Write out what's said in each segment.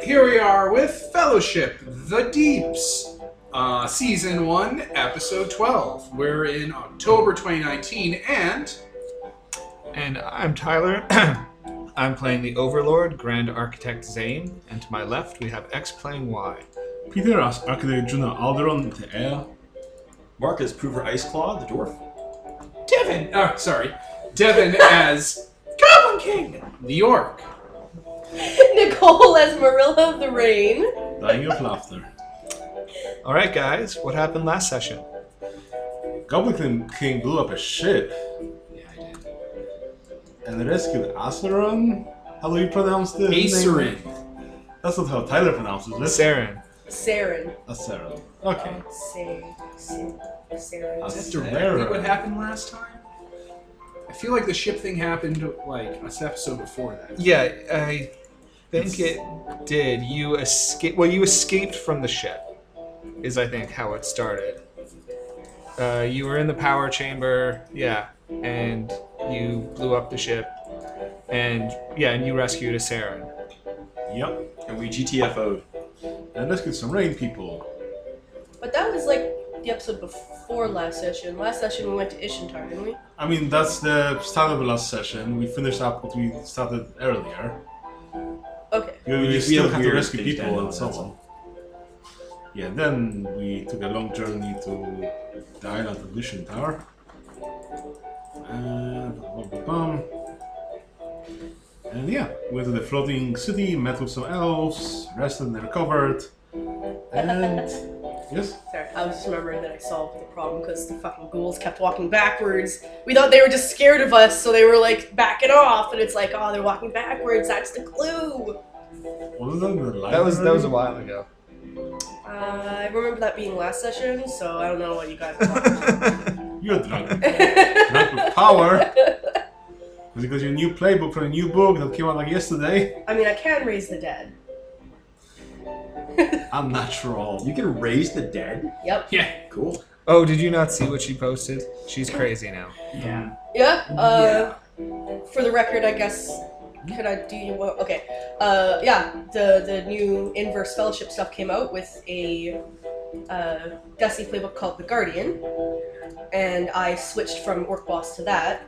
Here we are with Fellowship, The Deeps, uh, Season 1, Episode 12. We're in October 2019, and And I'm Tyler. I'm playing the Overlord, Grand Architect Zane, and to my left we have X playing Y. Peter as Architect Juna Alderon the heir. Mark is Prover Iceclaw, the dwarf. Devin, oh, sorry, Devin as Goblin King, the York. Nicole as Marilla of the Rain. dying of laughter. All right, guys, what happened last session? Goblin King- King blew up a ship Yeah, I did. and rescued Aceron. How do you pronounce the name? Acerin. That's not how Tyler pronounces it. Saren. Saren. Aceron. Okay. Say, say, Saren. Is that directly what happened last time? I feel like the ship thing happened, like, an episode before that. Yeah, I think it did. You escaped. Well, you escaped from the ship, is I think how it started. Uh, you were in the power chamber, yeah, and you blew up the ship, and yeah, and you rescued a Saren. Yep. And we GTFO'd. And rescued some rain people. But that was like the episode before last session. Last session we went to Ishantar, didn't we? I mean, that's the start of the last session. We finished up what we started earlier. Okay. We, We we just- we still have had to weird rescue things to people handle, and so that's on. Yeah, then we took a long journey to the island of Lucian Tower. And, bum, bum, bum. and yeah, went to the floating city, met with some elves, rested and recovered. And yes, Sorry, I was just remembering that I solved the problem because the fucking ghouls kept walking backwards. We thought they were just scared of us, so they were like backing off, and it's like, oh, they're walking backwards. That's the clue. was that in the library? That was that was a while ago. Uh, I remember that being last session, so I don't know what you guys. are talking about. I You're drunk. I drunk with power. Was it because your new playbook for a new book that came out like yesterday? mean, I can raise the dead. Unnatural. You can raise the dead? Yep. Yeah. Cool. Oh, did you not see what she posted? She's crazy now. Yeah. Yeah. Uh, For the record, I guess. Can I do you? Well, okay. Uh, yeah. The the new inverse fellowship stuff came out with a uh, Dusty playbook called the Guardian, and I switched from Orc Boss to that.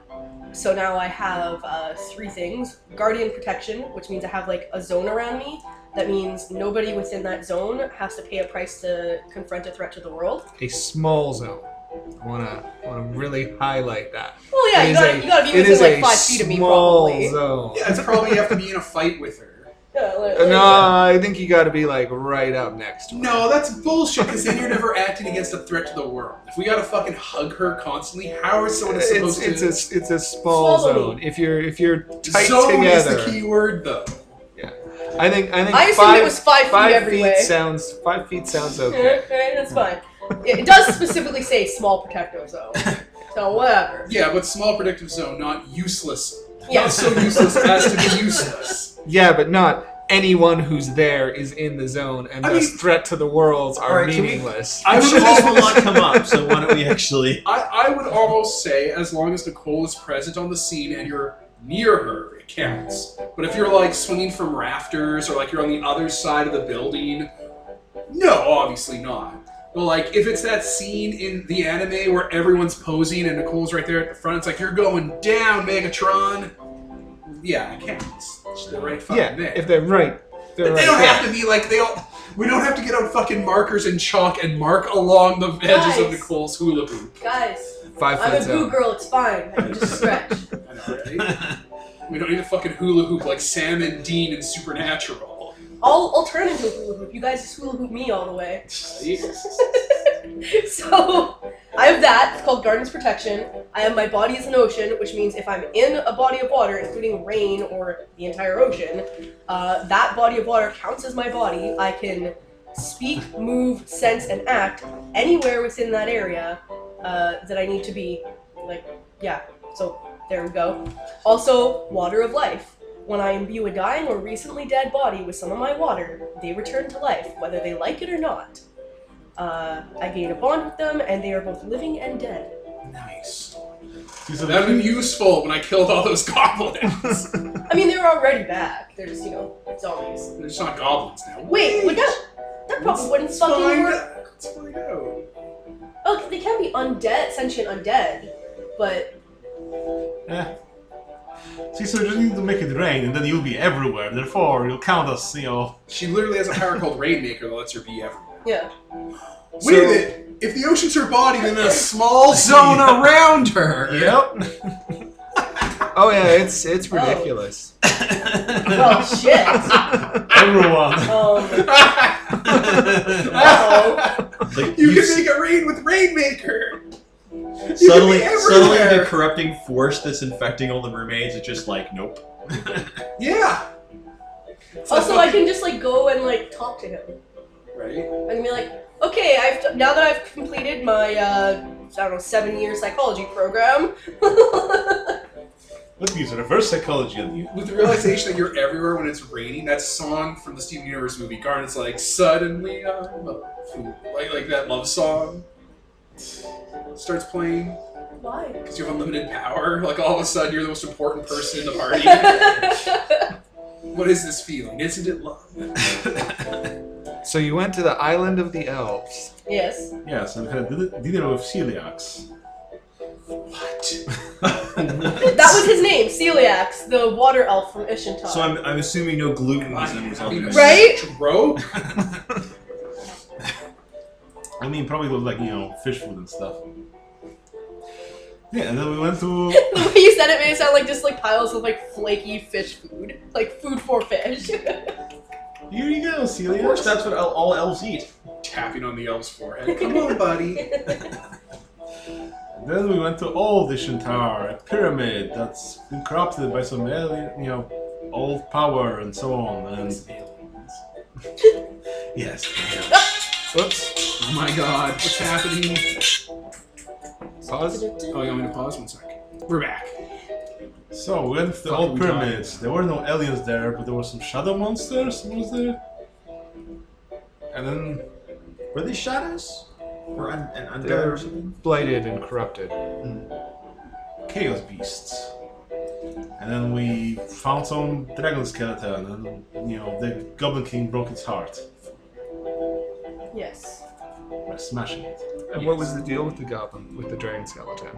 So now I have uh, three things: Guardian protection, which means I have like a zone around me. That means nobody within that zone has to pay a price to confront a threat to the world. a small zone. I wanna wanna really highlight that. Well, yeah, It you is gotta, a- you gotta be it is within like a five feet of me, small probably. zone. Yeah, it's probably you have to be in a fight with her. Yeah, like- Uh, like- No, I think you gotta be like right up next. to her. No, that's bullshit. Because then you're never acting against a threat to the world. If we gotta fucking hug her constantly, how is someone it's supposed it's to? a it's a small Slowly. zone. If you're if you're tight Zone together, is the key word, though. I think I think I assumed five it was five feet five every feet way. sounds five feet sounds okay. okay, that's fine. It it does specifically say small protective zone, so whatever. Yeah, but small predictive zone, not useless. Yeah. Not so useless as to be useless. Yeah, but not anyone who's there is in the zone, and I thus mean- threat to the worlds are Alright, can we- meaningless. I would should almost, awful lot come up, so why don't we actually. I, I would almost say, as long as Nicole is present on the scene and you're near her, it counts. But if you're like swinging from rafters or like you're on the other side of the building, no, obviously not. But like if it's that scene in the anime where everyone's posing and Nicole's right there at the front, it's like you're going down, Megatron. Yeah, it counts. It's the right fucking yeah, there. if they're right, they're But right. they don't there. have to be like they don't. We don't have to get out fucking markers and chalk and mark along the edges of Guys. Nicole's hula hoop. Guys, five I'm foot a zone. boo girl. It's fine. I can just stretch. I know, right? we don't need to fucking hula hoop like Sam and Dean in Supernatural. I'll, I'll turn into a hula hoop. You guys just hula hoop me all the way. right? So I have that. It's called Garden's Protection. I have my body is an ocean, which means if I'm in a body of water, including rain or the entire ocean, uh, that body of water counts as my body. I can speak, move, sense, and act anywhere within that area uh, that I need to be. Like, yeah. So there we go. Also, water of life. When I imbue a dying or recently dead body with some of my water, they return to life, whether they like it or not. Uh, I gain a bond with them, and they are both living and dead. Nice. These are That'd the be useful when I killed all those goblins. I I mean, they're already back. They're just, you know, zombies. They're just not goblins now. Wait, look up. That probably wouldn't Let's fucking find work. out. Let's find out. Oh, 'cause they can be undead, sentient undead, but Eh. See, so you just need to make it rain, and then you'll be everywhere. Therefore, you'll count us, you know. She literally has a power called Rainmaker that lets her be everywhere. yeah. Wait a So- minute. If the ocean's her body, then a small zone around her. Yep. oh yeah, it's it's Oh. ridiculous. Well, shit. Everyone. Um, Like, you you can s- make it rain with Rainmaker. suddenly, be suddenly everywhere. the corrupting force that's infecting all the mermaids is just like, nope. Yeah. also, I can just like go and like talk to him Right. and be like, okay, I've d- now that I've completed my uh, I don't know seven year psychology program. Let's use reverse psychology on you. With the realization that you're everywhere when it's raining, that song from the Steven Universe movie, Garnet's like, Suddenly I'm a fool. Like, like that love song starts playing Why? because you have unlimited power. Like, all of a sudden, you're the most important person in the party. what is this feeling? Isn't it love? So you went to the island of the elves. yes. Yes, and had a dinner with celiacs. What? That was his name, Celiax, the water elf from Ishintar. So I'm, I'm assuming no gluten was in was on the menu. Right? Stroke? I mean, probably with like you know fish food and stuff. Yeah, and then we went to the way you said it made it sound like just like piles of like flaky fish food, like food for fish. here you go, Of course, celiacs. that's what el- all elves eat. Tapping on the elf's forehead. Come on, buddy. And then we went to old Ishintar, a pyramid that's been corrupted by some alien, you know, old power and so on. And Yes. Whoops. Oh my god, what's happening? Pause. Oh, you want me to pause one second? We're back. so we went to the Fuck, old we died. pyramids. There were no aliens there, but there were some shadow monsters. Was there? And then Were they shadows? Or un- an undead They're- or something? Blighted and corrupted. chaos beasts. And then we found some dragon skeleton, and you know the Goblin King broke its heart yes. by smashing it. And what was the deal with the goblin with the dragon skeleton?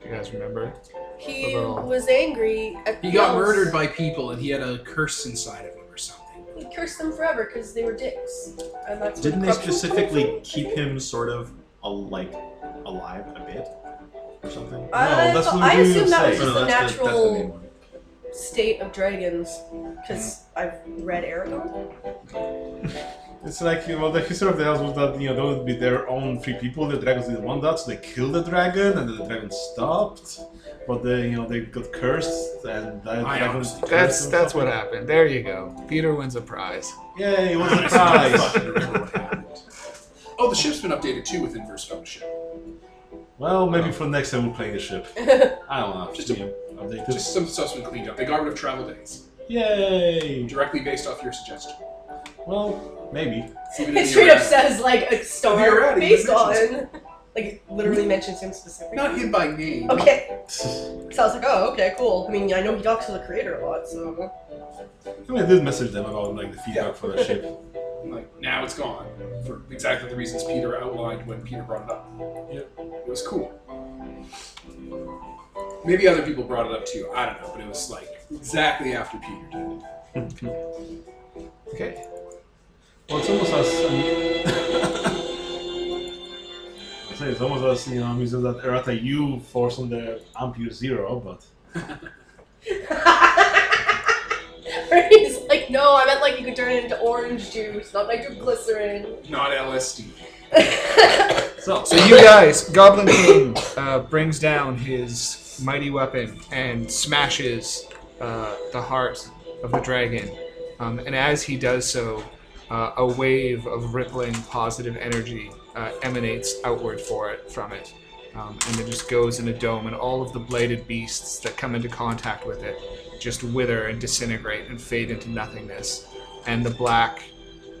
Do you guys remember? He Overall. was angry at He the got elves. murdered by people and he had a curse inside of him or something. He cursed them forever because they were dicks. And that's Didn't where they the corruption specifically keep him sort of a, like alive a bit or something? Oh, I, No, that's thought- what I we do assume that was say. just no, the that's the, that's the main natural one. state of dragons because I've read Aragon. It's like you know the history of the house was that you know there would be their own three people. The dragons didn't want that, so they killed the dragon, and then the dragon stopped. But they you know they got cursed, and the I dragons. honestly- cursed That's that's themselves. what happened. There you go. Peter wins a prize. Yay! It was a prize. Oh, the ship's been updated too with inverse ownership. well, maybe for next time we'll play the ship. I don't know. Just Just a- updated. Just some stuff's been cleaned up. They got rid of travel days, Yay! directly based off your suggestion. Well, maybe. Even It in the straight up errata. says like a errata star even based mentions on. Like it literally mentions him specifically. Not him by name. Okay. So I was like, oh, okay, cool. I mean, I know he talks to the creator a lot, so. I mean, I did message them about like the feedback for the ship. Like, now it's gone. For exactly the reasons Peter outlined when Peter brought it up. Yep. It was cool. Maybe other people brought it up too. I don't know, but it was like exactly after Peter did. Okay. Well, it's almost as. um, I mean- I say it's almost as you know I'm using that errata U force on the ampere zero, but He's like, no, I meant like you could turn it into orange juice, not nitroglycerin. Not LSD. so So you guys, Goblin King uh, brings down his mighty weapon and smashes uh, the heart of the dragon. Um, and as he does so, uh, a wave of rippling positive energy uh, emanates outward for it from it, um, and it just goes in a dome. And all of the bladed beasts that come into contact with it just wither and disintegrate and fade into nothingness. And the black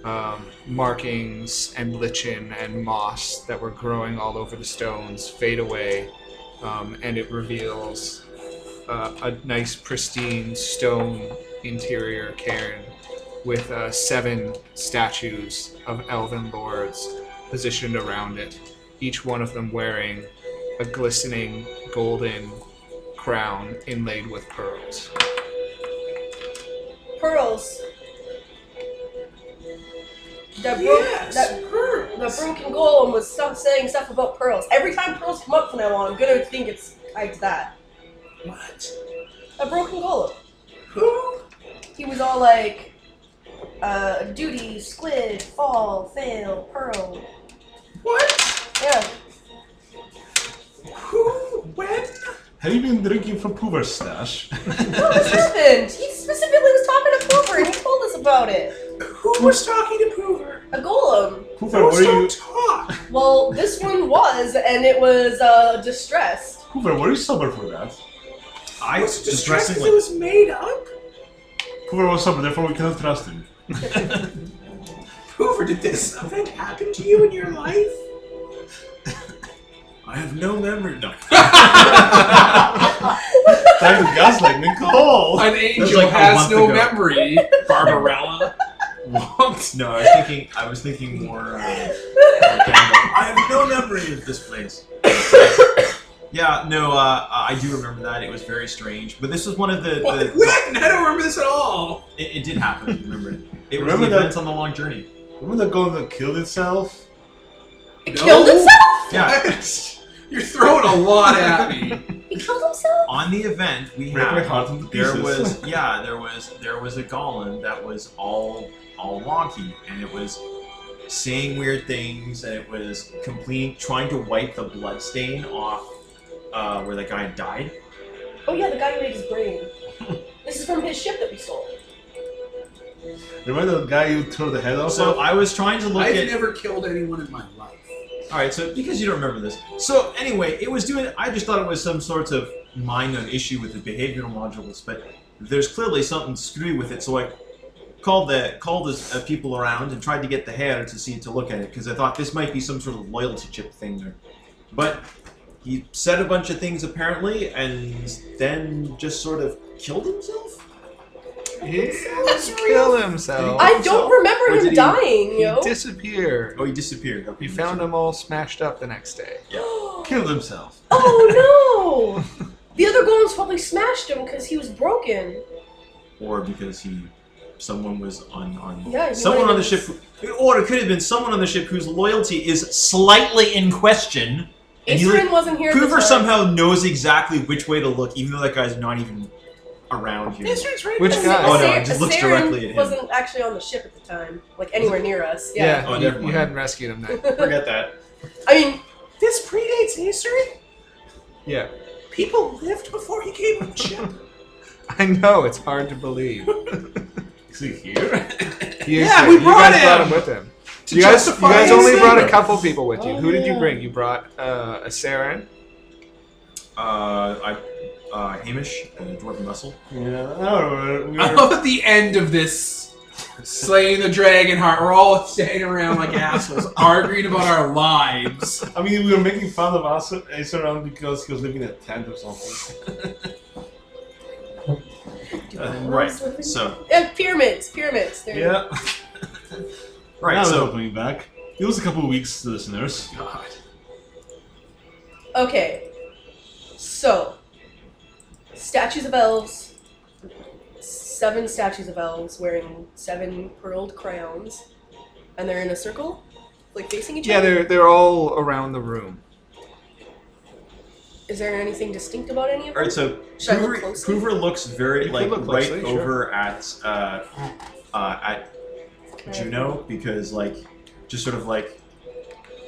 um, markings and lichen and moss that were growing all over the stones fade away, um, and it um, reveals uh, a nice pristine stone interior cairn with uh, seven statues of elven lords positioned around it, each one of them wearing a glistening golden crown inlaid with pearls. Pearls. That, bro- Yes, that, pearls. that broken golem was stuff saying stuff about pearls. Every time pearls come up from now on, I'm gonna think it's tied to that. What? A broken golem. Who? He was all like, uh, duty, squid, fall, fail, pearl. What? Yeah. Who? When? Have you been drinking from Poover's stash? What this happened? He specifically was talking to Cooper and he told us about it. Who was talking to Poover? A golem. Poover, Those were you don't talk. Well, this one was, and it was uh, distressed. Poover, were you sober for that? I was was it just distracted dressing it like was made up? Poover was sober, therefore we cannot trust him. Poover, did this event happen to you in your life? I have no memory. No. Time to gaslight Nicole! An angel like a has month no ago. memory, Barbarella. What? No, I was thinking. I was thinking more. Uh, like, I have no memory of this place. yeah, no, uh, I do remember that. It was very strange, but this was one of the. What? the, When? I don't remember this at all. it, it did happen. Remember it. It was Remember the that- events on the long journey. Remember that golem that killed itself? It killed itself? Yeah. You're throwing a lot at me. He killed himself? On the event, we Break my had heart into pieces. there was yeah there was there was a golem that was all all wonky and it was saying weird things and it was complete trying to wipe the blood stain off uh, where that guy died Oh, yeah, the guy who ate his brain. This is from his ship that we stole. Remember that guy you threw the head off so of? i was trying to look I've at never killed anyone in my life. all right so because you don't remember this so anyway it was doing i just thought it was some sort of minor issue with the behavioral modules but there's clearly something screwy with it so i called the called the uh, people around and tried to get the hair to see to look at it because i thought this might be some sort of loyalty chip thing there but he said a bunch of things apparently and then just sort of killed himself He That's kill himself. I don't remember Or him did he- dying, He yo. disappeared. oh he disappeared okay, You found him all smashed up the next day. killed himself. oh, no! The other golems probably smashed him because he was broken. or because he someone was on on Yeah, you someone wanna on the get ship who- or it could have been someone on the ship whose loyalty is slightly in question and you Adrian wasn't here. at the Hoover time. somehow knows exactly which way to look even though that guy's not even around here right Which Because guy? Sa- Oh, no, it just looks Saren directly at him. wasn't actually on the ship at the time, like anywhere near us. Yeah, Yeah. Oh, you, never you mind. hadn't rescued him then. forget that I mean, This predates history. Yeah, People lived before he came on the ship. I know it's hard to believe. Is he here? He is Yeah, there. we you brought guys brought him! him with him. To you guys, you justify guys his only brought a labor. couple people with you. Oh, Who did you yeah. bring? You brought uh, a Saren. uh, I, uh, Hamish and Dwarven Muscle Yeah, I remember. We I were, love Oh, at the end of this slaying the dragon heart, we're all standing around like assholes, arguing about our lives. I mean, we were making fun of Acer, Aceron because he was living in a tent or something. Uh, right so and Uh, pyramids, pyramids. There you Yeah, right now so we're coming back. It was a couple of weeks, listeners. God. go. Okay. So, statues of elves. Seven statues of elves wearing seven pearled crowns, and they're in a circle, like facing each Yeah, other. they're they're all around the room. Is there anything distinct about any of them? All right, so Should I look Hoover, closely? Hoover looks You very could like look right closely, sure. Hmm. over at uh, uh, at Juno because like just sort of like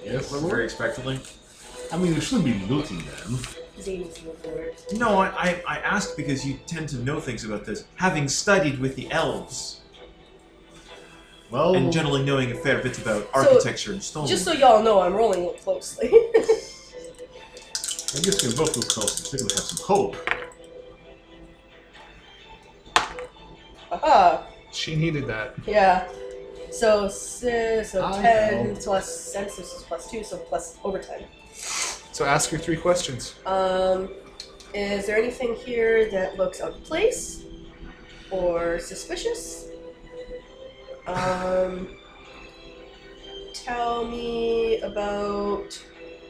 Yes. very expectantly. I mean, we shouldn't be looting them. Zane's move forward. No, I, I I asked because you tend to know things about this, having studied with the elves Well, and generally knowing a fair bit about architecture and stone. Oh. Just so y'all know, I'm rolling closely. I guess we can both look close and still have some hope. Aha. She needed that. Yeah. So six, so I ten know. plus census is plus two, so plus overtime. So ask her three questions. Um, Is there anything here that looks out of place or suspicious? Um, tell me about.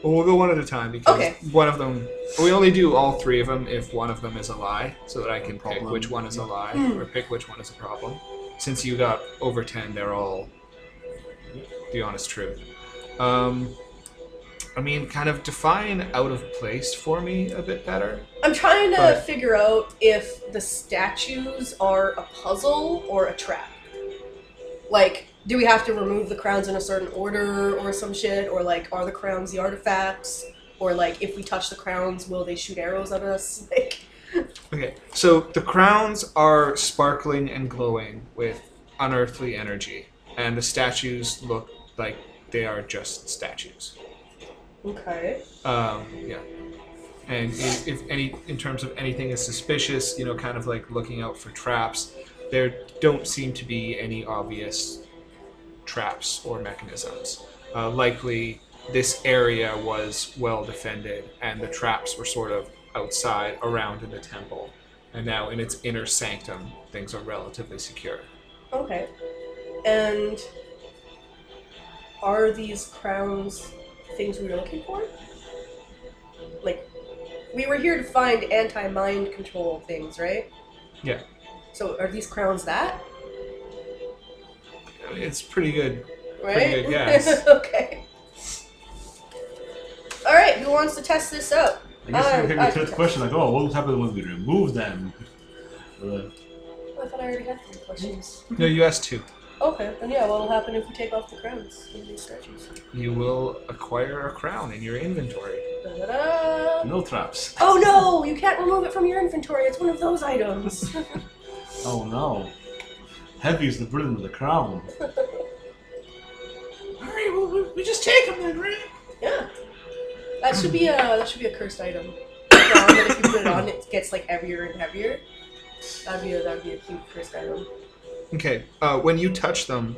Well, we'll go one at a time because Okay. one of them. We only do all three of them if one of them is a lie, so that I can pick Problem. which one is a lie Hmm. or pick which one is a problem. Since you got over ten, they're all the honest truth. Um, I mean, kind of define out of place for me a bit better. I'm trying to Right. figure out if the statues are a puzzle or a trap. Like, do we have to remove the crowns in a certain order or some shit? Or, like, are the crowns the artifacts? Or, like, if we touch the crowns, will they shoot arrows at us? Like, Okay, so the crowns are sparkling and glowing with unearthly energy, and the statues look like they are just statues. okay. Um, yeah. And if, if any, in terms of anything is suspicious, you know, kind of like looking out for traps, there don't seem to be any obvious traps or mechanisms. Uh, likely, this area was well defended, and the traps were sort of outside, around in the temple. And now, in its inner sanctum, things are relatively secure. Okay. And are these crowns things we were looking for? Like, we were here to find anti mind control things, right? Yeah. So are these crowns that? I mean, it's pretty good. Right? Pretty good guess. okay. Alright, who wants to test this out? I guess Oh, we can I get to can that tell. question like, oh, what would happen when we remove them? Uh, Oh, I thought I already had three questions. No, you asked two. Okay, and yeah, what'll happen if we take off the crowns in these statues? You will acquire a crown in your inventory. Da-da-da! no traps. Oh no, you can't remove it from your inventory. It's one of those items. Oh no. Heavy is the burden of the crown. Alright, well, we, we just take them then, right? yeah. That should be a that should be a cursed item. Yeah, and then if you put it on, it gets like heavier and heavier. That'd be a, that'd be a cute cursed item. Okay. Uh, when you touch them,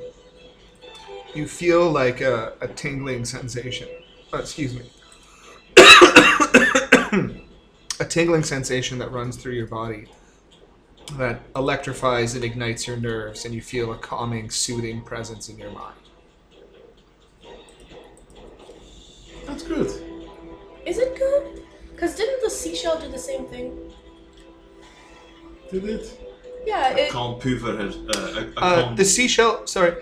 you feel like a, a tingling sensation. Uh, excuse me. a tingling sensation that runs through your body that electrifies and ignites your nerves, and you feel a calming, soothing presence in your mind. That's good. Is it good? Cause didn't the seashell do the same thing? Did it? Yeah, A it. calm poover has uh, a, a Uh, calm. the seashell. Sorry.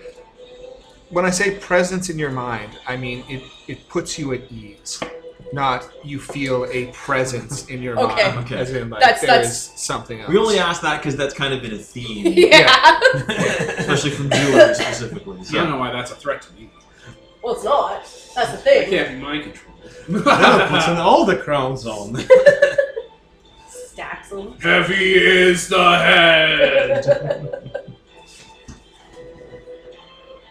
When I say presence in your mind, I mean it. It puts you at ease, not you feel a presence in your Okay. mind. Okay. As in, like, That's- there that's- is something else. we only asked that because that's kind of been a theme, yeah. especially from jewelry specifically. I don't know why that's a threat to me. Well, it's not. That's the I thing. can't be mind controlled. That puts in all the crowns on. Stacks them. Heavy is the head.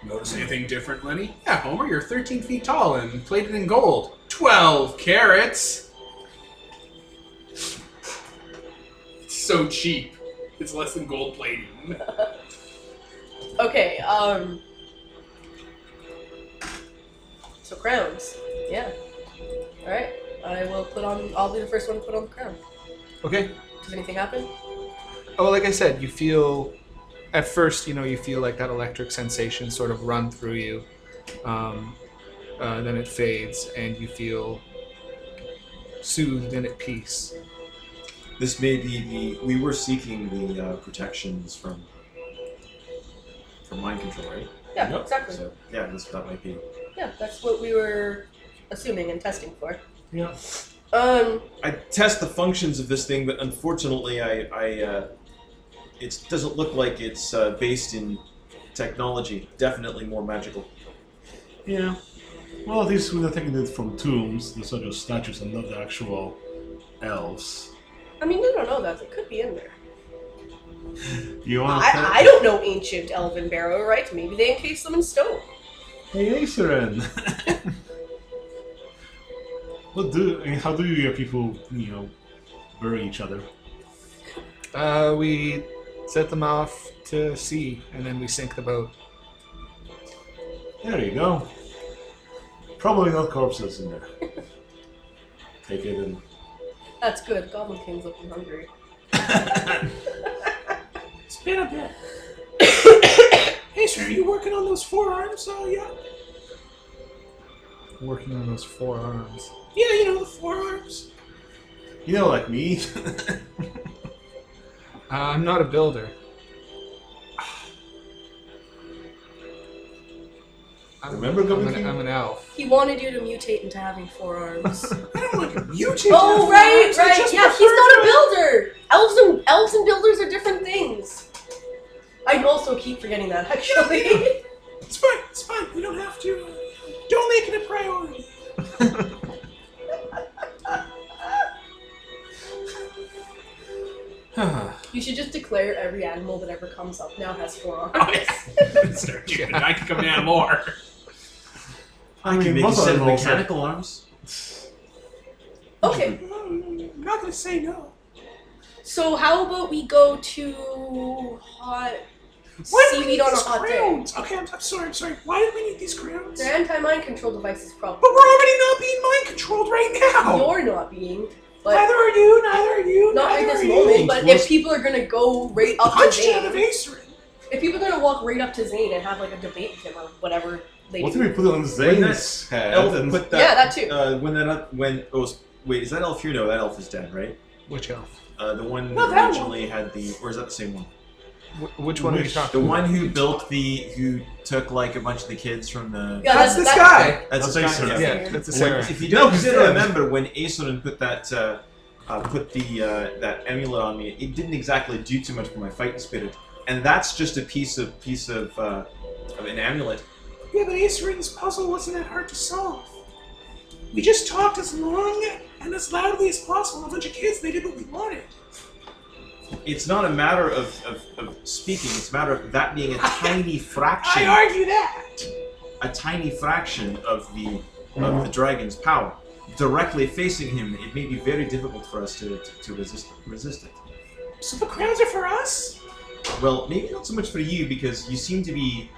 Notice anything different, Lenny? Yeah, Homer, you're 13 feet tall and plated in gold. 12 carats. It's so cheap. It's less than gold plating. Okay. Um. So crowns. Yeah. All right. I will put on. I'll be the first one to put on the crown. Okay. Does anything happen? Oh, well, like I said, you feel at first, you know, you feel like that electric sensation sort of run through you. Um, uh, then it fades, and you feel soothed and at peace. This may be the we were seeking the uh, protections from from mind control, right? Yeah. Yep. Exactly. So yeah, this that might be. Yeah. That's what we were assuming and testing for. Yeah. Um. I test the functions of this thing, but unfortunately, I, I uh, it doesn't look like it's uh, based in technology. Definitely more magical. Yeah. Well, at least we're taking it from tombs. These are just statues and not the actual elves. I mean, you don't know that. It could be in there. You want to I, I don't know ancient elven barrow, right? Maybe they encased them in stone. Hey, Acerin. what do? I mean, how do your people, you know, bury each other? Uh, we set them off to sea, and then we sink the boat. There you go. Probably not corpses in there. Take it and That's good. Goblin King's looking hungry. It's been a bit. hey, sir, are you working on those forearms uh, yet? Working on those forearms. Yeah, you know, the forearms. You know, like me. Uh, I'm not a builder. I'm- Remember Goblin I'm an, King? I'm an elf. He wanted you to mutate into having forearms. I don't want to mutate oh your right, forearms, I right. just Yeah, he's prefer not a to- builder. Elves and elves and builders are different things. I also keep forgetting that actually. It's fine, it's fine. We don't have to. uh, Don't make it a priority. you should just declare every animal that ever comes up now has forearms. Start doing it. I can come down more. I mean, can make a most set of animals are- mechanical arms. Okay. I'm not gonna say no. So how about we go to hot Why do we seaweed need on a these hot day? crowns? Okay, I'm, I'm sorry, I'm sorry. Why do we need these crowns? They're anti-mind control devices, probably. But we're already not being mind controlled right now. You're not being, neither but are you. Neither are you. not neither at this are you. moment. But if Close. people are gonna go right up to Punched out of Zane, Acerin. if people are gonna walk right up to Zane and have like a debate with him or whatever they what do, did we put on Zane's that head? Elf and- put yeah, that that. too. uh, when that el- when oh s- wait is that elf here? No, that elf is dead, right? Which elf? Uh, the one No, that that originally had the or is that the same one? Wh- which one are you Which- talking The one who built the who took like a bunch of the kids from the yeah, That's that- this that- guy. that's, the That's guy- Aesorin. yeah. Yeah, that's a When- Sarah. if you No, don't he's consider, dead. remember when Aesorin put that uh, uh, put the uh, that amulet on me, it didn't exactly do too much for my fighting spirit, and that's just a piece of piece of, uh, of an amulet. Yeah, but Acerin's puzzle wasn't that hard to solve. We just talked as long and as loudly as possible. and A bunch of kids, they did what we wanted. It's not a matter of, of, of speaking; it's a matter of that being a tiny fraction. I argue that. a tiny fraction of the of the dragon's power. Directly facing him, it may be very difficult for us to, to, to resist resist it. So the crowns are for us. Well, maybe not so much for you because you seem to be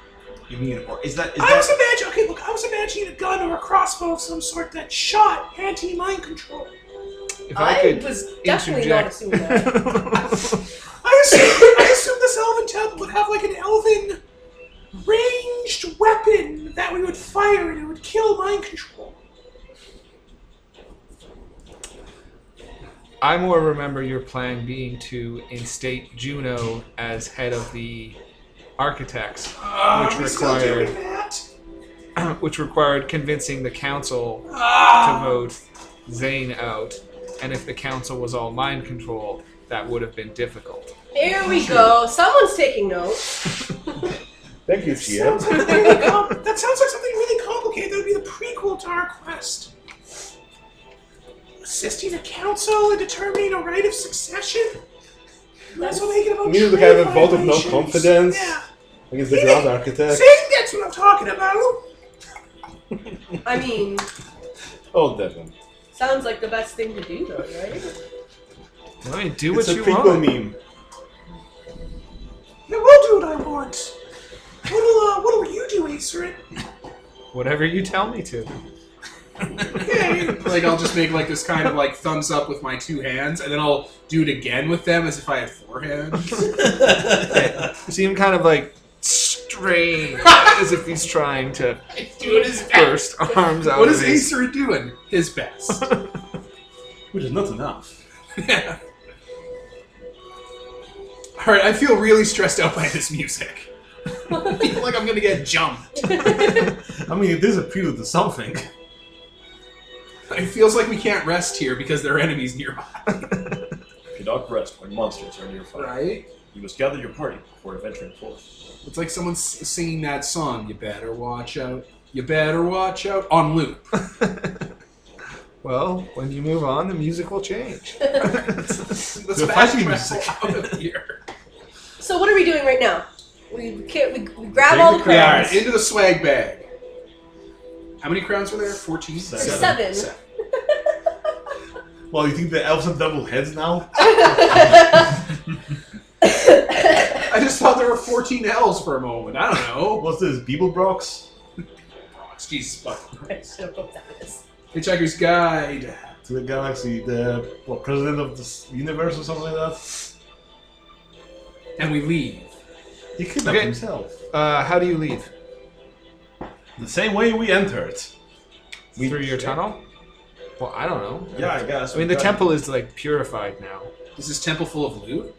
immune. Or is that is I was that? imagining. Okay, look, I was imagining a gun or a crossbow of some sort that shot anti-mind control. If I, I could was definitely not interject- assuming that. I assume, I assume this elven temple would have like an elven ranged weapon that we would fire and it would kill mind control. I more remember your plan being to instate Juno as head of the architects, Uh, Which are we still required- doing that? which required convincing the council to Ah, vote Zane out, and if the council was all mind control, that would have been difficult. There we go. Someone's taking notes. Thank you, Chia. sounds like really com- that sounds like something really complicated. That would be the prequel to our quest. Assisting the council in determining a right of succession. That's what make it about Me look, I trade have a vote of no violations. confidence. Yeah, Against the ground architect. Zane, that's what I'm talking about. I mean, Oh, Devin. sounds like the best thing to do, though, right? I mean, do It's what a you prequel want. meme. I will do what I want. What'll, uh, what'll you do, Acerin? Whatever you tell me to. Okay. Like I'll just make like this kind of like thumbs up with my two hands, and then I'll do it again with them as if I had four hands. You see him kind of like strain as if he's trying to Dude is burst arms out. what of is his- Acer doing? His best. Which is not enough. Yeah. All right, I feel really stressed out by this music. I feel like I'm gonna get jumped. I mean, it is a prelude to something. It feels like we can't rest here because there are enemies nearby. You cannot rest when monsters are nearby. Right? You must gather your party before venturing forth. It's like someone's singing that song. You better watch out. You better watch out on loop. Well, when you move on, the music will change. Let's They're fighting backtrack out of here. So what are we doing right now? We can't. We, we grab all the All right, crowns. into the swag bag. How many crowns were there? Fourteen. Seven. Seven. Well, you think the elves have double heads now? I just thought there were fourteen L's for a moment. I don't know. What's this, Beeblebrox? Jesus fucking Christ. I should have looked at this. Hitchhiker's Guide. to the galaxy, the what, president of this universe or something like that. And we leave. He kidnapped Okay. himself. Uh, how do you leave? The same way we entered. We, Through your tunnel? Well, I don't know. Yeah, I guess. I mean, the Got- temple is like purified now. Is this temple full of loot?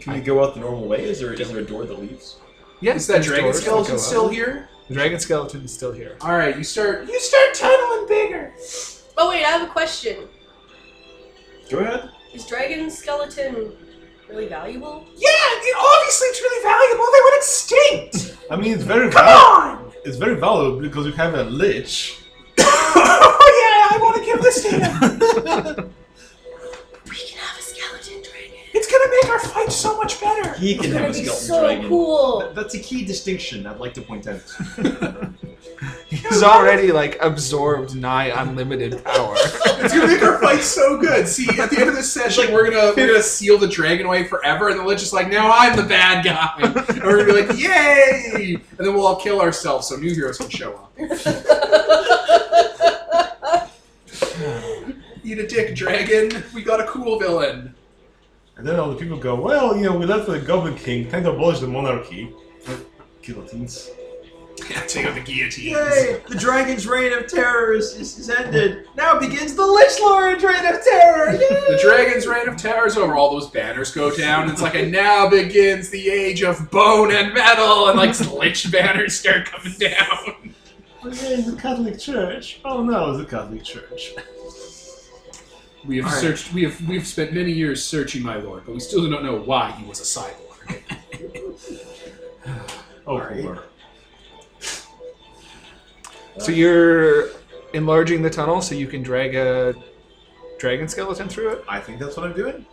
Can we go out the normal way? Is there, is there a door that leaves? Yes, Is that there's dragon doors that go skeleton up. still here? The dragon skeleton is still here. All right, you start. You start tunneling bigger. Oh wait, I have a question. Go ahead. Is dragon skeleton really valuable? Yeah, it, obviously it's really valuable. They went extinct. I mean, it's very Come valuable. on. It's very valuable because you have a lich. oh yeah, I want to give this to him. We can have a skeleton dragon. It's gonna make our fight so much better. He It's can gonna have a be skeleton so dragon. cool. That- That's a key distinction I'd like to point out. He's already like absorbed nigh unlimited power. It's gonna make our fight so good. See, at the end of this session, we're gonna we're gonna seal the dragon away forever, and the lich is like, "Now I'm the bad guy," and we're gonna be like, "Yay!" And then we'll all kill ourselves so new heroes can show up. Eat a dick, dragon. We got a cool villain. And then all the people go, well, you know, we left with the Goblin King, time to abolish the monarchy. Guillotines. Yeah, take out the guillotine. Yay! The dragon's reign of terror is, is, is ended. Now begins the Lich Lord's reign of terror. Yay! The dragon's reign of terror is over. All those banners go down. It's like, and now begins the age of bone and metal, and like lich banners start coming down. Okay, the Catholic Church. Oh no, it's the Catholic Church. We have All right. searched. We have we've spent many years searching my lord, but we still do not know why he was a cyborg. Oh, Alright. poor. so you're enlarging the tunnel so you can drag a dragon skeleton through it. I think that's what I'm doing.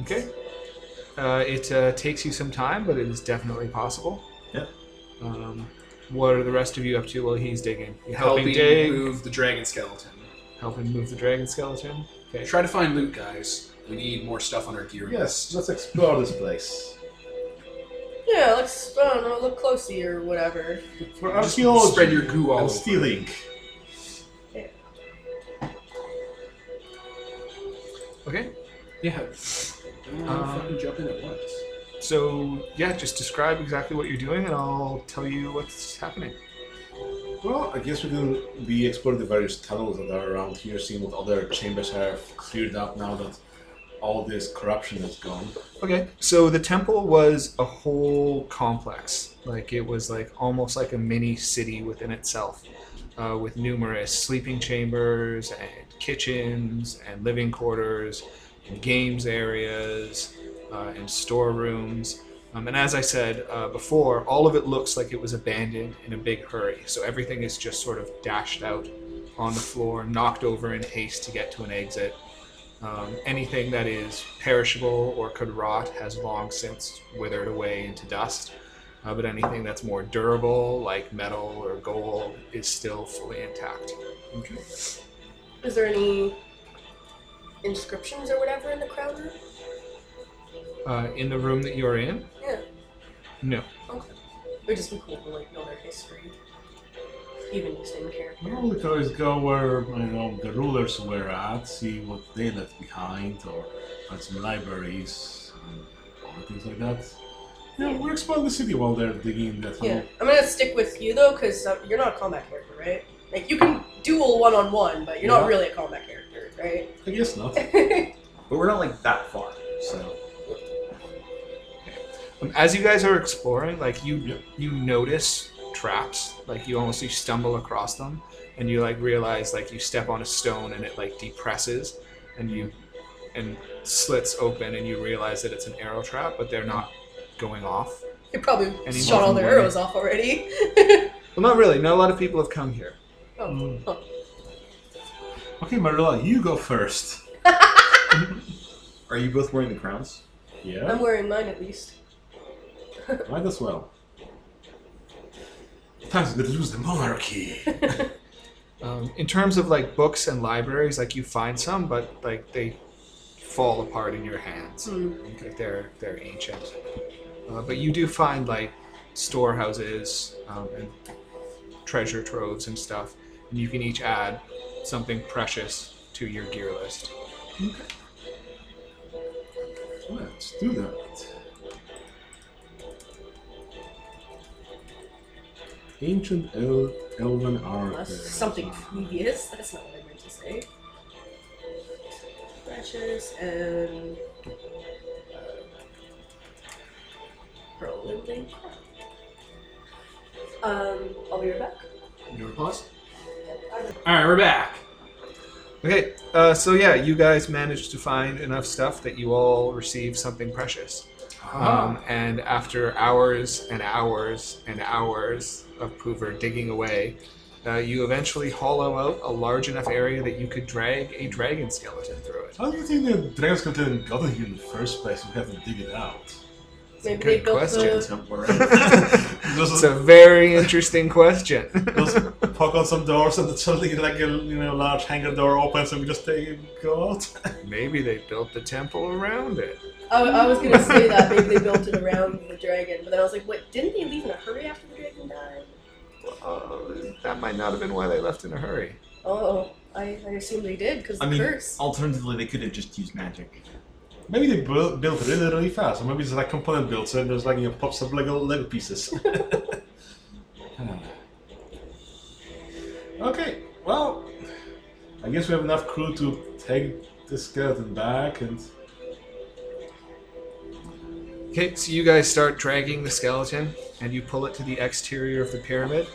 Okay. Uh, it uh, takes you some time, but it is definitely possible. Yeah. Um, what are the rest of you up to while he's digging? You helping, Helping dig, move the dragon skeleton. helping move the dragon skeleton. Okay. Try to find loot, guys. We need more stuff on our gear Yes, list. let's explore this place. Yeah, let's I don't know, look closely or whatever. For Just archaeology spread your goo all and over. stealing. Okay. Yeah. Everyone Um, fucking jump in at once. So yeah, just describe exactly what you're doing, and I'll tell you what's happening. Well, I guess we can be exploring the various tunnels that are around here, seeing what other chambers have cleared up now that all this corruption is gone. Okay. So the temple was a whole complex. Like it was like almost like a mini city within itself, uh, with numerous sleeping chambers and kitchens and living quarters and games areas uh, and storerooms. Um, and as I said uh, before, all of it looks like it was abandoned in a big hurry. So everything is just sort of dashed out on the floor, knocked over in haste to get to an exit. Um, anything that is perishable or could rot has long since withered away into dust, uh, but anything that's more durable, like metal or gold, is still fully intact. Okay. Is there any inscriptions or whatever in the crown room? Uh, in the room that you're in? Yeah. No. Okay. It would just be cool to like know their history. Even just in character. Well, we could always go where you know the rulers were at, see what they left behind, or find some libraries and things like that. Yeah, we're exploring the city while they're digging in that Yeah. tunnel. I'm gonna stick with you though, because uh, you're not a combat character, right? Like you can duel one on one, but you're Yeah. not really a combat character, right? I guess not. But we're not like that far, so. Um, as you guys are exploring, like you Yep. you notice traps, like you almost you stumble across them, and you like realize like you step on a stone and it like depresses, and you and slits open, and you realize that it's an arrow trap, but they're not going off. You probably Any shot all more their than arrows off already. Well, not really. Not a lot of people have come here. Oh. Mm. Okay, Marilla, you go first. Are you both wearing the crowns? Yeah, I'm wearing mine at least. might as well. Time's to lose the monarchy. Um, in terms of like books and libraries, like you find some, but like they fall apart in your hands. Hmm. Like they're they're ancient, uh, but you do find like storehouses um, and treasure troves and stuff, and you can each add something precious to your gear list. Let's do that. Ancient El- Elven art. Unless something previous. That's not what I meant to say. Precious and. uh, Pearl and Link. Um, I'll be right back. You want to pause? All right, we're back. Okay, uh, so yeah, you guys managed to find enough stuff that you all received something precious. Um, and after hours and hours and hours of Poover digging away, uh, you eventually hollow out a large enough area that you could drag a dragon skeleton through it. How do you think the dragon's skeleton got in here in the first place? We have to dig it out. Maybe good they built question. the. Just it's a very interesting question. just poke on some doors and suddenly like a you know large hangar door opens and we just take it go out. Maybe they built the temple around it. I, I was gonna say that maybe they built it around the dragon, but then I was like, wait, didn't they leave in a hurry after the dragon died? Uh, that might not have been why they left in a hurry. Oh, I, I assume they did because I the mean, curse. alternatively, they could have just used magic. Maybe they built, built really really fast, or maybe it's like component builds and there's like you know, pops up Lego Lego pieces. Hmm. okay, well, I guess we have enough crew to take the skeleton back and Okay, so you guys start dragging the skeleton, and you pull it to the exterior of the pyramid,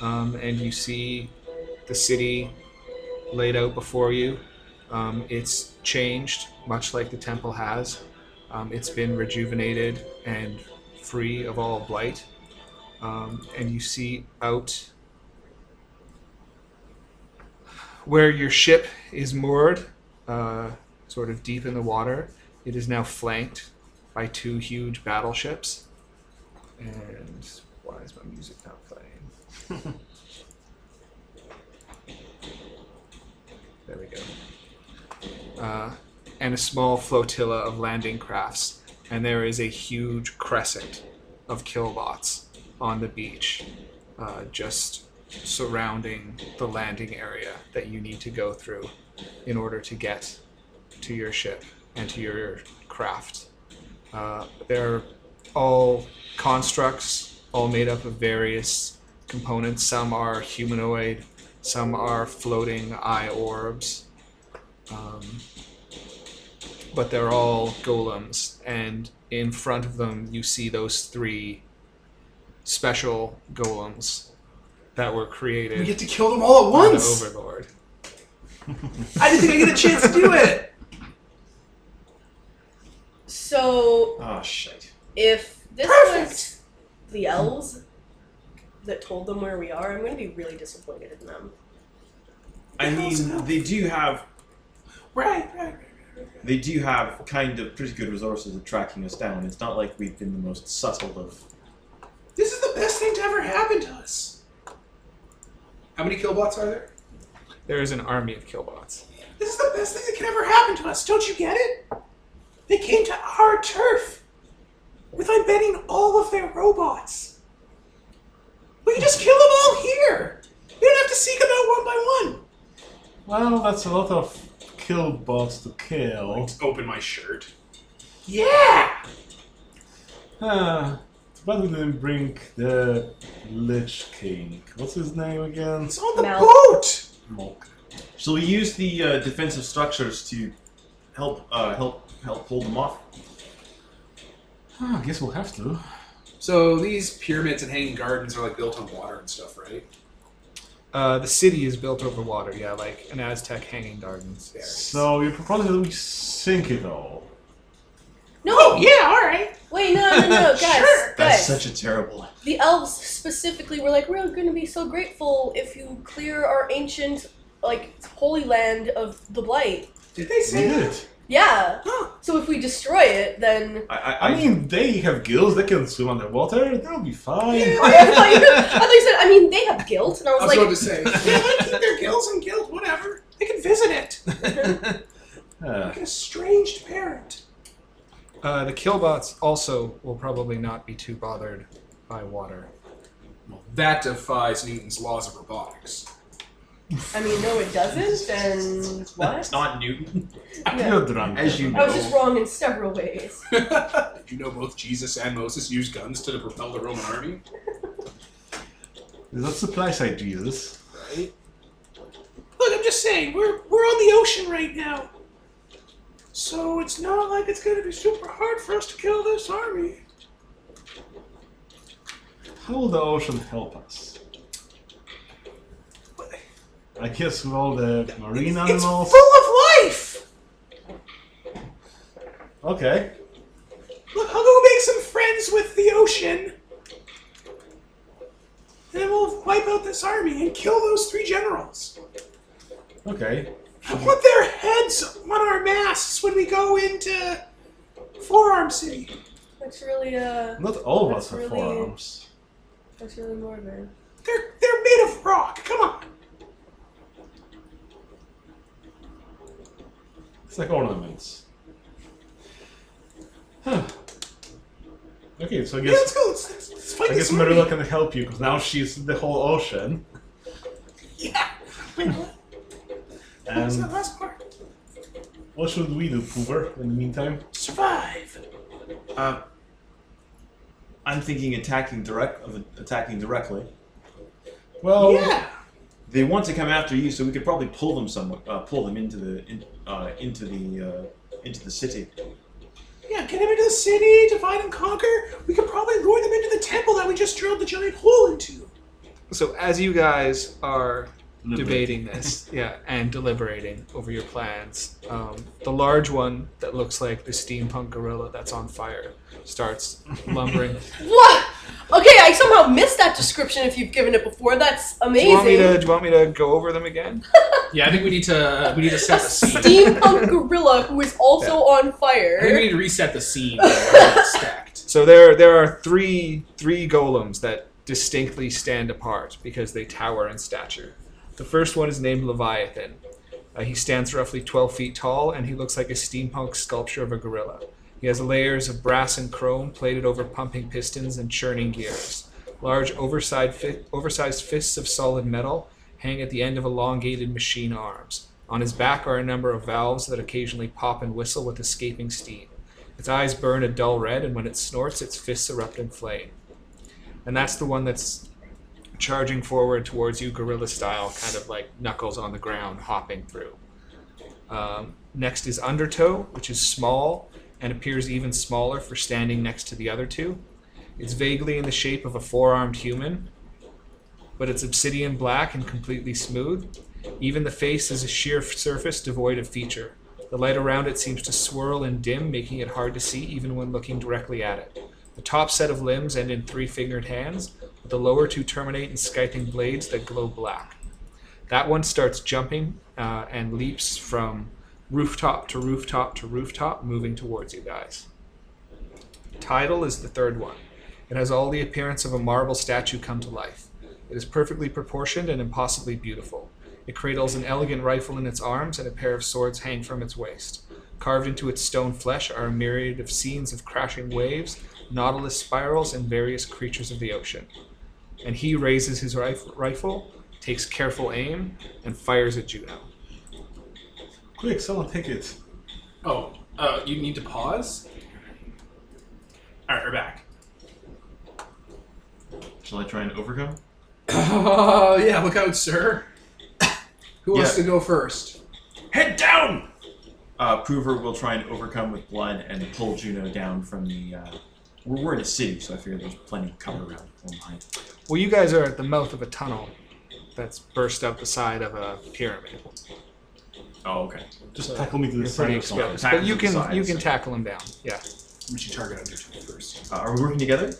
um, and you see the city laid out before you. Um, it's changed, much like the temple has. Um, it's been rejuvenated and free of all blight. Um, and you see out where your ship is moored, uh, sort of deep in the water. It is now flanked by two huge battleships. And why is my music not playing? there we go. Uh, and a small flotilla of landing crafts. And there is a huge crescent of killbots on the beach, uh, just surrounding the landing area that you need to go through in order to get to your ship and to your craft. Uh, they're all constructs, all made up of various components. Some are humanoid, some are floating eye orbs. Um, but they're all golems, and in front of them, you see those three special golems that were We created get to kill them all at by the once. Overlord. I didn't think I get a chance to do it. So Oh, shit. If this was the elves that told them where we are, I'm going to be really disappointed in them. I mean, they do have Right, right, right. they do have kind of pretty good resources of tracking us down. It's not like we've been the most subtle of. This is the best thing to ever happen to us. How many killbots are there? There is an army of killbots. This is the best thing that can ever happen to us. Don't you get it? They came to our turf with, I'm betting, all of their robots. We can just kill them all here. We don't have to seek them out one by one. well, that's a lot of kill bots to kill. Let's open my shirt. Yeah. Ah, but we didn't bring the Lich King. What's his name again? It's on the Mal- boat. Malk. So we use the uh, defensive structures to help uh, help help hold them off. Ah, I guess we'll have to. So these pyramids and hanging gardens are like built on water and stuff, right? Uh, the city is built over water, yeah, like an Aztec hanging gardens. So you're proposing that we sink it all. No, Oh yeah. All right. wait, no, no, no, guys, Sure. guys. That's such a terrible. the elves specifically were like, we're going to be so grateful if you clear our ancient, like, holy land of the blight. Did they We say did that? it. Yeah. Huh. So if we destroy it, then. I I, I mean, they have gills, they can swim underwater, they'll be fine. I thought you, I thought you said. I mean, they have guilt, and I was, I was like, about to say. Yeah, let them keep their gills and guild, whatever. They can visit it. Ah, Like an estranged parent. Uh, the killbots also will probably not be too bothered by water. Well, that defies Newton's laws of robotics. I mean, no, it doesn't. And what? It's not Newton. Yeah. You're drunk. As you know. I was just wrong in several ways. Did you know both Jesus and Moses used guns to propel the Roman army? Is that supply side Jesus? Right? Look, I'm just saying, we're we're on the ocean right now. So it's not like it's gonna be super hard for us to kill this army. How will the ocean help us? I guess with all the marine It's animals. full of life! Okay. Look, I'll go make some friends with the ocean. And then we'll wipe out this army and kill those three generals. Okay. I want their heads on our masts when we go into Forearm City. That's really, uh, Not all of That's us have really- forearms. that's really morbid. They're they're made of rock. Come on. It's like ornaments. Huh. Okay, so I Yeah, guess let's go. Let's, let's, let's fight I this guess army. Marilla can help you because now she's the whole ocean. Yeah. Wait, what? What was that And last part? what should we do, Poover? In the meantime, Survive. Uh, I'm thinking attacking direct of attacking directly. Oh. well, yeah. They want to come after you, so we could probably pull them somewhat, uh, pull them into the in, uh, into the uh, into the city. Yeah, get them into the city, divide and conquer. We could probably lure them into the temple that we just drilled the giant hole into. So as you guys are debating this, yeah, and deliberating over your plans, um, the large one that looks like the steampunk gorilla that's on fire starts lumbering. What? Okay, I somehow missed that description if you've given it before. That's do you want me to? amazing. Do you want me to go over them again? Yeah, I think we need to we need to A set the scene. steampunk gorilla who is also on I think we fire. need to reset the scene. uh, Stacked. So there, there are three three golems that distinctly stand apart because they tower in stature. The first one is named Leviathan. Uh, he stands roughly 12 feet tall, and he looks like a steampunk sculpture of a gorilla. He has layers of brass and chrome plated over pumping pistons and churning gears. Large, oversized, fi- oversized fists of solid metal hang at the end of elongated machine arms. On his back are a number of valves that occasionally pop and whistle with escaping steam. Its eyes burn a dull red, and when it snorts, its fists erupt in flame. And that's the one that's charging forward towards you, gorilla style, kind of like knuckles on the ground, hopping through. Um, next is Undertow, which is small and appears even smaller for standing next to the other two. It's vaguely in the shape of a four armed human, but it's obsidian black and completely smooth. Even the face is a sheer surface devoid of feature. The light around it seems to swirl and dim, making it hard to see even when looking directly at it. The top set of limbs end in three fingered hands, but the lower two terminate in scything blades that glow black. That one starts jumping uh, and leaps from rooftop to rooftop to rooftop, moving towards you guys. Tidal is the third one. It has all the appearance of a marble statue come to life. It is perfectly proportioned and impossibly beautiful. It cradles an elegant rifle in its arms, and a pair of swords hang from its waist. Carved into its stone flesh are a myriad of scenes of crashing waves, nautilus spirals, and various creatures of the ocean. And he raises his rif- rifle, takes careful aim, and fires at Juno. quick, someone take it. Oh, uh, you need to pause. All right, we're back. Shall I try and overcome? Oh yeah, look out, sir. Who wants Yeah. to go first? Head down. Uh, Prover will try and overcome with blood and pull Juno down from the. Uh, we're, we're in a city, so I figure there's plenty of cover around from behind. Well, you guys are at the mouth of a tunnel that's burst up the side of a pyramid. Oh, okay. Uh, Just tackle me to the side Pretty or something. exposed, Tackle but you to the can side, you can so- tackle him down. Yeah. We should target Undertow first. Uh, are we working together?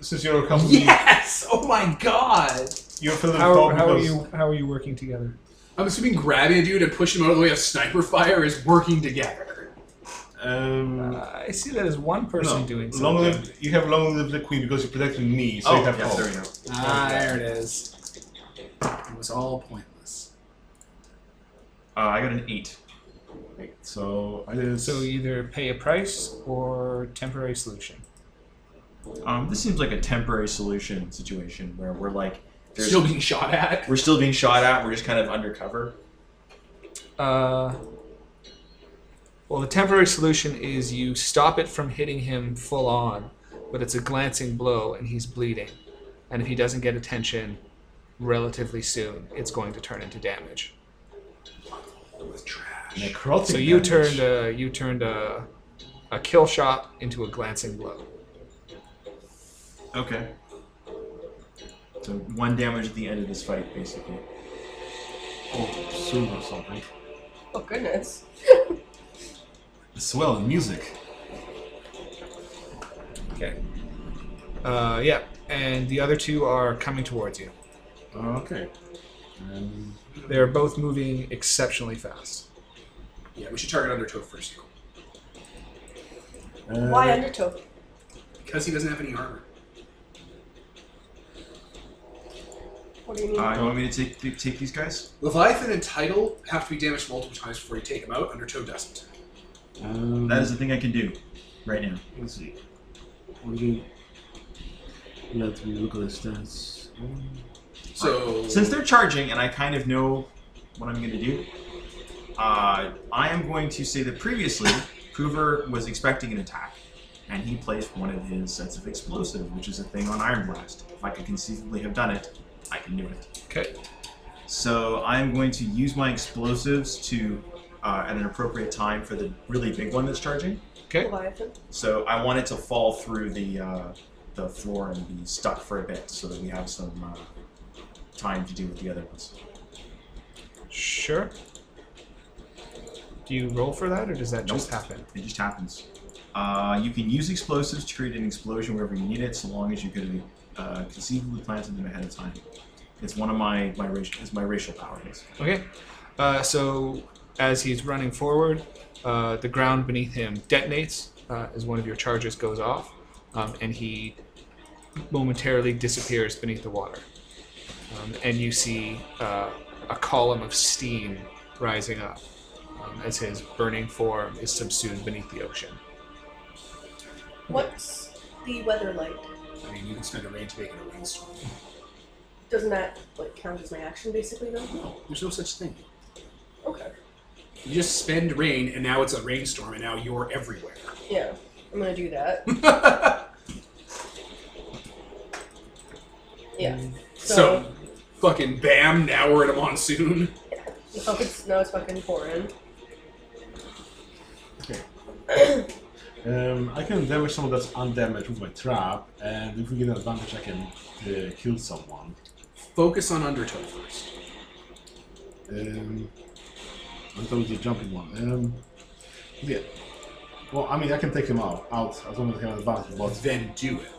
Since you're a couple, Yes! Oh my god! you're filled with How, hope how are because you how are you working together? I'm assuming grabbing a dude and pushing him out of the way of sniper fire is working together. um, Uh, I see that as one person no, doing long something. live you have long live the queen because you protected me, so you have Oh, yes, hope. there we go. Ah, there it is. It was all pointless. Uh, I got an eight. Right, So I did. So either pay a price or temporary solution. Um, this seems like a temporary solution situation where we're like There's- Still being shot at. we're still being shot at. We're just kind of undercover. Uh, well, the temporary solution is you stop it from hitting him full on, but it's a glancing blow and he's bleeding. And if he doesn't get attention relatively soon, it's going to turn into damage. Necrotic So you damage. turned a, you turned a, a kill shot into a glancing blow. Okay. So one damage at the end of this fight, basically. Oh, soon or something. Oh goodness. It's well in music. Okay. Uh, yeah, and the other two are coming towards you. Okay. Um, They're both moving exceptionally fast. Yeah, we should target Undertow first, uh, Why Undertow? because he doesn't have any armor. What do you mean? Uh, you want me to take to take these guys? Leviathan and Tidal have to be damaged multiple times before you take them out. Undertow doesn't. um, That is the thing I can do right now. Let's see. What do you- Let me look at the stats. So Since they're charging, and I kind of know what I'm going to do, uh, I am going to say that previously, Hoover was expecting an attack, and he placed one of his sets of explosive, which is a thing on Iron Blast. If I could conceivably have done it, I can do it. Okay. So I'm going to use my explosives to, uh, at an appropriate time for the really big one that's charging. Okay. Leviathan. So I want it to fall through the uh, the floor and be stuck for a bit, so that we have some uh, time to deal with the other ones. Sure. Do you roll for that, or does that just happen? It just happens. Uh, you can use explosives to create an explosion wherever you need it, so long as you could have uh, conceivably planted them ahead of time. It's one of my my racial it's my racial powers. Okay. Uh, so as he's running forward, uh, the ground beneath him detonates uh, as one of your charges goes off, um, and he momentarily disappears beneath the water. Um, and you see uh, a column of steam rising up um, as his burning form is subsumed beneath the ocean. What's the weather like? I mean, you can spend a rain to make it a rainstorm. Doesn't that like count as my action basically though? No, there's no such thing. Okay. You just spend rain, and now it's a rainstorm, and now you're everywhere. Yeah. I'm gonna do that. yeah. So, So, fucking bam! Now we're in a monsoon. now it's now it's fucking pouring. Um, I can damage someone that's undamaged with my trap, and if we get an advantage, I can uh, kill someone. Focus on Undertow first. Um, I thought it was a jumping one. Um, yeah. Well, I mean, I can take him out. Out. I don't have an advantage, but Then do it.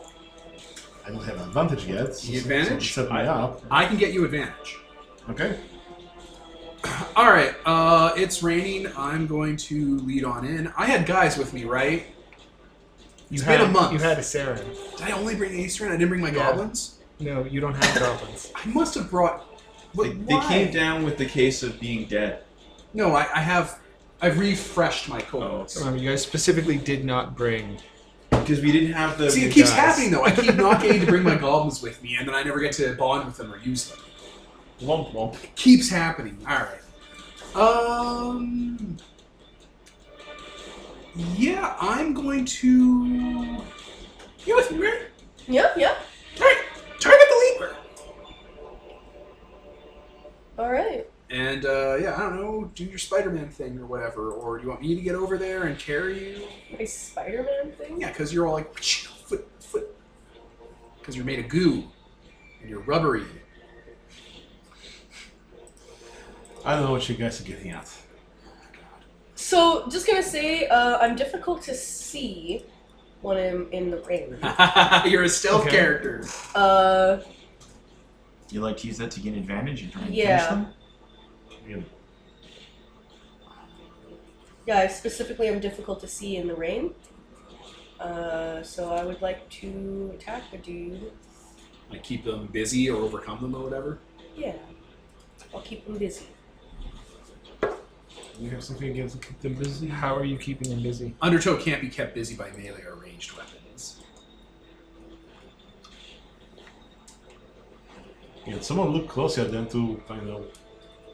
I don't have an advantage yet. so- The advantage? So set me up. I can get you advantage. Okay. All right. Uh, it's raining. I'm going to lead on in. I had guys with me, right? You It's had been a month. You had a Saren. Did I only bring Acer and I didn't bring my Yeah. goblins? No, you don't have goblins. I must have brought. But They, they why? came down with the case of being dead. No, I, I have. I've refreshed my cohorts. Um, you guys specifically did not bring Because we didn't have the. See, it we- keeps guys. happening though. I keep not getting to bring my goblins with me, and then I never get to bond with them or use them. Womp womp. It keeps happening. All right. Um. Yeah, I'm going to. You with me, Mary? Yep, yep. Target, target the leaper. Alright. And uh, yeah, I don't know. Do your Spider-Man thing or whatever, or do you want me to get over there and carry you? My Spider Man thing? Yeah, because you're all like foot, foot, because you're made of goo and you're rubbery. I don't know what you guys are getting at. So just gonna say, uh, I'm difficult to see when I'm in the rain. you're a stealth Okay. character. Uh Do you like to use that to gain advantage and try and Yeah. finish them? Yeah, I specifically am difficult to see in the rain. Uh, so I would like to attack a dude. Like keep them busy or overcome them or whatever. Yeah. I'll keep him busy. You have something against keep them busy? How are you keeping him busy? Undertow can't be kept busy by melee or ranged weapons. Yeah, someone look closely at them to kind of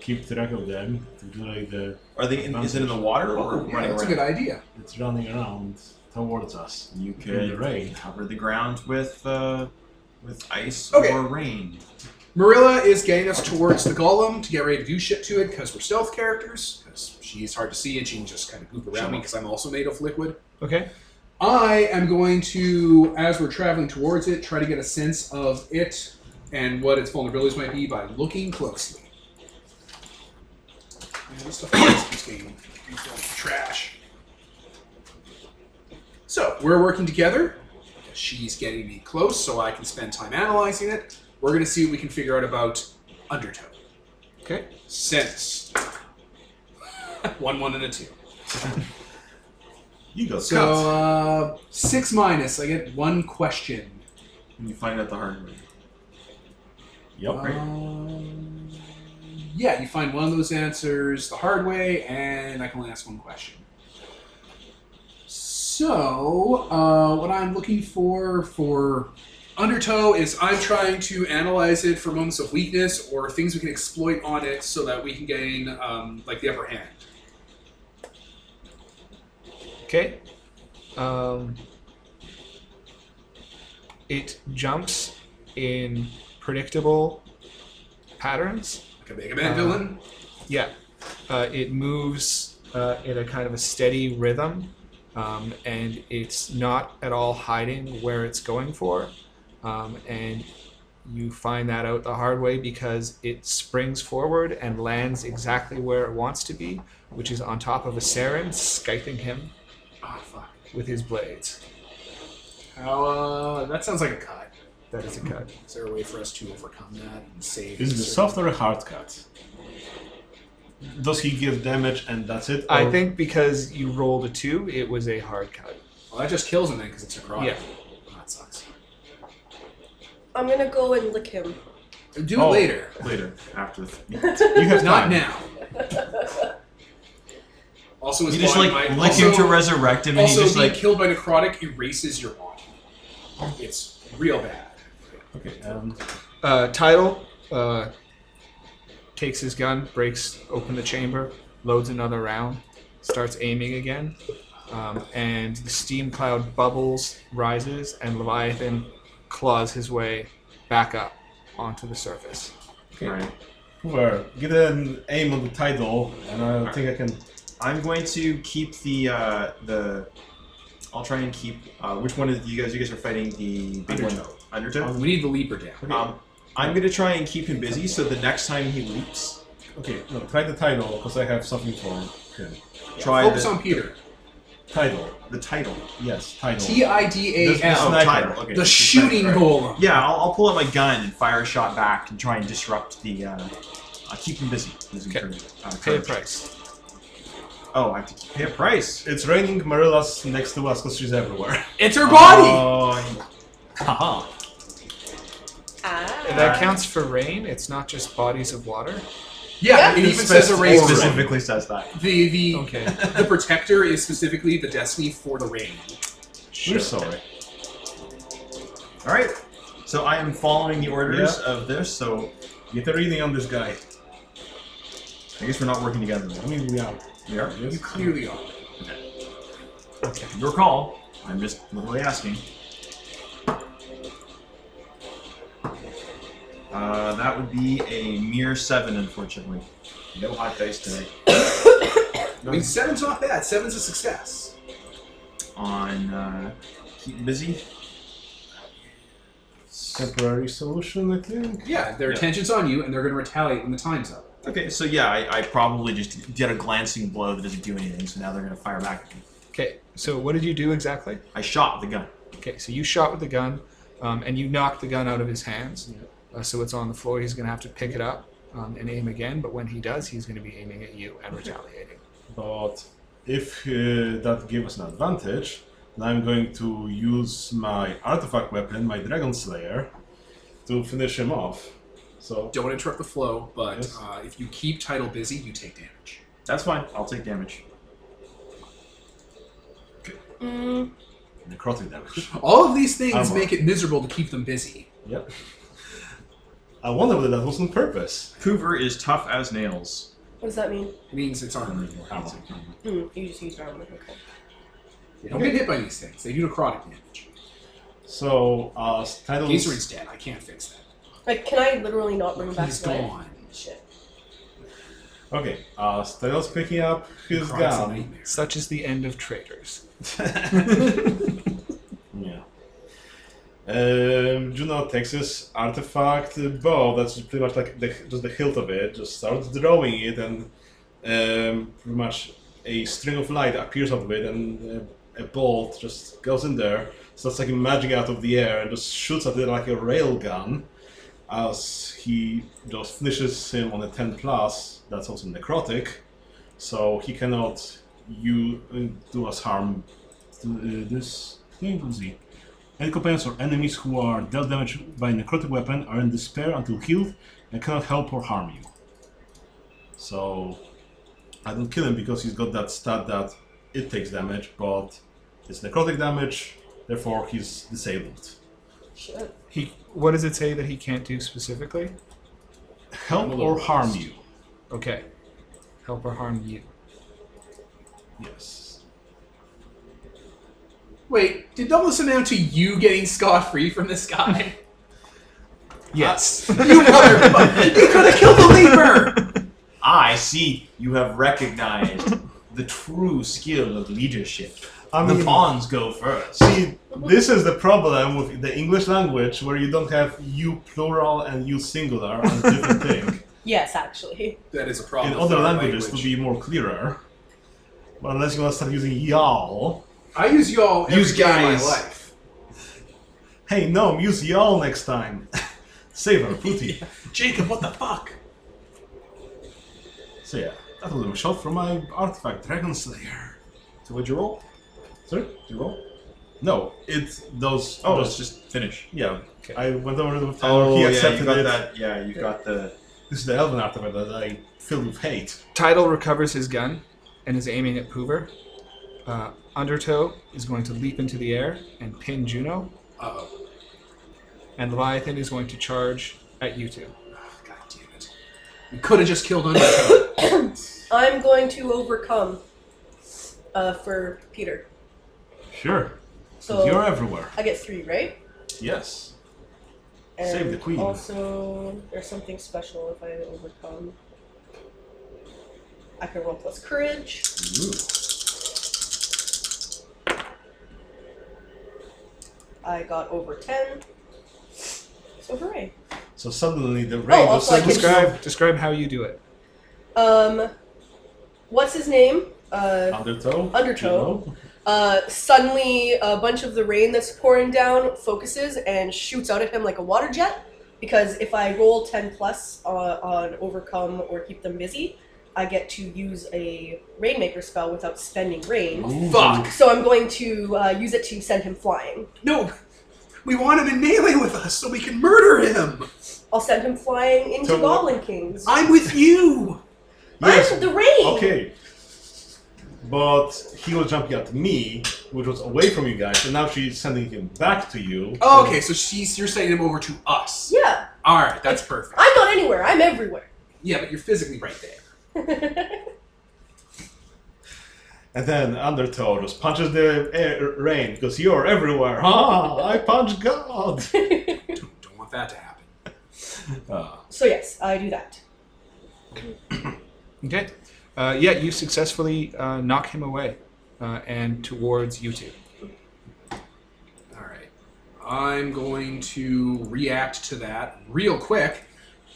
keep track of them. To do like the Are they? In, is it in the water or Oh, yeah, running that's a around? good idea. it's running around towards us. You the could rain. cover the ground with uh, with ice Okay. or rain. Marilla is getting us towards the golem to get ready to do shit to it because we're stealth characters. Because she's hard to see and she can just kind of goop around me because I'm also made of liquid. Okay. I am going to, as we're traveling towards it, try to get a sense of it and what its vulnerabilities might be by looking closely. Man, this stuff always keeps getting refilled with trash. So we're working together. She's getting me close, so I can spend time analyzing it. We're going to see what we can figure out about undertow. Okay. Sense. one, one, and a two. You go, So Scouts. uh, six minus. I get one question. and you find out the hard way. Yep. Um, yeah, you find one of those answers the hard way, and I can only ask one question. So, uh, what I'm looking for for Undertow is I'm trying to analyze it for moments of weakness or things we can exploit on it so that we can gain um, like the upper hand. Okay. Um, it jumps in predictable patterns. Like a Mega Man Uh, villain. Yeah. Uh, it moves uh, in a kind of a steady rhythm, um, and it's not at all hiding where it's going for. Um, and you find that out the hard way because it springs forward and lands exactly where it wants to be, which is on top of a Saren, skyping him Ah, fuck. with his blades. How, uh, that sounds like a cut. That is a cut. Is there a way for us to overcome that and save? Is it a certain- soft or a hard cut? Does he give damage and that's it? I or- think because you rolled a two, it was a hard cut. Well, that just kills him then because it's a croc. Yeah. Well, that sucks. I'm gonna go and lick him. Do it Oh. later. Later, after the you have Not time. now. also, his you just body like might, lick also, him to resurrect him, and he Also, just being like killed by necrotic erases your body. It's real bad. Okay. Um, Uh, Title uh, takes his gun, breaks open the chamber, loads another round, starts aiming again, um, and the steam cloud bubbles, rises, and Leviathan claws his way back up onto the surface. Right. Hoover, get an aim on the title, and I think I can. I'm going to keep the uh, the. I'll try and keep uh, which one of you guys? You guys are fighting the big one. Undertow. Undertow. We need the leaper down. Um, I'm going to try and keep him busy, so the next time he leaps, Okay, no, try the title because I have something for him. try Focus the, on Peter. Title, the title. yes, title. T I D A This- L. this- Oh, Sniper. title. Okay. The shooting goal. golem. Yeah, I'll, I'll pull out my gun and fire a shot back and try and disrupt the. Uh, uh, keep him busy. Is Okay. encouraged. Uh, Pay a encouraged. price. Oh, I have to keep- pay a price. It's raining Marilla's next to us because she's everywhere. It's Uh, her body. Oh, haha. Ah. That counts for rain. It's not just bodies of water. yeah, Yeah. it even says erase. The specifically says that. the Okay. the protector is specifically the destiny for the rain. We're sorry. All right. So I am following the orders of this. So Get a reading on this guy. I guess we're not working together. I mean, we are. We are. You Yes. clearly are. Your call. I'm just literally asking. Uh, that would be a mere seven, unfortunately. No hot dice today. I mean, seven's not bad. Seven's a success. On uh, keep busy. Temporary solution, I think. Yeah, their Yeah. attention's on you, and they're going to retaliate when the time's up. Okay, so yeah, I, I probably just did a glancing blow that doesn't do anything. So now they're gonna fire back. at me. Okay. So what did you do exactly? I shot the gun. Okay, so you shot with the gun, um, and you knocked the gun out of his hands. Uh, so it's on the floor. He's going to have to pick it up um, and aim again. But when he does, he's going to be aiming at you and retaliating. But if uh, that gave us an advantage, then I'm going to use my artifact weapon, my Dragon Slayer, to finish him off. So Don't interrupt the flow, but Yes. uh, if you keep title busy, you take damage. That's fine. I'll take damage. Mm, necrotic damage. All of these things Armor. make it miserable to keep them busy. Yep. I wonder whether that was on purpose. Hoover is tough as nails. What does that mean? It means it's armor. Armor. Hmm, you just used armor. Okay. Yeah, don't get hit by these things. They do necrotic damage. So, uh, title. Gazerin's dead. I can't fix that. Like, can I literally not bring him back He's to life? gone. Shit. Okay, uh, Styles picking up his Necrotic's a gun. nightmare. Such is the end of traitors. Yeah. Um, Juno Texas artifact uh, bow. That's pretty much like the, just the hilt of it. Just start drawing it, and um, pretty much a string of light appears out of it, and uh, a bolt just goes in there. Starts like magic out of the air and just shoots at it like a rail gun. As he just finishes him on a ten plus. That's also necrotic, so he cannot you uh, do us harm to, uh, this thing, let's see. Any companions or enemies who are dealt damage by a necrotic weapon are in despair until healed and cannot help or harm you. So I don't kill him because he's got that stat that it takes damage, but it's necrotic damage, therefore he's disabled. Shit. He. What does it say that he can't do specifically? Help or harm you. Okay. Help or harm you. Yes. Wait, did all this amount to you getting scot free from this guy? Yes. you motherfucker! You could have killed the leaper. I see you have recognized the true skill of leadership. I the mean- pawns go first. See, this is the problem with the English language where you don't have you plural and you singular as a different thing. Yes, actually. That is a problem. in other for our languages to be more clearer. But unless you want to start using y'all. I use y'all every Use day of my guys. life. Hey, no, use y'all next time. Savor, Pooty. Jacob, what the fuck? So yeah, that was a shot from my artifact, Dragon Slayer. So what'd you roll? Sorry? Did you roll? No, it's those. Oh, those- it's just finish. Yeah, Okay. I went over to the tower, Oh, he yeah, accepted you got it. that. Yeah, you got the. This is the Elven artifact that I filled with hate. Tidal recovers his gun and is aiming at Poover. Uh, Undertow is going to leap into the air and pin Juno, Uh oh. and Leviathan is going to charge at you two. Oh, God damn it. We could have just killed Undertow. I'm going to overcome uh, for Peter. Sure. So You're everywhere. I get three, right? Yes. And Save the queen. Also, there's something special if I overcome. I can roll plus courage. I got over 10. So hooray. So suddenly the rain Oh, also was I can- Describe describe how you do it. Um, what's his name? Uh, Undertow. Undertow. you know? uh, suddenly, a bunch of the rain that's pouring down focuses and shoots out at him like a water jet. Because if I roll 10 plus uh, on overcome or keep them busy, I get to use a rainmaker spell without spending rain. Fuck. So I'm going to uh, use it to send him flying. No. We want him in melee with us so we can murder him. I'll send him flying into So what- Goblin Kings. I'm with you. Yes. I'm the rain. Okay. But he was jumping at me, which was away from you guys, and now she's sending him back to you. Oh, okay, so she's you're sending him over to us. Yeah, All right, that's perfect. I'm not anywhere. I'm everywhere. Yeah, but you're physically right there. And then Undertow just punches the air, rain because you're everywhere. Ah, I punch God. Don't, don't want that to happen. Ah. so yes, I do that. Okay. Uh, yeah, you successfully uh, knock him away uh, and towards you two. All right. I'm going to react to that real quick.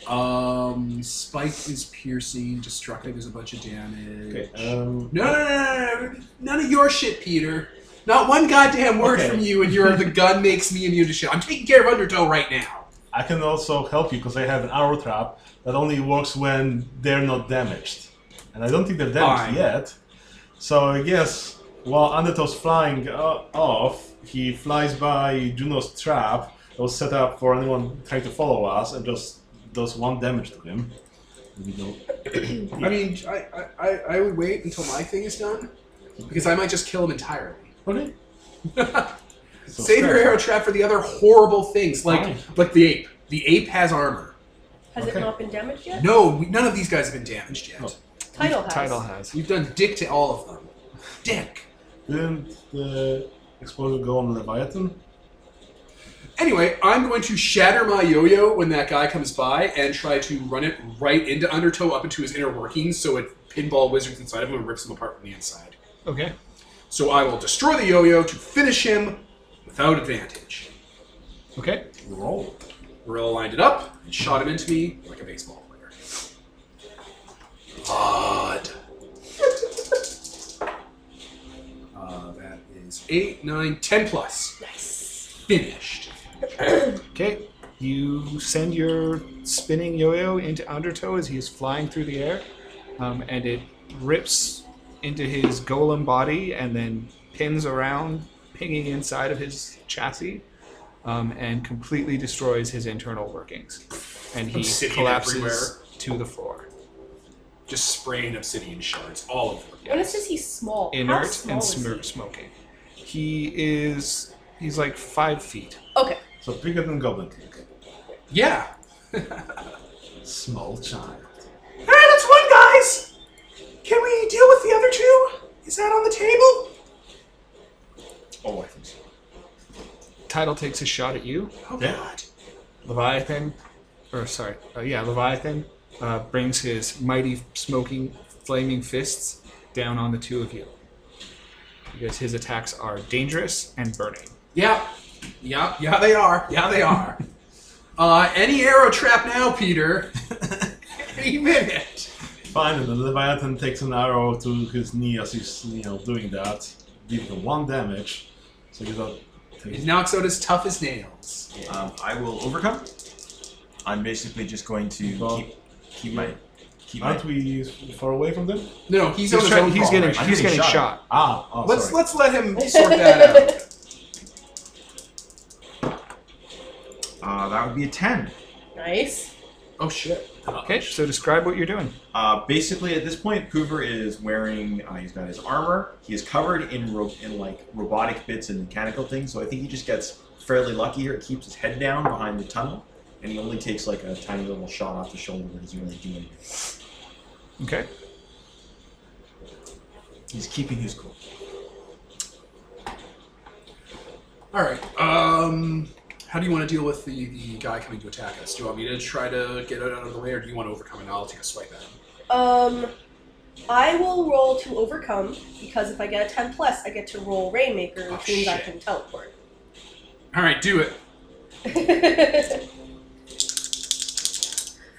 Um, Spike is piercing, destructive is a bunch of damage. okay. Um, No, no, no, no, no, none of your shit, Peter. Not one goddamn word Okay. from you, and you're the gun makes me immune to shit. I'm taking care of Undertow right now. I can also help you because I have an arrow trap that only works when they're not damaged, and I don't think they're damaged Fine. yet. So I guess while Undertow's flying uh, off, he flies by Juno's trap that was set up for anyone trying to follow us, and just does one damage to him. We don't- I mean, I, I- I, I would wait until my thing is done because I might just kill him entirely. Okay. So Save your fair. arrow trap for the other horrible things, like Fine. like the ape. The ape has armor. Has Okay. it not been damaged yet? No, we, none of these guys have been damaged yet. No. Title has. Title has. We've done dick to all of them. Dick. Didn't the explosion go on Leviathan? Anyway, I'm going to shatter my yo-yo when that guy comes by and try to run it right into Undertow up into his inner workings so it pinball wizards inside of him and rips him apart from the inside. Okay. So I will destroy the yo-yo to finish him without advantage. Okay. Roll. Gorilla lined it up and shot him into me like a baseball player. Odd. Uh, that is 8, 9, 10 plus. Nice. Finished. Okay. You send your spinning yo-yo into Undertow as he is flying through the air, um, and it rips into his golem body and then pins around, pinging inside of his chassis, um, and completely destroys his internal workings. And he Obsidian collapses everywhere. to the floor, Just spraying obsidian shards all over. When it says he's small, how inert small and is he? smirk smoking. He is. He's like five feet. Okay. So bigger than Goblin King. Yeah. Small child. Alright, that's one, guys! Can we deal with the other two? Is that on the table? Oh, I think so. Title takes a shot at you. Oh, Yeah. God. Leviathan, or sorry, uh, yeah, Leviathan uh, brings his mighty smoking, flaming fists down on the two of you. Because his attacks are dangerous and burning. Yeah. Yeah. Yeah, they are. Yeah, they are. uh, any arrow trap now, Peter. any minute. Fine, and the Leviathan takes an arrow to his knee as he's you know doing that, dealing him one damage. So he's not It taking knocks out as tough as nails. Um, I will overcome. I'm basically just going to Well, keep keep my keep my. Aren't we far away from them? No, he's, He's, on his trying- own he's call getting, right now. I'm he's getting getting shot. shot. Ah, oh, Let's sorry. let's let him sort that out. Uh, that would be a ten. nice. Oh shit. Okay, so describe what you're doing. Uh, basically, at this point, Poover is wearing. Uh, he's got his armor. He is covered in ro- in like robotic bits and mechanical things. So I think he just gets fairly lucky here. It keeps his head down behind the tunnel, and he only takes like a tiny little shot off the shoulder that doesn't really do anything. Okay. He's keeping his cool. All right. Um, how do you want to deal with the, the guy coming to attack us? Do you want me to try to get it out of the way, or do you want to overcome it? I'll take a swipe at him. Um, I will roll to overcome because if I get a ten plus, I get to roll Rainmaker, which Oh, means I shit. can teleport. All right, do it.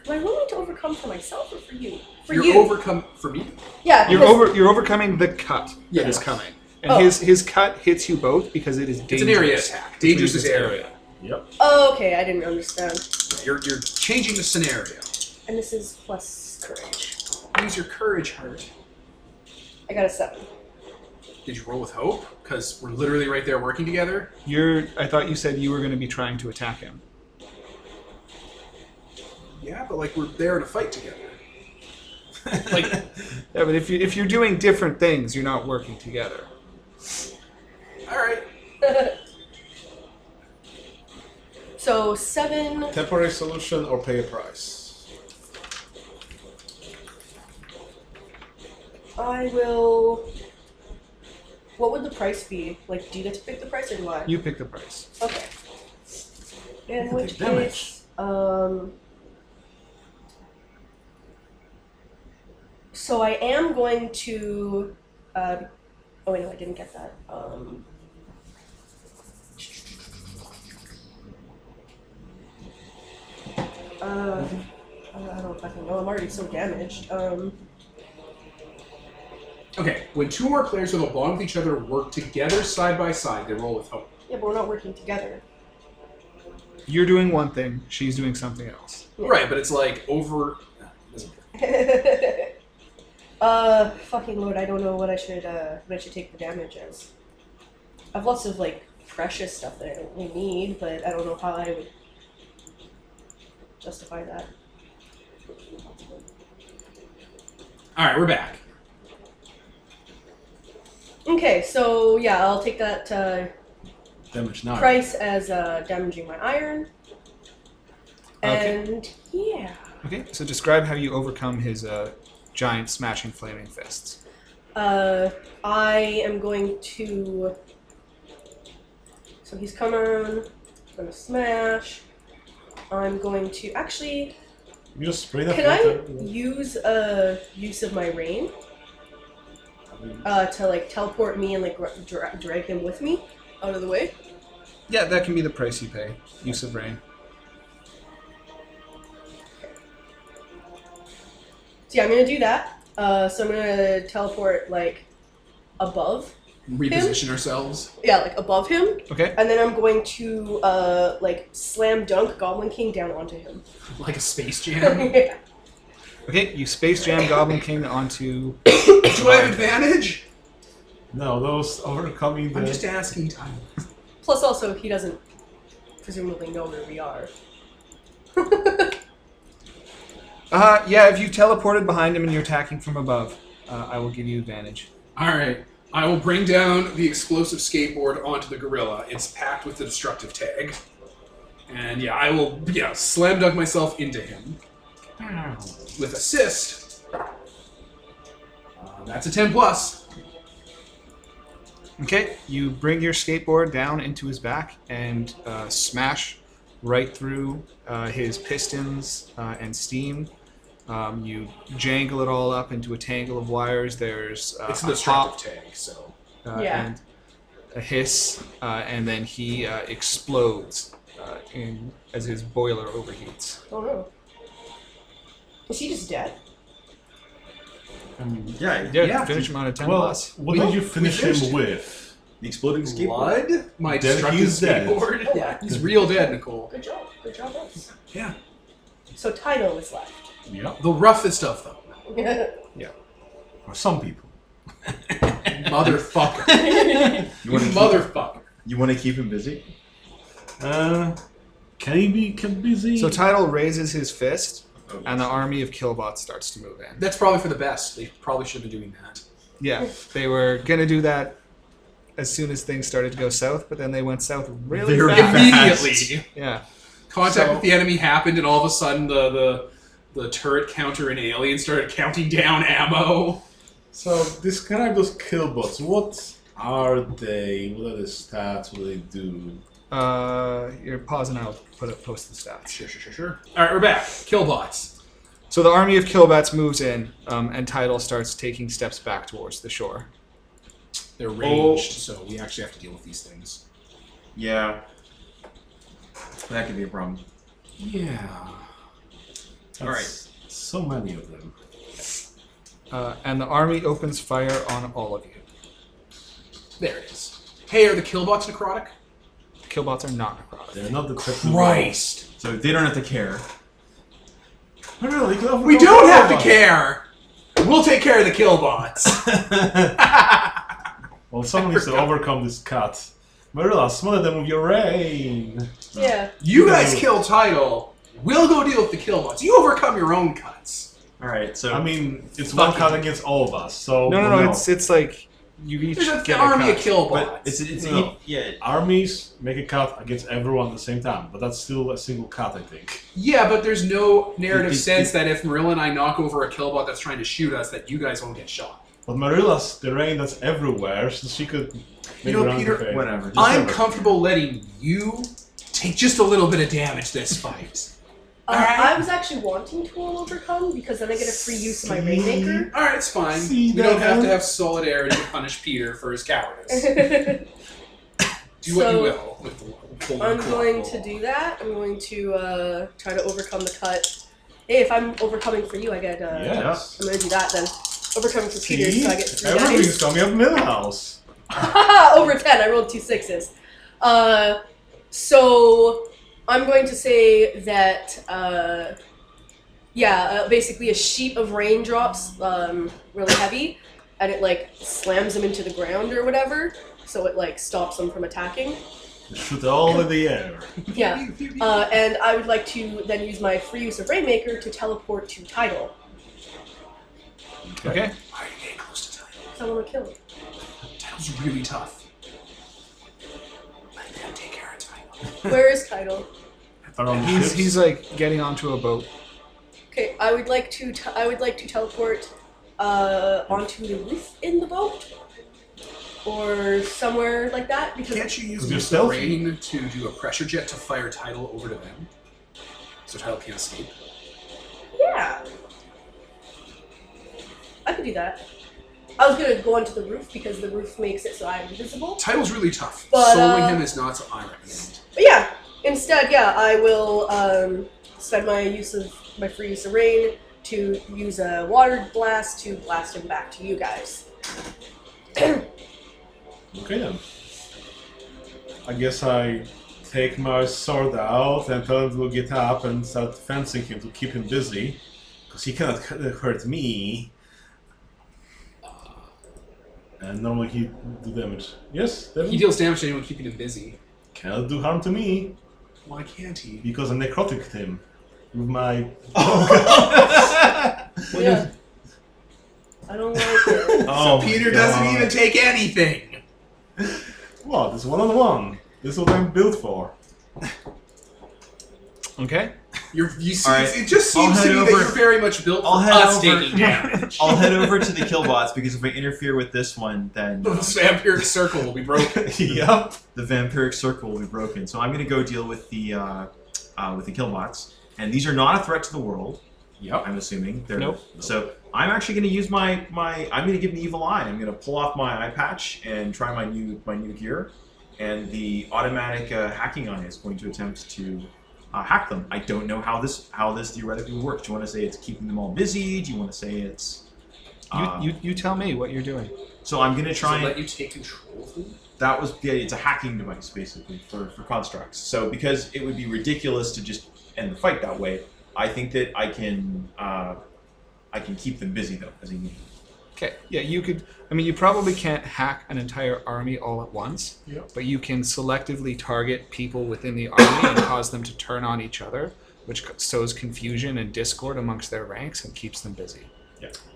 Am I rolling to overcome for myself or for you? For You're you. overcome for me. yeah. You're because- over. You're overcoming the cut that is Yeah. coming, and Oh. his his cut hits you both because it is dangerous. It's an area attack. which means Dangerous is it's area. Yep. Oh, okay, I didn't understand. You're you're changing the scenario. And this is plus courage. Use your courage, Hurt. I got a seven. Did you roll with hope? Because we're literally right there working together. You're. I thought you said you were going to be trying to attack him. Yeah, but like we're there in a fight together. like yeah, but if you if you're doing different things, you're not working together. All right. so seven. Temporary solution or pay a price. I will. What would the price be? Like, do you get to pick the price or do I? You pick the price. Okay. In can which take damage. case, um. So I am going to. Uh, oh wait, no, I didn't get that. Um, uh, I don't- I don't fucking know. I'm already so damaged. Um, Okay. When two or more players with a bond with each other work together side by side, they roll with hope. yeah, but we're not working together. You're doing one thing, she's doing something else. Yeah. Right, but it's like over. nah, it doesn't matter. uh, fucking lord, I don't know what I should uh what I should take the damage as. I've lots of like precious stuff that I don't really need, but I don't know how I would justify that. All right, we're back. Okay, so yeah, I'll take that uh, Damage now. price as uh, damaging my iron. Okay. And yeah, Okay, so describe how you overcome his uh, giant smashing flaming fists. Uh, I am going to. So he's coming. I'm gonna smash. I'm going to actually. You just spray that Can I water. use a use of my rain uh, to like teleport me and like gra- dra- drag him with me out of the way? Yeah, that can be the price you pay. Use of rain. So yeah, I'm gonna do that. Uh, so I'm gonna teleport like above. Reposition ourselves. Yeah, like above him, Okay. and then I'm going to uh, like slam dunk Goblin King down onto him. Like a space jam. Okay, you space jam Goblin King onto. Uh, Do I have advantage? No, those overcoming the. I'm just asking Tyler. Plus, also he doesn't presumably know where we are. Uh, yeah, if you teleported behind him and you're attacking from above, uh, I will give you advantage. Alright. I will bring down the explosive skateboard onto the gorilla. It's packed with the destructive tag. And yeah, I will yeah, slam dunk myself into him. With assist. Uh, that's a 10 plus. Okay, you bring your skateboard down into his back and uh, smash right through uh, his pistons uh, and steam. Um, you jangle it all up into a tangle of wires. There's uh, It's a a pop destructive tag, so. uh, Yeah. and a hiss, uh, and then he uh, explodes uh, in, as his boiler overheats. Oh no. Is he just dead? Yeah, Yeah, Yeah. finish him on a 10 Well, plus. what We- did you we finish finished. him with? the exploding skateboard. Blood? My Dead- destructive uh, he's dead. skateboard? Yeah, he's real dead, Nicole. Good job. Good job, us. Yeah. So Tino is left. Yeah. The roughest of them. For some people. Motherfucker. You you want to motherfucker. you want to keep him busy? Uh, can he be kept busy? So Tidal raises his fist, Oh, and the army of Killbots starts to move in. That's probably for the best. They probably shouldn't be doing that. Yeah, they were going to do that as soon as things started to go south, but then they went south really Very fast. fast. Immediately, Yeah. contact So- with the enemy happened, and all of a sudden, the the, the turret counter in Alien started counting down ammo. So describe those killbots. What are they? What are the stats? What do they do? Uh, your pause and I'll put up, post the stats. Sure, sure, sure, sure. All right, we're back. Killbots. So the army of Killbats moves in, um, and Tidal starts taking steps back towards the shore. They're ranged, so we actually have to deal with these things. Yeah. That could be a problem. Yeah. All right. That's So many of them. Uh, and the army opens fire on all of you. There it is. Hey, are the killbots necrotic? Killbots are not necrotic. They're not the Christ. So they don't have to care. No, no, they could have- We don't have to care. We'll take care of the killbots. Well, someone needs to forgot. overcome this cat. Marilla, smother them with your rain. Yeah. you guys No. kill Tidal. We'll go deal with the killbots. You overcome your own cuts. All right. So I mean, it's one Fuck. cat against all of us. So No, no, we'll Oh, no. know. It's it's like you each There's get an a army of cut. killbots. but it's it's No. yeah. armies make a cut against everyone at the same time, but that's still a single cut, I think. Yeah, but there's no It- narrative it- sense it- that if Marilla and I knock over a killbot that's trying to shoot us, that you guys won't get shot. But Marilla's the rain that's everywhere, so she could. make know, her own Peter, rain. Whatever. Just I'm never- comfortable letting you take just a little bit of damage this fight. Uh, Alright. I was actually wanting to all overcome because then I get a free use of my rainmaker. All right, it's fine. See we don't that have to one? have solidarity to punish Peter for his cowardice. Do what you So, will with the with the I'm claw. going to do that. I'm going to uh, try to overcome the cut. Hey, if I'm overcoming for you, I get. Uh, Yes. I'm gonna do that then. Overcoming for Peter, See? so I get three Everything's dice. coming up Millhouse. Over ten, I rolled two sixes. Uh, so I'm going to say that. Uh, yeah, uh, basically a sheet of raindrops, um, really heavy, and it like slams them into the ground or whatever, so it like stops them from attacking. Shoot all in the air. Yeah. Uh, and I would like to then use my free use of Rainmaker to teleport to Tidal. Okay. Why are you getting close to Tidal? I want to kill him. Tidal's really tough. Let them take care of Tidal. Where is Tidal? Around He's ships. he's like getting onto a boat. Okay, I would like to. T- I would like to teleport uh, onto the roof in the boat, or somewhere like that. Because Can't you use With your the stealth? rain to do a pressure jet to fire Tidal over to them? So Tidal can't escape. yeah, I could do that. I was gonna go onto the roof because the roof makes it so I'm invisible. Tidal's really tough. But, Soloing uh, him is not so I recommend. But yeah, instead, yeah, I will um, spend my use of my free use of rain to use a water blast to blast him back to you guys. Okay then. I guess I take my sword out and tell him to get up and start fencing him to keep him busy, because he cannot hu- hurt me. And normally he do damage. Yes, damage. He deals damage to anyone keeping him busy. cannot do harm to me Why can't he? because I necrotic him with my. Oh. yeah. I don't like it. Oh, Peter God. doesn't even take anything. What? It's one on one. This is what I'm built for. Okay. You're, you see, All right. it just I'll seems to head me that over- you're very much built I'll for head us over- taking damage. I'll head over to the killbots because if I interfere with this one, then the vampiric circle will be broken. yep. the vampiric circle will be broken. So I'm going to go deal with the uh, uh, with the killbots, and these are not a threat to the world. Yep. I'm assuming they're Nope. so. I'm actually going to use my my. I'm going to give an evil eye. I'm going to pull off my eye patch and try my new my new gear, and the automatic uh, hacking eye is going to attempt to. Uh, hack them. I don't know how this how this theoretically works. Do you want to say it's keeping them all busy? Do you want to say it's? uh, You, you you tell me what you're doing. so I'm gonna So try and let you take control of them? that was the idea. It's a hacking device, basically, for, for constructs. So because it would be ridiculous to just end the fight that way, I think that I can uh, I can keep them busy though, as a unit. Okay. Yeah, you could. I mean, you probably can't hack an entire army all at once. Yeah. But you can selectively target people within the army and cause them to turn on each other, which c- sows confusion and discord amongst their ranks and keeps them busy.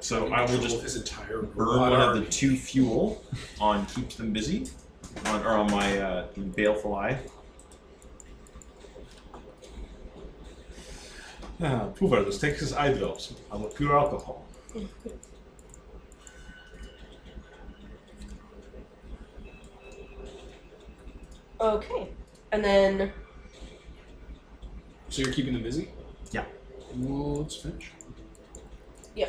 So I will Control just of his entire burn robot one of army. the two fuel on keeps them busy, on, or on my uh, baleful eye. Ah, Poover just takes his eye drops out of pure alcohol. okay. And then So you're keeping them busy? Yeah. Well, let's finish. uh,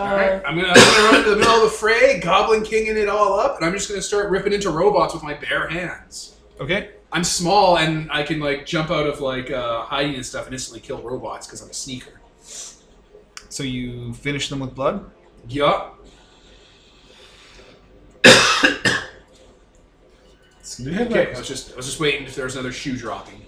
Alright, I'm gonna, I'm gonna run into the middle of the fray, Goblin Kinging it all up, and I'm just gonna start ripping into robots with my bare hands. Okay. I'm small and I can like jump out of like uh, hiding and stuff and instantly kill robots because I'm a sneaker. So you finish them with blood. Yup. Do you have Okay, like I was just I was just waiting if there was another shoe dropping.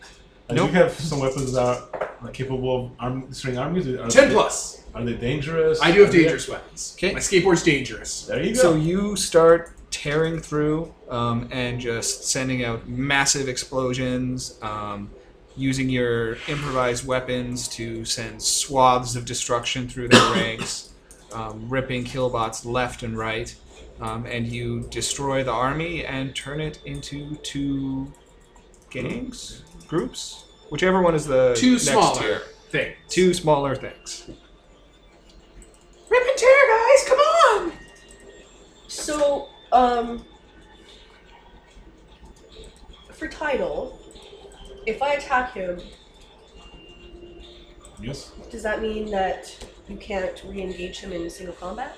I Nope. do have some weapons that are like, capable of arm, destroying armies. Are Ten they, plus. Are they dangerous? I do have Are they- dangerous weapons. Okay. My skateboard's dangerous. There you go. So you start tearing through um, and just sending out massive explosions, um, using your improvised weapons to send swaths of destruction through their ranks, um, ripping killbots left and right. Um, and you destroy the army and turn it into two gangs, groups, whichever one is the Two next smaller tier. thing. Two smaller things. Rip and tear, guys! Come on! so um for title, if I attack him, yes. does that mean that you can't re-engage him in single combat?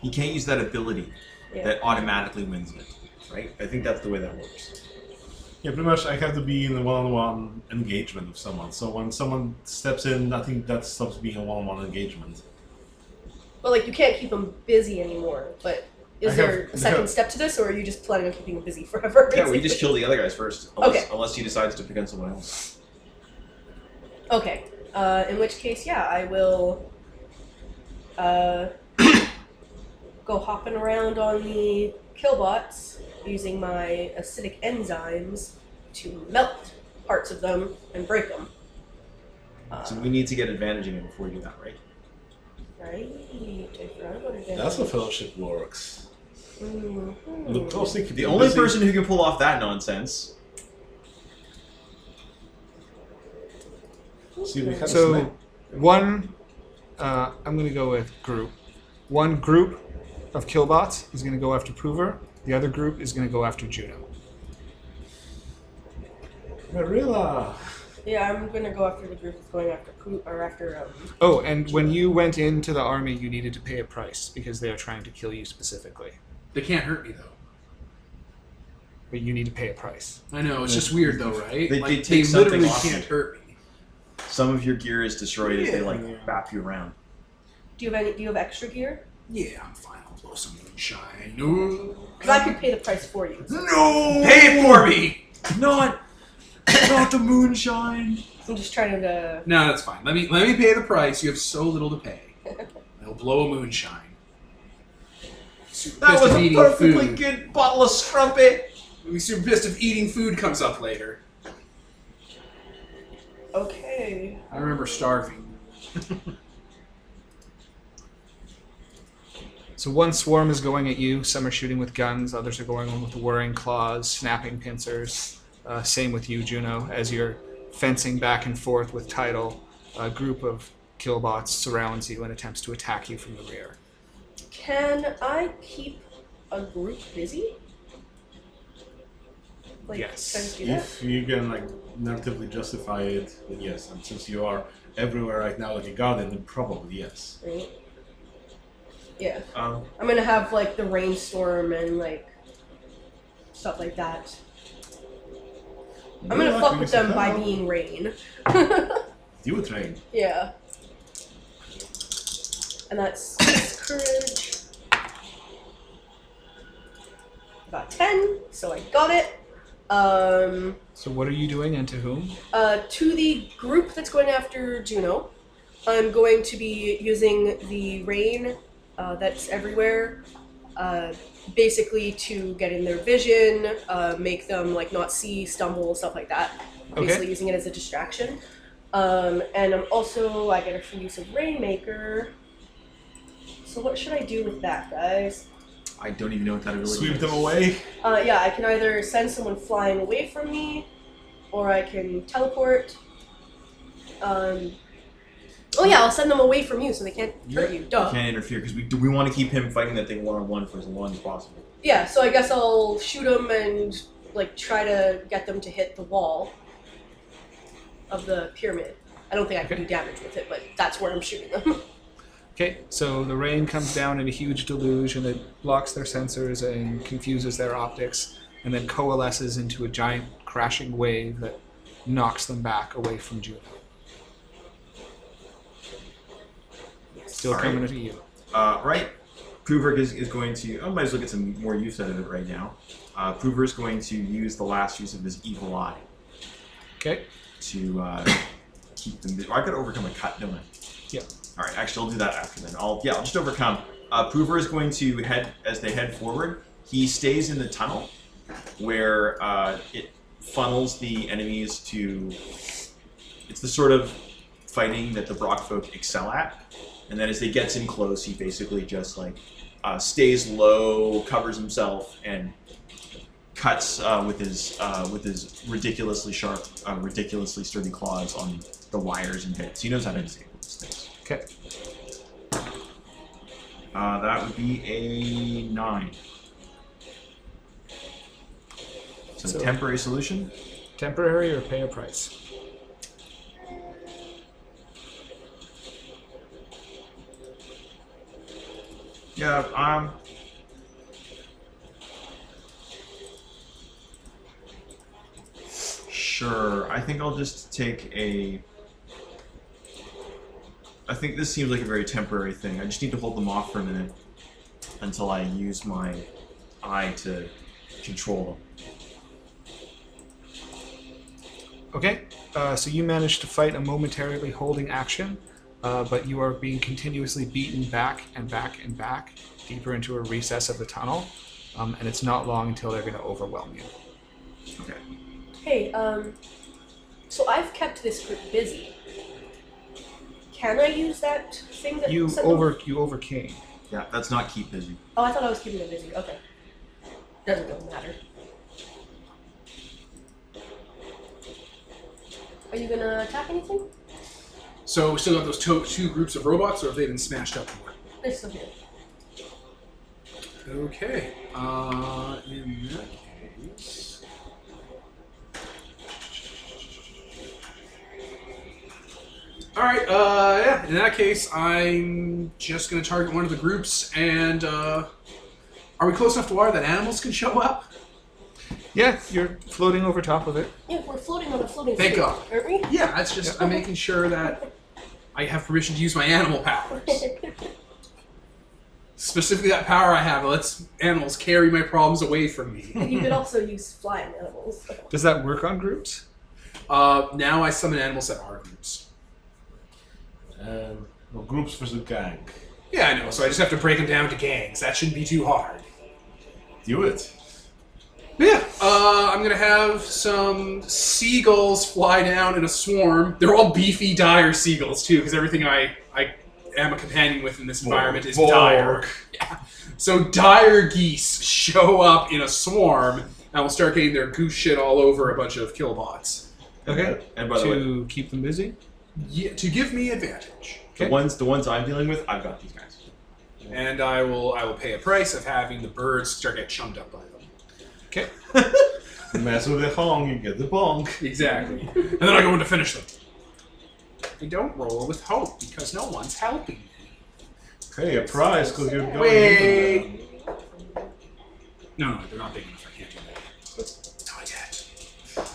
He can't use that ability Yeah. that automatically wins it, right? I think that's the way that works. Yeah, pretty much. I have to be in a one-on-one engagement with someone. So when someone steps in, I think that stops being a one-on-one engagement. Well, like you can't keep him busy anymore. But is I there have- a second no. step to this, or are you just planning on keeping him busy forever? Yeah, we just basically? kill the other guys first, unless, Okay. unless he decides to pick on someone else. Okay. Uh, in which case, yeah, I will uh, go hopping around on the killbots using my acidic enzymes to melt parts of them and break them. Uh, So we need to get advantage in him before we do that, right? right. I forgot about it. That's how fellowship works. Mhm. Look closely. keep The them only busy. person who can pull off that nonsense. See, we have a So snake. One, uh, I'm going to go with group. One group of killbots is going to go after Prover. The other group is going to go after Juno. Marilla! Yeah, I'm gonna go after the group that's going after Poo or after um. Oh, and when you went into the army, you needed to pay a price because they are trying to kill you specifically. They can't hurt me though. But you need to pay a price. I know it's just weird though, right? They- like, they take they literally something off can't you. hurt me. Some of your gear is destroyed as they like Yeah. bap you around. Do you have any? Do you have extra gear? Yeah, I'm fine. I'll blow some moonshine. No, Because I could pay the price for you. no, pay it for me. Not, not the moonshine. I'm just trying to. No, that's fine. Let me let me pay the price. You have so little to pay. I'll blow a moonshine. Super That pissed was of a eating perfectly food. good bottle of scrumpet. I'll be super pissed if eating food comes up later. Okay. I remember starving. So one swarm is going at you. Some are shooting with guns. Others are going with whirring claws, snapping pincers. Uh, same with you, Juno, as you're fencing back and forth with Tidal. A group of killbots surrounds you and attempts to attack you from the rear. Can I keep a group busy? Like, Yes. Can I just do that? If you can like narratively justify it, then yes. And since you are everywhere right now like a garden, then probably yes. Right. Yeah. Um, I'm gonna have like the rainstorm and like stuff like that. I'm You're gonna lucky fuck we with them said by no. being rain. You train. yeah. And that's six courage. About ten, so I got it. Um, So what are you doing and to whom? uh, to the group that's going after Juno, I'm going to be using the rain uh, that's everywhere, uh, basically to get in their vision, uh, make them like not see, stumble, stuff like that. Okay. Basically using it as a distraction. Um, and I'm also I get a free use of Rainmaker. So what should I do with that, guys? I don't even know what that ability Sweep is. them away. Uh, yeah, I can either send someone flying away from me, or I can teleport. Um, oh yeah, I'll send them away from you so they can't hurt you. Duh. Can't interfere because we we want to keep him fighting that thing one on one for as long as possible. Yeah, so I guess I'll shoot them and like try to get them to hit the wall of the pyramid. I don't think I can do damage with it, but that's where I'm shooting them. Okay, so the rain comes down in a huge deluge and it blocks their sensors and confuses their optics and then coalesces into a giant crashing wave that knocks them back away from Juno. Still All coming right. to you. Uh, right. Proverk is, is going to. I might as well get some more use out of it right now. Uh, Prover is going to use the last use of his evil eye Okay? to uh, keep them. Oh, I gotta overcome a cut, don't I? Yeah. All right. Actually, I'll do that after then. I'll yeah. I'll just overcome. Uh, Prover is going to head as they head forward. He stays in the tunnel where uh, it funnels the enemies to. It's the sort of fighting that the Brock folk excel at, and then as they gets in close, he basically just like uh, stays low, covers himself, and cuts uh, with his uh, with his ridiculously sharp, uh, ridiculously sturdy claws on the wires and bits. He knows how to disable these things. Okay. Uh, that would be a nine. So, So- temporary solution. Temporary or pay a price? Yeah. Um. Sure. I think I'll just take a. I think this seems like a very temporary thing. I just need to hold them off for a minute until I use my eye to control Okay, uh, so you managed to fight a momentarily holding action, uh, but you are being continuously beaten back and back and back deeper into a recess of the tunnel, um, and it's not long until they're going to overwhelm you. them. Okay. hey, um, so I've kept this group busy. Can I use that thing that You sent them over you overcame. Yeah, that's not keep busy. Oh, I thought I was keeping them busy. Okay. Doesn't really matter. Are you gonna attack anything? So we still got those to- two groups of robots, or have they been smashed up more? They're still here. Okay. Uh, in that case. Alright, uh, yeah, in that case, I'm just gonna target one of the groups and, uh, are we close enough to water that animals can show up? Yeah, you're floating over top of it. Yeah, we're floating on a floating Thank sphere, God. aren't we? Yeah, that's just, I'm making sure that I have permission to use my animal powers. Specifically, that power I have that lets animals carry my problems away from me. you could also use flying animals. Does that work on groups? Uh, now I summon animals that are groups. Um, well, groups versus gang. Yeah, I know. So I just have to break them down to gangs. That shouldn't be too hard. Do it. Yeah. Uh, I'm gonna have some seagulls fly down in a swarm. They're all beefy dire seagulls too, because everything I I am a companion with in this environment is dire. Yeah. So dire geese show up in a swarm, and will start getting their goose shit all over a bunch of killbots. Okay. And by the way, to keep them busy. Yeah, to give me advantage, the Okay. ones the ones I'm dealing with, I've got these guys. and I will I will pay a price of having the birds start get chummed up by them. Okay. Mess with the Hong, you get the bonk. Exactly. And then I go in to finish them. I don't roll with hope because no one's helping me. Hey, a prize because you're going. Wait. into them. No, no, they're not big enough. I can't do that. No, I did.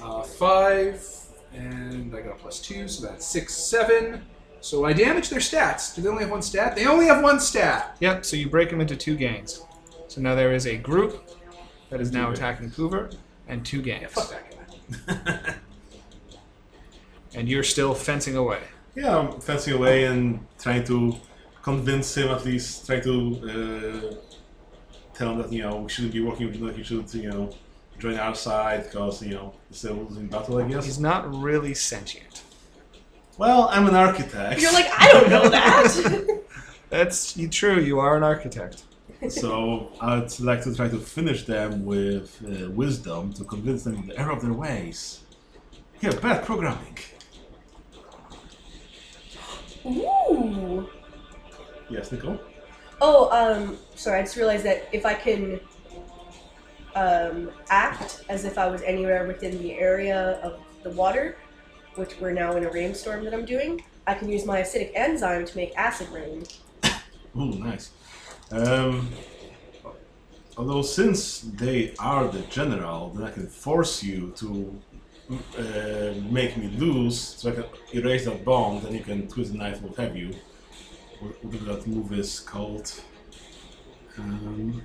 Uh, five, and I got a plus two, so that's six, seven. So I damage their stats. Do they only have one stat? They only have one stat. Yep. So you break them into two gangs. So now there is a group that is now attacking Coover, and two gangs, Fuck that guy. and you're still fencing away. Yeah, I'm fencing away and trying to convince him at least, trying to uh, tell him that, you know, we shouldn't be working with you, like you should, you know, join our side because, you know, it's a losing battle, I guess. He's not really sentient. Well, I'm an architect. You're like, I don't know that. That's you- true. You are an architect. So I'd like to try to finish them with uh, wisdom to convince them of the error of their ways. Yeah, bad programming. Ooh. Yes, Nicole? Oh, um, sorry, I just realized that if I can um, act as if I was anywhere within the area of the water, which we're now in a rainstorm that I'm doing, I can use my acidic enzyme to make acid rain. Ooh, nice. Um, although since they are the general, then I can force you to uh, make me lose, so I can erase that bond, and you can twist the knife, what have you. What- Whatever that move is called. Um,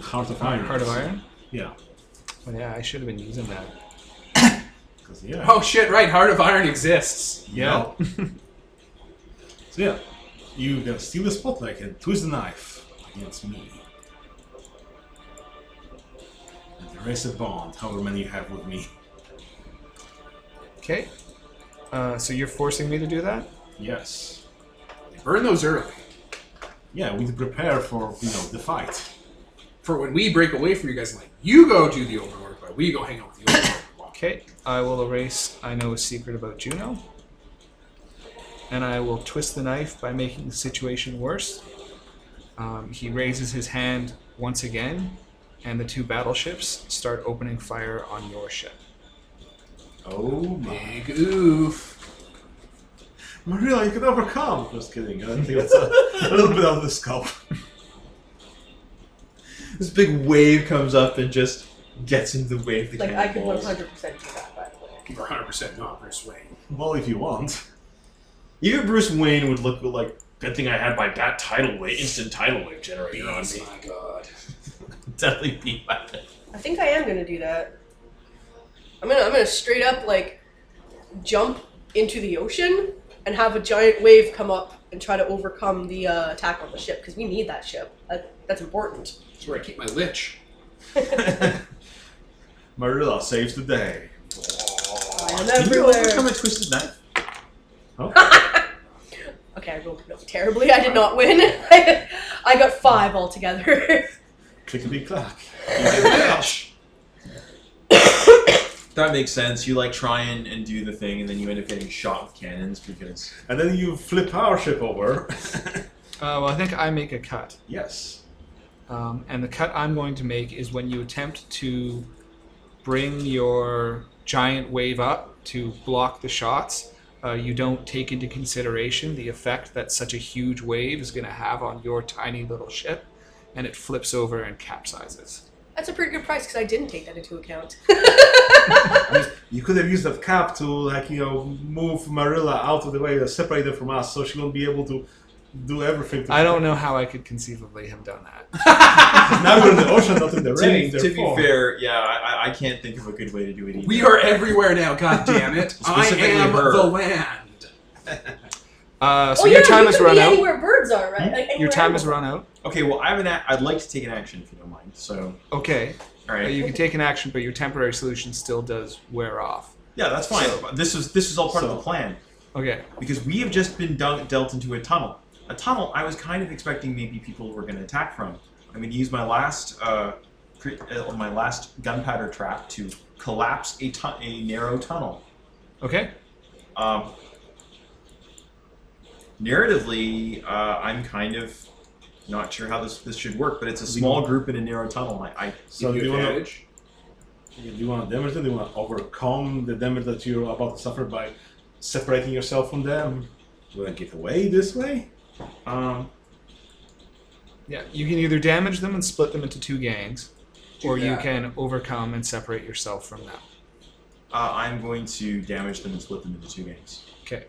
Heart of Iron. Heart of Iron. Yeah. Oh, yeah, I should have been using that. 'cause, yeah. Oh shit! Right, Heart of Iron exists. Yeah. so yeah, you can steal the spotlight and twist the knife against me. And there is a bond, however many you have with me. Okay. Uh, so you're forcing me to do that. Yes. Burn those early Yeah, we need to prepare for you know the fight. for when we break away from you guys. Like you go do the overlord, but we go hang out with the overlord. Okay. I will erase. I know a secret about Juno. And I will twist the knife by making the situation worse. Um, he raises his hand once again, and the two battleships start opening fire on your ship. Oh my. Big oof. Marilla, you can overcome! Just kidding, I think that's a, a little bit out of the scope. This big wave comes up and just gets in the way of the Like, I could cannonballs. 100% do that, by the way. You're 100% not Bruce Wayne. Well, if you want. Even Bruce Wayne would look like good thing I had my bat tidal wave, instant tidal wave generator on me. my god. Definitely beat by that. I think I am gonna do that. I'm gonna, I'm gonna straight up, like, jump into the ocean and have a giant wave come up and try to overcome the uh, attack on the ship, because we need that ship. That, that's important. That's where I keep my lich. Marilla saves the day. I am Did you overcome everywhere. a twisted knife? Okay, I rolled terribly. I did not win. I got five altogether. Clickety clack. Lich! That makes sense. You like try and, and do the thing, and then you end up getting shot with cannons because And then you flip our ship over. Uh, well, I think I make a cut. yes. Um, and the cut I'm going to make is when you attempt to bring your giant wave up to block the shots, uh, you don't take into consideration the effect that such a huge wave is going to have on your tiny little ship, and it flips over and capsizes. That's a pretty good price because I didn't take that into account. You could have used that cap to, like, you know, move Marilla out of the way, uh, separate her from us, so she won't be able to do everything. To I don't know how I could conceivably have done that. now we're in the ocean, not in the to, be- rain. to be therefore. fair, yeah, I, I- I can't think of a good way to do it. Either. We are e-, everywhere now. God damn it! I Specifically am her. the land. Uh, so oh your yeah, time you has could run be out. Hmm? anywhere birds are, right? Like, Your anywhere time has animals- run out. okay. Well, I have an. A- I'd like to take an action if you don't mind. So, Okay, all uh, right. you can take an action, but your temporary solution still does wear off. yeah, that's fine. this is this is all part of So- the plan Okay, because we have just been dun- dealt into a tunnel. A tunnel. I was kind of expecting maybe people were going to attack from. I'm going to use my last uh, cre- uh, my last gunpowder trap to collapse a tu- a narrow tunnel. okay. Um, narratively, uh, I'm kind of not sure how this this should work, but it's a small group in a narrow tunnel. I, I So do you you, want advantage? to, do you want to damage them? Do you want to overcome the damage that you're about to suffer by separating yourself from them? Do you want to give away this way? um, Yeah, you can either damage them and split them into two gangs, Do or you that. can overcome and separate yourself from them. uh, I'm going to damage them and split them into two gangs. Okay.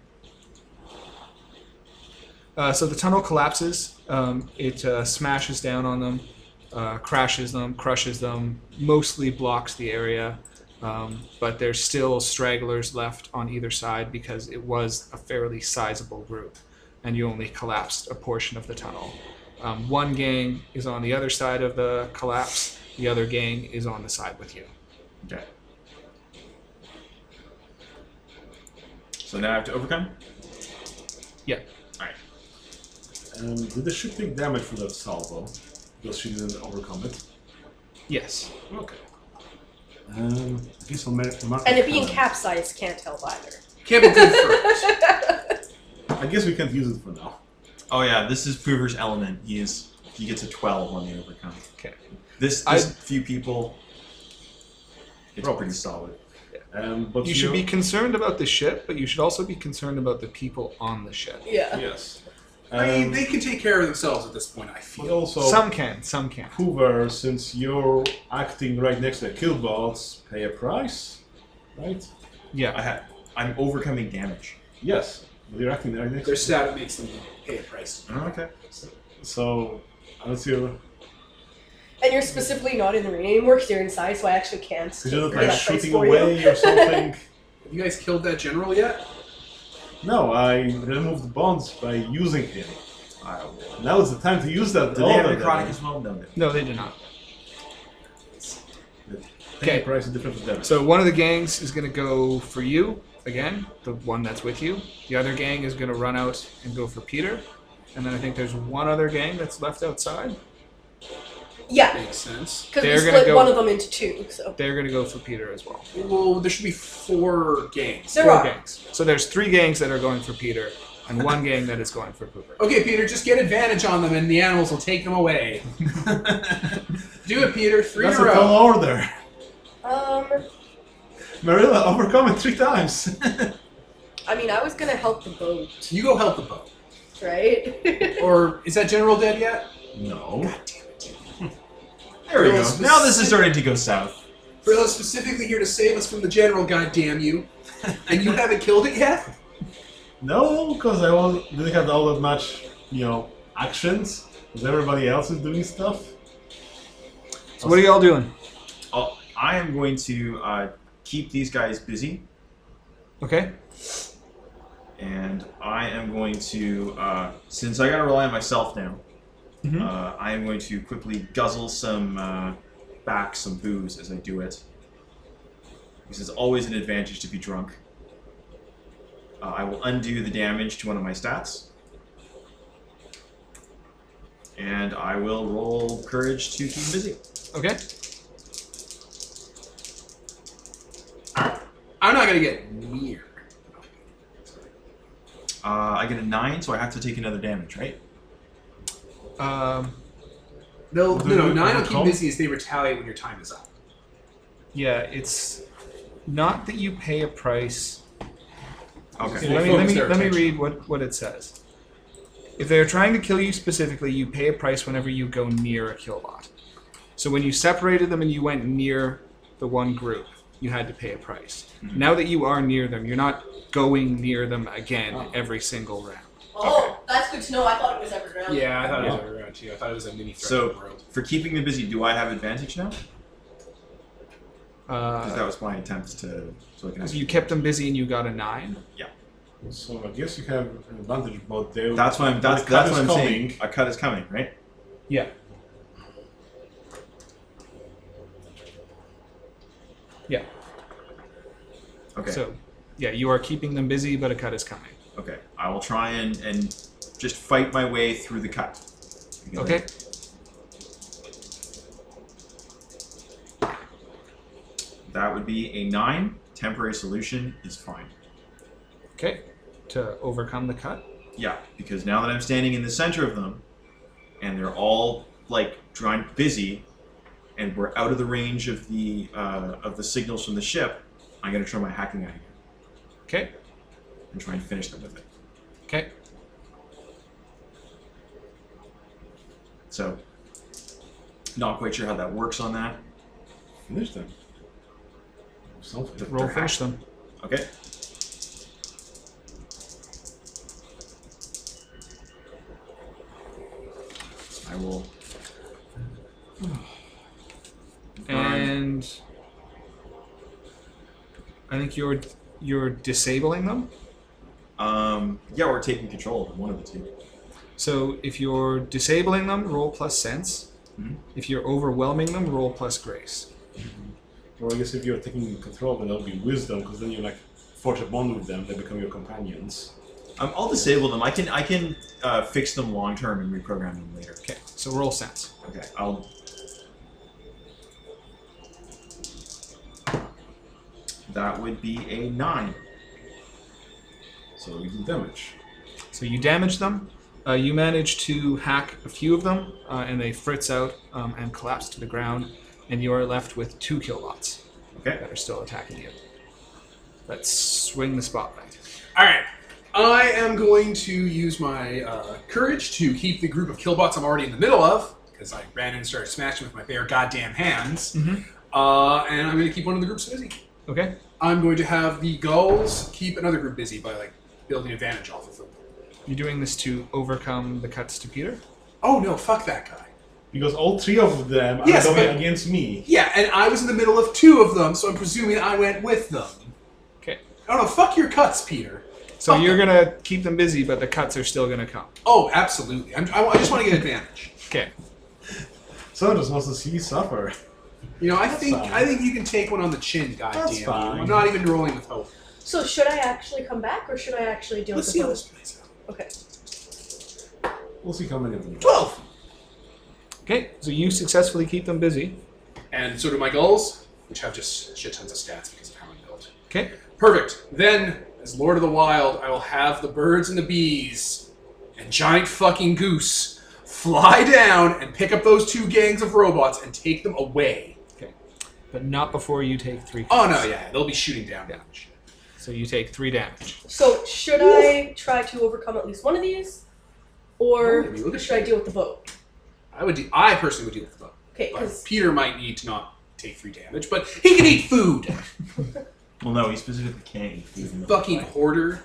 Uh, so the tunnel collapses. Um, it uh, smashes down on them, uh, crashes them, crushes them, mostly blocks the area. Um, but there's still stragglers left on either side because it was a fairly sizable group, and you only collapsed a portion of the tunnel. Um, one gang is on the other side of the collapse, the other gang is on the side with you. Okay. So now I have to overcome. Yeah. All right. Um, did the ship take damage from that salvo? Because she didn't overcome it. Yes. Okay. Um, I guess I'll mark, mark And a it being comment. capsized can't help either. Can't be good for it. I guess we can't use it for now. Oh yeah, this is Poover's element. He is. He gets a 12 on the overcome. Okay. This, I- this few people. It's pretty solid. Um, but You should be concerned about the ship, but you should also be concerned about the people on the ship. Yeah. Yes. I mean, Um, they can take care of themselves at this point. I but feel. also, Some can, some can. Hoover, since you're acting right next to the killbots, pay a price, right? I Yeah. ha- I'm overcoming damage. Yes. But you're acting right next. Their to them. stat makes them pay a price. Okay. So, unless you're, And you're specifically not in the rain anymore because you're inside, so I actually can't. because you're not take like that price shooting for you. away or something. Have you guys killed that general yet? No, I removed bonds by using him. I will. Now is the time to use that. Did they have order necrotic then. as well? No, they don't. No, they did not. Pay a Okay. price is different for them. So one of the gangs is going to go for you again, the one that's with you. The other gang is going to run out and go for Peter. And then I think there's one other gang that's left outside. Yeah, Makes sense. because we They're gonna split go- one of them into two. So They're going to go for Peter as well. Well, there should be four gangs. there Four are. gangs. So there's three gangs that are going for Peter and one gang that is going for Pooper. Okay, Peter, just get advantage on them, and the animals will take them away. Do it, Peter. Three That's in a a row. tall order. Um, Marilla, overcome it three times. I mean, I was gonna help the boat, You go help the boat. right? Or is that general dead yet? no. There we Well, go. it's- Now this is starting to go south. Frilla's specifically here to save us from the general, goddamn you. And you haven't killed it yet? No, because I was, didn't have all that much, you know, actions. Because everybody else is doing stuff. So what are y'all doing? Oh, I am going to uh, keep these guys busy, Okay. and I am going to, uh, since I gotta rely on myself now, Mhm. uh, I am going to quickly guzzle some uh, back some booze as I do it, because it's always an advantage to be drunk. Uh, I will undo the damage to one of my stats, and I will roll courage to keep busy. Okay. I'm not gonna get near. Uh, I get a nine, so I have to take another damage, right? Um, They'll Do no, no you nine will overcome? keep busy as they retaliate when your time is up. yeah, it's not that you pay a price. Okay. Yeah, Let me, let focus me, their let me attention. read what, what it says. If they are trying to kill you specifically, you pay a price whenever you go near a kill lot. So when you separated them and you went near the one group, you had to pay a price. Hmm. Now that you are near them, you're not going near them again Oh. every single round. Oh, that's good to know. I thought it was every round. Yeah, I thought it was it was around too. I thought it was a mini threat So- world. For keeping me busy, do I have advantage now? Because Uh, that was my attempt to. So I can you kept them busy and you got a nine. So I guess you have an advantage, but they. That's why I'm. That's The cut that's what I'm is saying. coming. A cut is coming, right? Yeah. Yeah. Okay. So, yeah, you are keeping them busy, but a cut is coming. Okay. I will try and and just fight my way through the cut. Because Okay. That would be a nine. Temporary solution is fine. Okay. To overcome the cut. Yeah, because now that I'm standing in the center of them, and they're all like trying busy, and we're out of the range of the uh, of the signals from the ship, I'm gonna try my hacking out here Okay. and try and finish them with it. Okay. So, not quite sure how that works on that. Finish them. Something. Roll finish them. Okay. I will. And I think you're you're disabling them. Um, yeah, we're taking control of one of the two. So if you're disabling them, roll plus sense. Mhm. If you're overwhelming them, roll plus grace. Or I guess if you're taking control, then that'll be wisdom, because then you like forge a bond with them. They become your companions. Um, I'll disable them. I can I can uh, fix them long term and reprogram them later. Okay. So roll sense. Okay, I'll. That would be a nine. So you do damage. So you damage them. Uh, you manage to hack a few of them, uh, and they fritz out um, and collapse to the ground. And you are left with two kill lots Okay. that are still attacking you. Let's swing the spotlight. All right. I am going to use my uh, courage to keep the group of killbots I'm already in the middle of, because I ran in and started smashing with my bare goddamn hands. Mhm. Uh, and I'm going to keep one of the groups busy. Okay. I'm going to have the gulls keep another group busy by like building advantage off of them. You're doing this to overcome the cuts to Peter. Oh no, fuck that guy. Because all three of them Yes, are going but- against me. Yeah, and I was in the middle of two of them, so I'm presuming I went with them. Okay. Oh no, fuck your cuts, Peter. So Fuck you're them. gonna keep them busy, but the cuts are still gonna come. Oh, absolutely. I'm, I, I just want to get advantage. Okay. Someone just wants to see you suffer. You know, I think fine. I think you can take one on the chin, goddamn. That's you. fine. I'm not even rolling with hope. So should I actually come back, or should I actually deal Let's see with how the this plays out. Okay. We'll see how many of them. Twelve. Okay. So you successfully keep them busy. And so do my gulls, which have just shit tons of stats because of how I'm built. Okay. Perfect. Then, as Lord of the Wild, I will have the birds and the bees and giant fucking goose fly down and pick up those two gangs of robots and take them away. But not before you take three. Oh no, yeah, they'll be shooting down. Yeah. them and shit. So you take three damage. So should I try to overcome at least one of these, or Don't make me look at should I deal with the boat? I would. De- I personally would deal with them. Okay, But because Peter might need to not take free damage, but he can eat food. Well, no, he specifically can't eat food. in the Fucking fight. hoarder.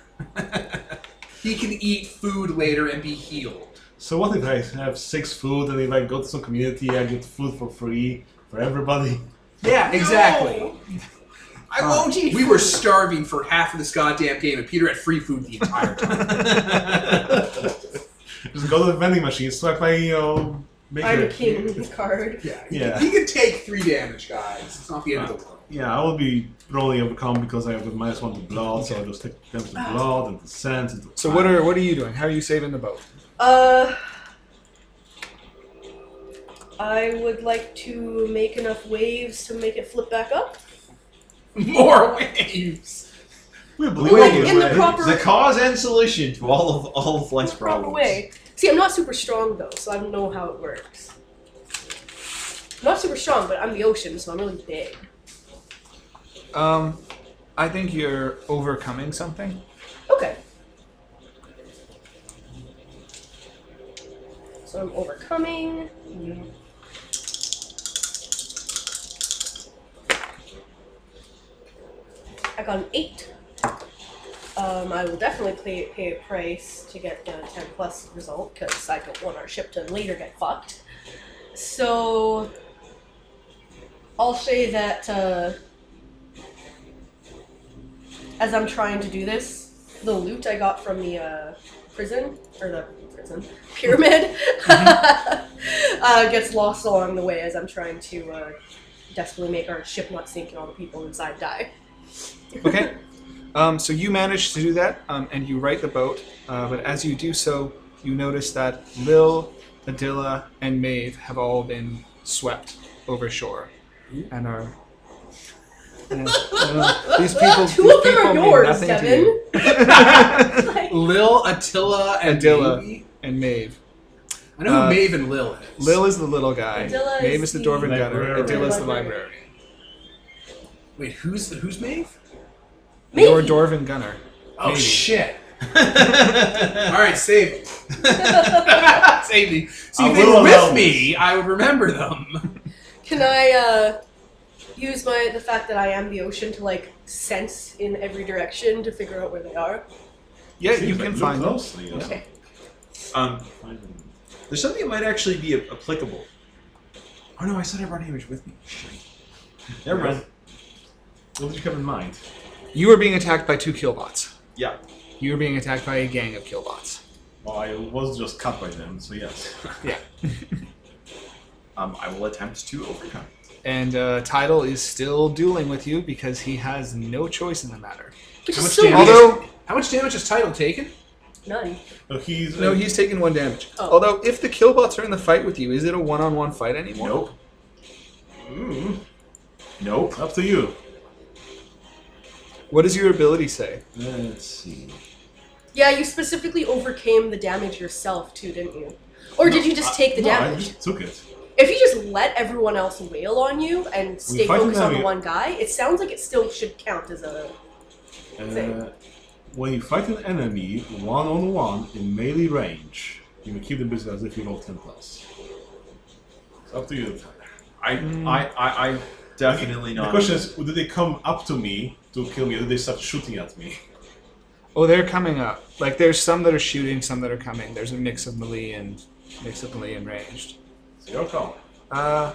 he can eat food later and be healed. So what if I have six food and if I go to some community, I get food for free for everybody? Yeah, exactly. I won't eat. We were starving for half of this goddamn game, and Peter had free food the entire time. Just go to the vending machine, swipe my you know, maker. I'm king card. yeah, he, Yeah. he can take three damage, guys. It's not the end of the world. Yeah, I will be probably overcome because I have the minus one to blood, so I just take damage to blood and to sense. And to So what Um, are what are you doing? How are you saving the boat? Uh, I would like to make enough waves to make it flip back up. More waves. We believe Like, in the proper- the cause and solution to all of all of life's proper problems. way. See, I'm not super strong though, so I don't know how it works. I'm not super strong, but I'm the ocean, so I'm really big. Um, I think you're overcoming something. Okay. So I'm overcoming. I got an eight. Um, I will definitely pay, pay a price to get the 10 plus result because I don't want our ship to later get fucked. So I'll say that uh, as I'm trying to do this, the loot I got from the uh, prison or the prison pyramid Mm-hmm. uh, gets lost along the way as I'm trying to uh, desperately make our ship not sink and all the people inside die. Okay. um, so you manage to do that, um, and you right the boat. Uh, but as you do so, you notice that Lil, Adilla, and Maeve have all been swept over shore, and are. and, uh, these people, Two these of them are people mean yours, nothing to Devin. you. Like, Lil, Attila, and Attila. Davey? and Maeve. I know who Uh, Maeve and Lil is. Lil is the little guy. Adilla Maeve is is the the- dwarven gunner. Librarian. Adilla is the Librarian. librarian. Wait, who's the, who's Maeve? Maybe. You're a dwarven gunner. Oh Maybe. shit! All right, save me. save me. See, I if they will were allow with me, I would remember them. Can I uh, use my the fact that I am the ocean to like sense in every direction to figure out where they are? Yeah, Seems you like can look find them. closely, you know. Okay. Um, there's something that might actually be a- applicable. Oh no, I said I brought Hamish with me. Shit. Never mind. What did you have in mind? You are being attacked by two killbots. Yeah. You are being attacked by a gang of killbots. Well, Oh, I was just cut by them, so yes. Yeah. Um, I will attempt to overcome. And uh, Tidal is still dueling with you because he has no choice in the matter. Which How is much so damage? Although, How much damage has Title taken? none. So he's no, uh, he's taken one damage. Oh. Although, if the killbots are in the fight with you, is it a one-on-one fight anymore? Nope. Hmm. mm, Nope. up to you. What does your ability say? Let's see. Yeah, you specifically overcame the damage yourself too, didn't you? Or did you just I- take the no, I damage? just took it. If you just let everyone else wail on you and stay fighting focused on them, the yeah. one guy, it sounds like it still should count as a. Uh, Same. when you fight an enemy one on one in melee range, you may keep them busy as if you roll 10 plus. It's up to you. I, I, I, I definitely The not. question is do they come up to me to kill me or do they start shooting at me? Oh, they're coming up. Like, there's some that are shooting, some that are coming. There's a mix of melee and mix of melee and ranged. It's your call. Uh,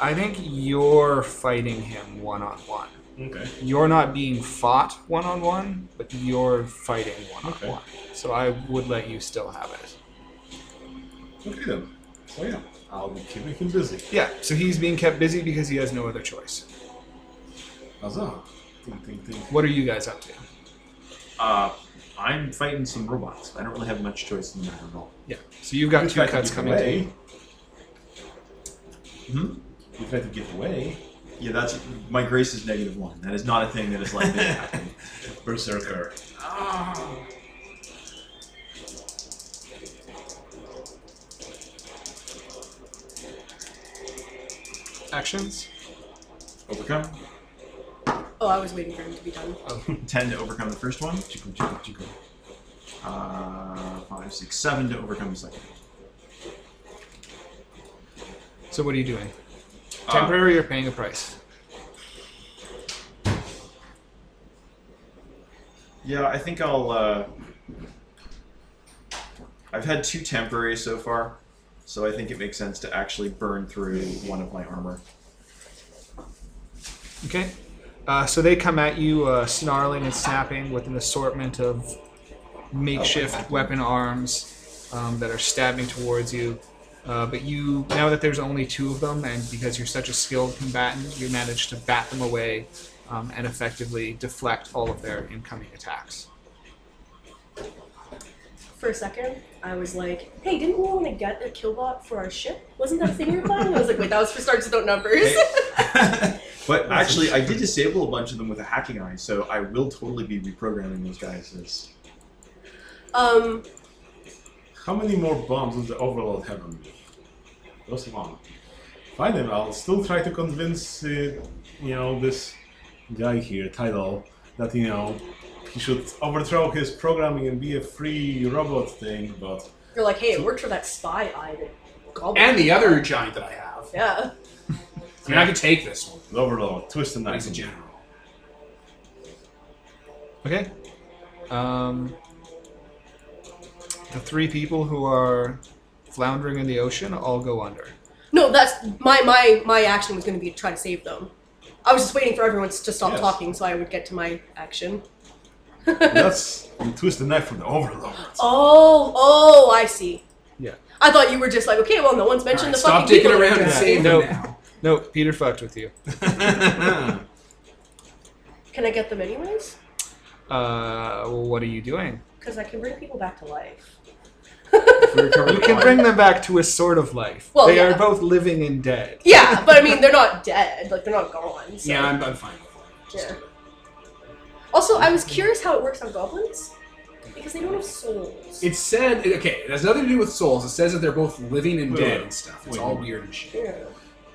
I think you're fighting him one-on-one. Okay. You're not being fought one-on-one, but you're fighting one-on-one. So I would let you still have it. Okay then. So yeah, I'll be keeping him busy. Yeah, so he's being kept busy because he has no other choice. Huzzah. Ding, ding, ding. What are you guys up to? Uh, I'm fighting some robots. I don't really have much choice in the matter at all. Yeah, so you've got You two tried to cuts get coming to away. you. Hmm? You tried to get away. Yeah, that's my grace is negative one. That is not a thing that is likely to happen. Berserker. Actions? Overcome. Oh, I was waiting for him to be done. Ten to overcome the first one. Chico, chico, chico. Uh, five, six, seven to overcome the second. So what are you doing? Uh, Temporary or paying a price? Yeah, I think I'll. Uh, I've had two temporary so far, so I think it makes sense to actually burn through one of my armor. Okay. Uh, so they come at you uh, snarling and snapping with an assortment of makeshift weapon arms um, that are stabbing towards you. Uh, but you, now that there's only two of them, and because you're such a skilled combatant, you manage to bat them away um, and effectively deflect all of their incoming attacks. For a second, I was like, "Hey, didn't we want to get a killbot for our ship? Wasn't that a thing we were planning?" I was like, "Wait, that was for stars without numbers." But actually, I did disable a bunch of them with a hacking eye, so I will totally be reprogramming those guys. As... Um, How many more bombs does the Overlord have on me? Those long. Find them. I'll still try to convince, uh, you know, this guy here, Tidal, that, you know, he should overthrow his programming and be a free robot thing, but you're like, hey, it worked for that spy eye. that gobbled And me." the other giant that I have. Yeah. I mean, I could take this one. the Overlord, twist the but knife. He's a general. Okay. Um, the three people who are floundering in the ocean all go under. No, that's my my my action was going to be to try to save them. I was just waiting for everyone to stop Yes. talking so I would get to my action. That's you twist the knife from the Overlord. Oh, oh, I see. Yeah. I thought you were just like, okay, well, no one's Alright, mentioned the stop fucking dicking people around that and died. save them Nope. now. No, Peter fucked with you. Can I get them anyways? Uh, well, what are you doing? Because I can bring people back to life. You can bring them back to a sort of life. Well, they yeah. are both living and dead. Yeah, but I mean, they're not dead. Like, they're not gone. So, Yeah, I'm, I'm fine with that. Just- yeah. Also, I was curious how it works on goblins because they don't have souls. It said, okay, it has nothing to do with souls. It says that they're both living and Wait, dead wait. and stuff. It's Wait. all weird and shit. yeah.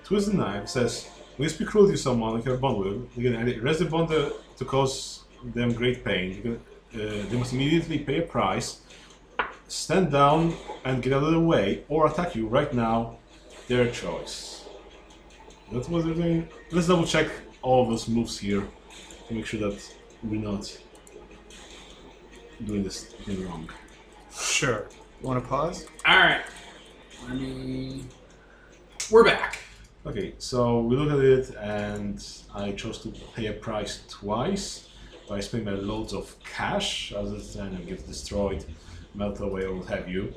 Twist the knife says, when you speak cruelly to someone, you can have a bond with you can arrest the bonder to cause them great pain. You can, uh, they must immediately pay a price, stand down and get out of the way, or attack you right now. Their choice. That's what they're doing. Let's double check all of those moves here to make sure that we're not doing this thing wrong. Sure. You want to pause? All right. Let me. We're back. Okay, so we looked at it, and I chose to pay a price twice by spending my loads of cash, other than I get destroyed, melt away, or what have you.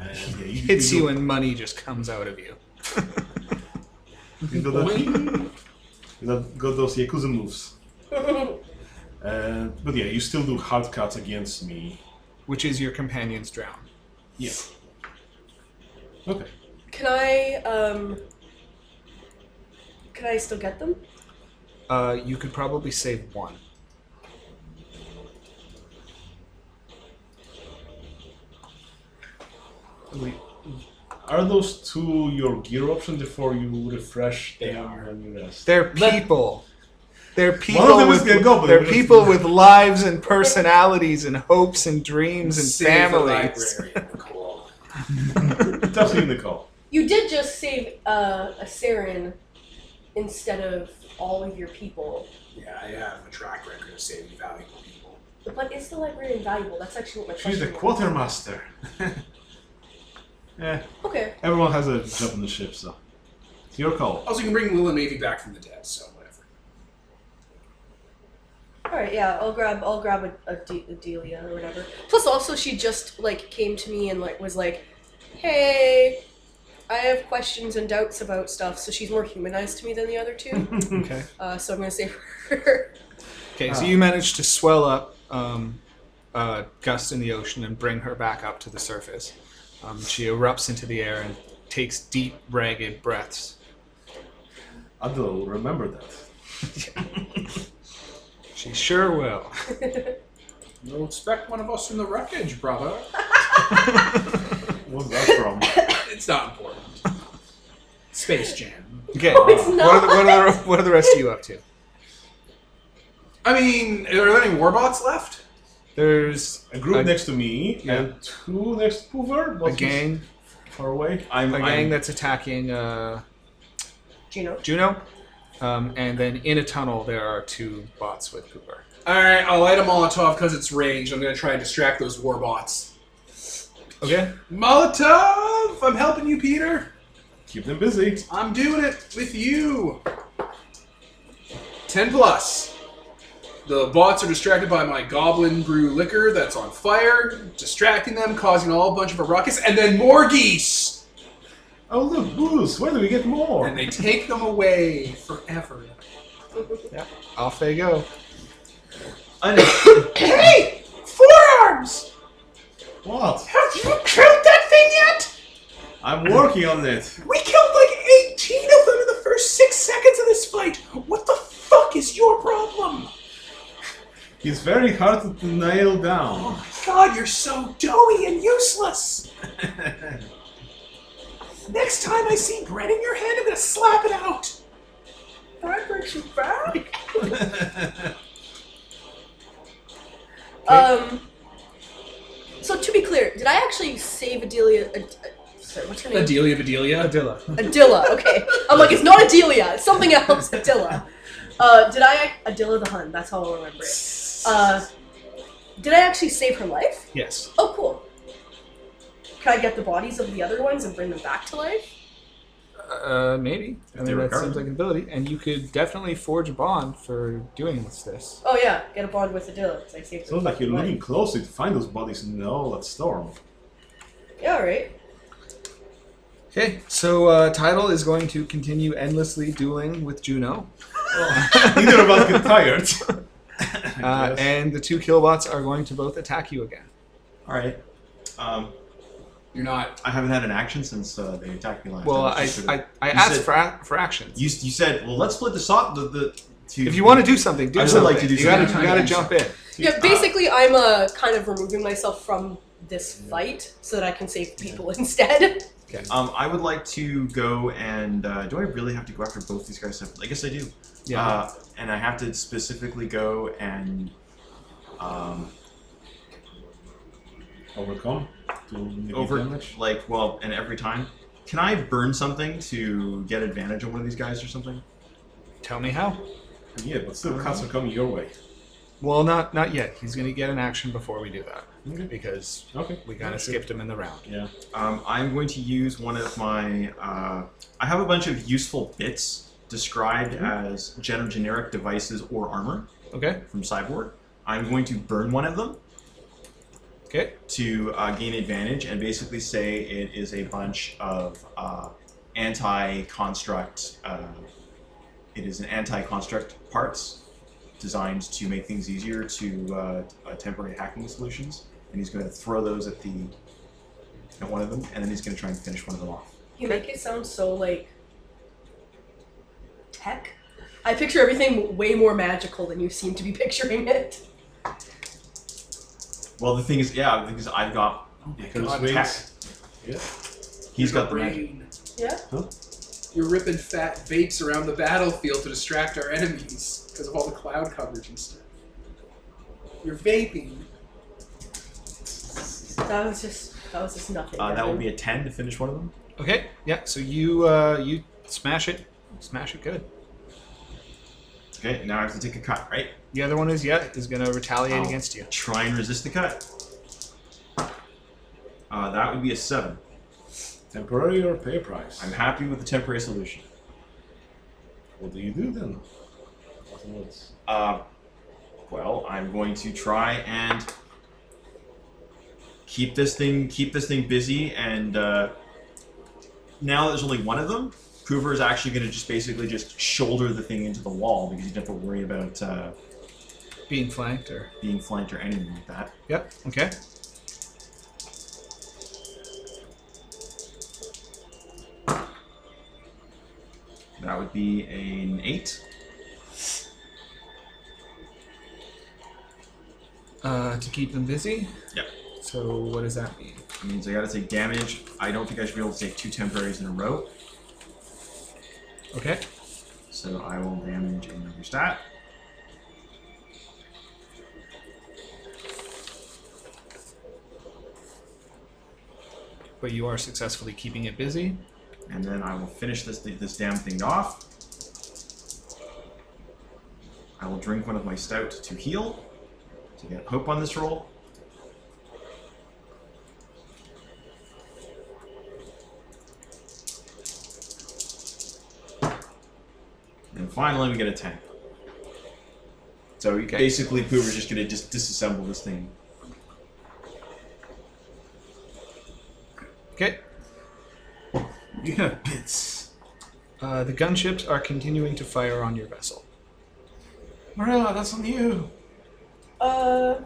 And yeah, you, Hits you and money just comes out of you. You got, that, you got- got those Yakuza moves. Uh, but yeah, you still do hard cuts against me. Which is your companion's drown. Yeah. Okay. Can I, um. Can I still get them? Uh, you could probably save one. Wait, Are those two your gear option before you refresh They them are. when you rest? They're people. They're people them is with gonna go, but they're they're gonna- people with lives and personalities and hopes and dreams and Save the families. librarian, Nicole. Definitely in the call. You did just save uh, a Saren instead of all of your people. Yeah, I have a track record of saving valuable people. But is the librarian valuable? That's actually what my She's the question was. quartermaster. eh, Okay. everyone has a job on the ship, so it's your call. Also, you can bring Lil and Mavy back from the dead, so whatever. All right. Yeah. I'll grab. I'll grab a, a, De- a Delia or whatever. Plus, also, she just like came to me and like was like, "Hey, I have questions and doubts about stuff." So she's more humanized to me than the other two. Okay. uh, so I'm gonna save her. Okay, so you managed to swell up um, uh, Gust in the ocean and bring her back up to the surface. Um, she erupts into the air and takes deep, ragged breaths. Adil, remember that. She sure will. You'll expect one of us from the wreckage, brother. What's that from? it's not important. Space Jam. Okay, it's what, are the, what, are the, what are the rest of you up to? I mean, are there any warbots left? There's A group A- next to me yeah. and two next to Poover. a but gang, far away. I'm, a I'm- gang that's attacking uh, Gino. Juno, um, and then in a tunnel there are two bots with Cooper. All right, I'll light a Molotov because it's ranged. I'm gonna try and distract those warbots. Okay, Molotov, I'm helping you, Peter. Keep them busy. I'm doing it with you. 10 plus. The bots are distracted by my goblin brew liquor that's on fire, distracting them, causing all a bunch of a ruckus, and then more geese! Oh look, booze. Where do we get more? And they take them away forever. off they go. I know. Hey! Forearms! What? Have you killed that thing yet? I'm working on it. We killed like 18 of them in the first six seconds this fight. What the fuck is your problem? He's very hard to nail down. God, you're so doughy and useless. Next time I see bread in your hand, I'm gonna slap it out. Alright, break you back. Okay. Um. So to be clear, did I actually save Adelia? Ad, uh, sorry, what's her name? Adelia Bedelia. Adela. Adilla. Okay, I'm like it's not Adelia. It's something else. Adilla. Uh, did I ac- Adilla the Hun? That's how I remember it. Uh, did I actually save her life? Yes. Oh, cool. Can I get the bodies of the other ones and bring them back to life? Uh, maybe. I they mean, that recover. seems like an ability, and you could definitely forge a bond for doing with this. Oh yeah, get a bond with Adilla because I saved her. Sounds like you're life. looking closely to find those bodies in all that storm. Yeah, right. Okay, so uh, Tidal is going to continue endlessly dueling with Juno, Neither of us get tired. uh, Yes. and the two killbots are going to both attack you again. All right. Um, You're not. I haven't had an action since uh, they attacked me last Well, time. I, It's just sort I, of- I You asked said- for, ac- for actions. you, you said, well, let's split this up. The, the, to, if you want to do something, do I would something. like to do you gotta, something. you gotta jump in. Yeah, basically, I'm uh, kind of removing myself from this fight so that I can save people instead. Um, I would like to go and uh, do I really have to go after both these guys separately? I guess I do. Yeah. Uh, and I have to specifically go and um, Overcome to negate over damage. like well, and every time. Can I burn something to get advantage on one of these guys or something? Tell me how. Yeah, but still, cuts are coming your way. Well, not not yet. He's gonna get an action before we do that Okay. because Okay. we kind of skipped him in the round. Yeah. Um, I'm going to use one of my. Uh, I have a bunch of useful bits described as gen- generic devices or armor Okay. from Cyborg. I'm going to burn one of them Okay. to uh, gain advantage and basically say it is a bunch of uh, anti-construct. Uh, it is an anti-construct parts designed to make things easier to uh, uh, temporary hacking solutions, and he's going to throw those at the at one of them, and then he's going to try and finish one of them off. You make it sound so like tech. I picture everything way more magical than you seem to be picturing it. Well, the thing is, yeah, the thing is, I've got Because wings. Yeah. he's got the magic. brain. Yeah. You're ripping fat vapes around the battlefield to distract our enemies because of all the cloud coverage and stuff. You're vaping. That was just that was just nothing. Uh, that Devin. would be a ten to finish one of them. Okay. Yeah. So you uh, you smash it, smash it good. Okay, now I have to take a cut, right? The other one is yeah is gonna retaliate Ow. against you. Try and resist the cut. Uh, that would be a seven. Temporary or pay price? I'm happy with the temporary solution. What do you do then? Afterwards. Uh, well, I'm going to try and keep this thing keep this thing busy. And uh, now that there's only one of them, Hoover is actually going to just basically just shoulder the thing into the wall because you don't have to worry about uh, Being flanked or being flanked or anything like that. yep. Okay. That would be an eight. Uh, to keep them busy. Yep. So what does that mean? That means I got to take damage. I don't think I should be able to take two temporaries in a row. Okay. So I will damage another stat. But you are successfully keeping it busy. and then I will finish this this damn thing off. I will drink one of my stout to heal to get hope on this roll. And finally, we get a ten. So Okay. basically, Poover's just gonna just disassemble this thing. Okay. You have bits. Uh, the gunships are continuing to fire on your vessel. Marilla, that's on you. Uh.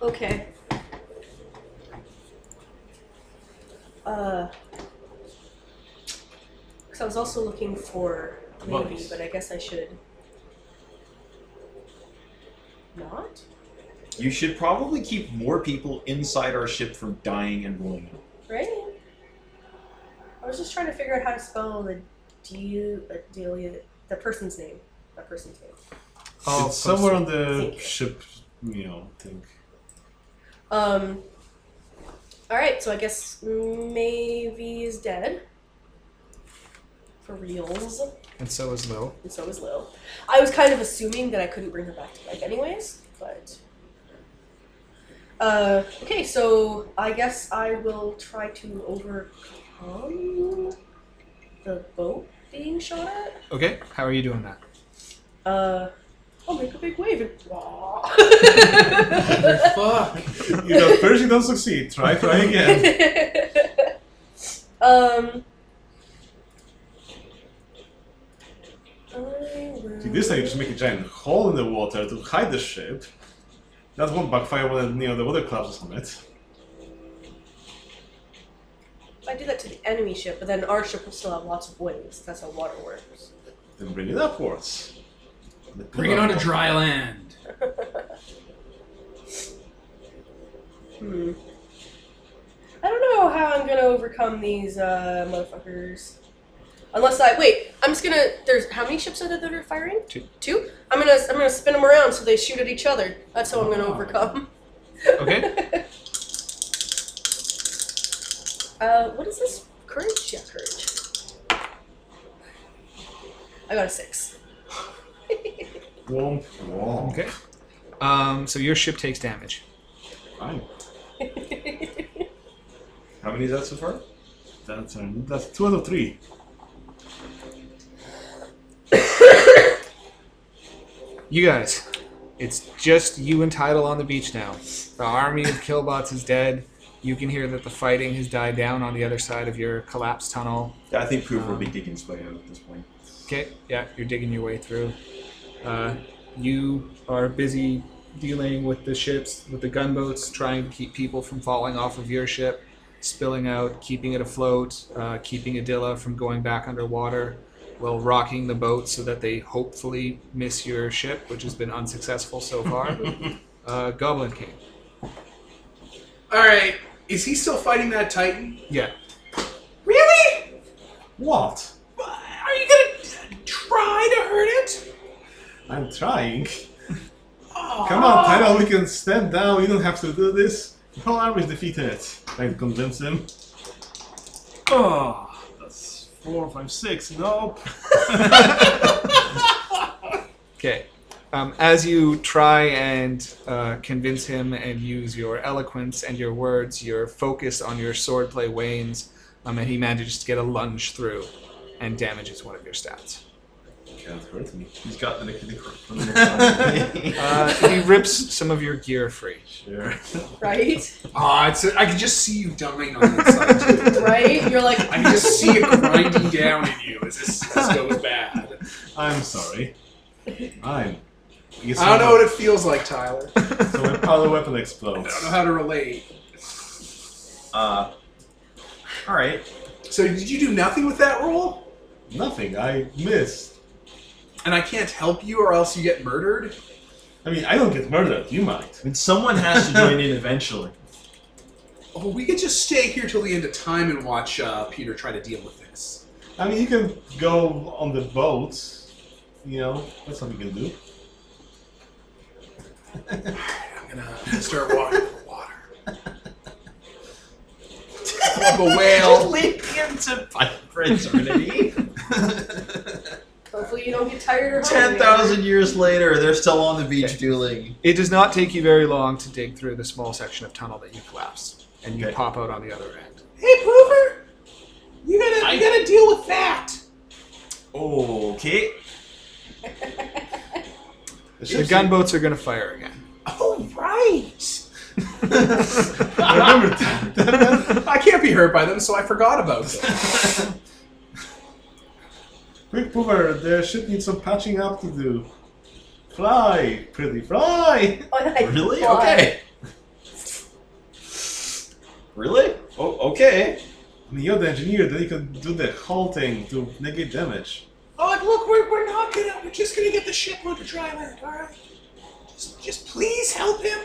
Okay. Uh. Because I was also looking for maybe, Mummies. but I guess I should not. You should probably keep more people inside our ship from dying and rolling out. Right? I was just trying to figure out how to spell the D Adelia the person's name. That person's name. Oh, it's somewhere on Think. the ship, you know, thing. Um Alright, so I guess Mavie is dead. For reals. And so is Lil. And so is Lil. I was kind of assuming that I couldn't bring her back to life anyways, but uh okay, so I guess I will try to overcome the boat being shot at. Okay, how are you doing that? Uh, I'll make a big wave and. Fuck. You know, first you don't succeed. Try, try again. um. See, this time you just make a giant hole in the water to hide the ship. That won't backfire when you know, the water collapses on it. I do that to the enemy ship, but then our ship will still have lots of waves. That's how water works. Then bring it upwards. Bring it on to dry land. Hmm. I don't know how I'm gonna overcome these uh, motherfuckers. Unless I wait, I'm just gonna. There's how many ships are there that are firing? Two. Two. I'm gonna. I'm gonna spin them around so they shoot at each other. That's how I'm gonna Ah. overcome. Okay. uh, what is this? Courage? Yeah, courage. I got a six. Womp, womp. Okay. Um, so your ship takes damage. Fine. How many is that so far? That's, uh, that's two out of three. You guys, it's just you and Tidal on the beach now. The army of killbots is dead. You can hear that the fighting has died down on the other side of your collapsed tunnel. I think Proof will be digging his way out at this point. Okay, yeah, you're digging your way through. Uh, you are busy dealing with the ships, with the gunboats, trying to keep people from falling off of your ship, spilling out, keeping it afloat, uh, keeping Adilla from going back underwater, while rocking the boat so that they hopefully miss your ship, which has been unsuccessful so far. uh, Goblin King. All right. Is he still fighting that Titan? Yeah. Really? What? Are you gonna try to hurt it? I'm trying. Aw. Come on, Tyler, we can stand down. You don't have to do this. The whole army is defeated. Trying to convince him. Oh, that's four, five, six. Nope. Okay. Um, as you try and uh, convince him and use your eloquence and your words, your focus on your swordplay wanes, um, and he manages to get a lunge through and damages one of your stats. Can't hurt me. He's got the Nicky Nicky. Uh, he rips some of your gear free. Sure. Right? Ah, it's. I can just see you dying on the inside. right? You're like, I can just see it grinding down in you as this, this goes bad. I'm sorry. I'm. I guess I don't know what it feels like, Tyler. I So my power don't weapon know explodes. how to relate. uh, all right. So did you do nothing with that roll? Nothing. I missed. And I can't help you, or else you get murdered. I mean, I don't get murdered. You might. I mean, someone has to join in eventually. Oh, we could just stay here till the end of time and watch uh, Peter try to deal with this. I mean, you can go on the boat. You know, that's something you can do. I'm uh, gonna start walking for water. I'm a whale. Leap into for eternity. hopefully you don't get tired or hungry. Ten thousand years later, they're still on the beach dueling. It does not take you very long to dig through the small section of tunnel that you collapsed, and you Okay. pop out on the other end. Hey, Pooper! You gotta, I- you gotta deal with that! Okay. The gunboats are going to fire again. Oh, right! I remember that. I can't be hurt by them, so I forgot about them. Quick mover, the ship needs some patching up to do. Fly, pretty fly! Really? Why? Okay. Really? Oh, okay. I mean, you're the engineer, then you can do the whole thing to negate damage. Oh, look, we're, we're not gonna. We're just gonna get the shipload to dry land, alright? Just, just please help him.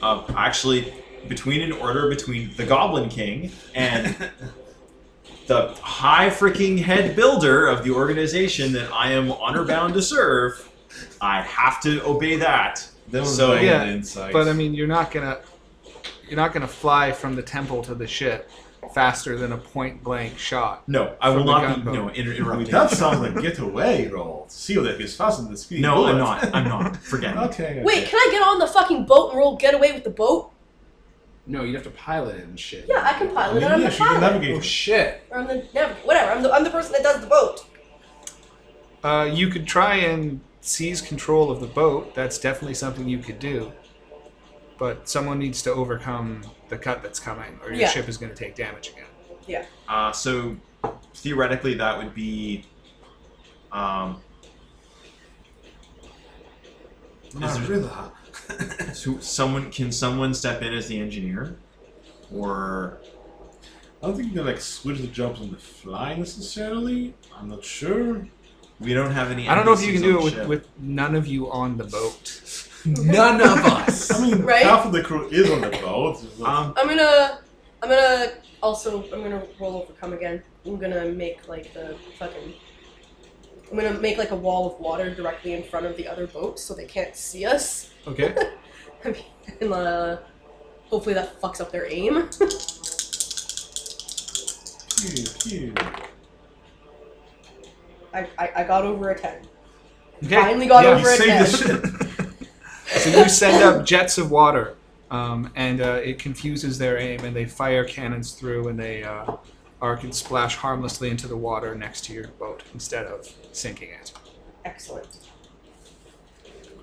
Um, actually, between an order between the Goblin King and the high freaking head builder of the organization that I am honor bound to serve, I have to obey that. That was So- my Yeah, insight. But I mean, you're not gonna you're not gonna fly from the temple to the ship faster than a point blank shot. No, I From will the not be gunboat. no inter- I mean, interrupted. that sounds like getaway roll. See that he's faster than the speed. No, I'm bullet. not. I'm not. Forget it. okay, okay. Wait, can I get on the fucking boat and roll get away with the boat? No, you'd have to pilot it and shit. Yeah, I can pilot it. I mean, I'm yeah, the she can pilot. navigate. Oh shit! Or I'm the nav- whatever. I'm the, I'm the person that does the boat. Uh, you could try and seize control of the boat. That's definitely something you could do. But someone needs to overcome the cut that's coming, or your Yeah. ship is gonna take damage again. Uh, so theoretically, that would be. Um, is there- Marilla. so someone can someone step in as the engineer, or I don't think you can like switch the jobs on the fly necessarily. I'm not sure. we don't have any. I don't know if you can NPCs do it on the with, ship. with none of you on the boat. None of us. I mean, Right? half of the crew is on the boat. It's like- Um, I'm gonna, I'm gonna also, I'm gonna roll overcome again. I'm gonna make like the fucking, I'm gonna make like a wall of water directly in front of the other boat so they can't see us. Okay. And uh, hopefully that fucks up their aim. phew, phew. I, I, I got over a ten. Okay. Finally got over it. Save the dead. ship. So you send up jets of water, um, and uh, it confuses their aim, and they fire cannons through, and they uh, arc and splash harmlessly into the water next to your boat instead of sinking it. Excellent.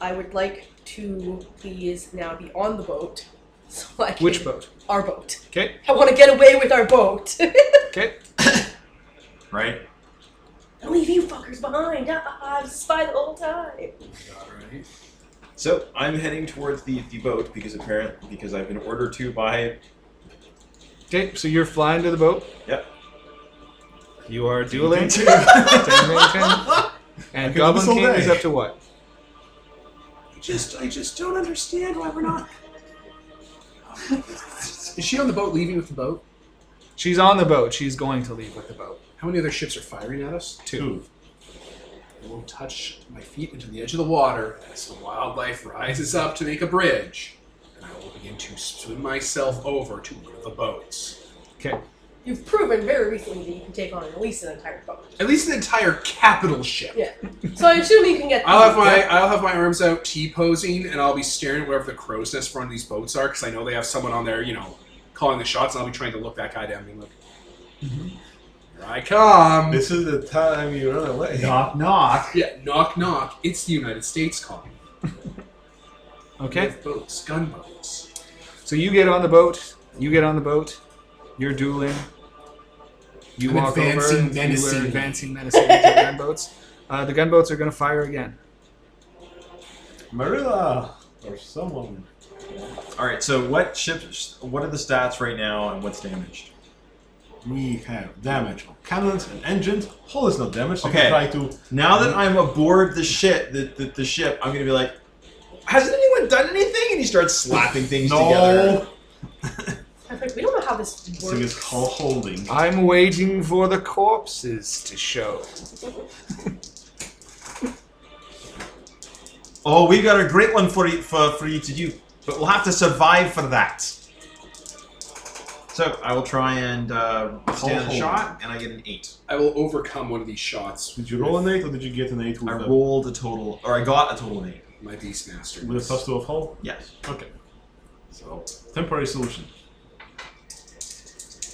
I would like to please now be on the boat. So I can, Which boat? Our boat. Okay. I want to get away with our boat. Okay. right? I'll leave you fuckers behind. Ah, I was a spy the whole time. Alright. So I'm heading towards the, the boat because apparently because I've been ordered to by. Okay. So you're flying to the boat. Yep. You are dueling. Ding, ding, ding. And could do this Goblin all King is day. up to what? I just, I just don't understand why we're not. Is she on the boat leaving with the boat? She's on the boat. She's going to leave with the boat. How many other ships are firing at us? Two. I will touch my feet into the edge of the water as the wildlife rises up to make a bridge, and I will begin to swim myself over to one of the boats. Okay. You've proven very recently that you can take on at least an entire boat. At least an entire capital ship. Yeah. So I assume you can get. I'll have my I'll have my arms out, T posing, and I'll be staring at wherever the crow's nest front of these boats are because I know they have someone on there, you know, calling the shots, and I'll be trying to look that guy down, being like, "Mm-hmm. "Here I um, come." This is the time you run away. Knock knock. Yeah, knock knock. It's the United States calling. We Okay. have boats, gunboats. So you get on the boat. You get on the boat. You're dueling. You I'm walk advancing over. and You are menacingly. advancing menacingly to the gunboats. Uh, the gunboats are going to fire again. Marilla or someone. All right. So what ship? What are the stats right now, and what's damaged? We have damage on cannons and engines. Hull is not damaged. so Okay. You can try to. Now that I'm aboard the ship, the, the, the ship, I'm gonna be like, has anyone done anything? And he starts slapping things together. No. I'm like, we don't know how this works. So it's called holding. I'm waiting for the corpses to show. Oh, we got a great one for you for, for you to do, but we'll have to survive for that. So I will try and uh, stand the hold. shot, and I get an eight. I will overcome one of these shots. Did you roll an eight or did you get an eight with I the rolled a total, or I got a total of eight. with My beastmaster. with the plus two of hull? Yes. Okay. So temporary solution.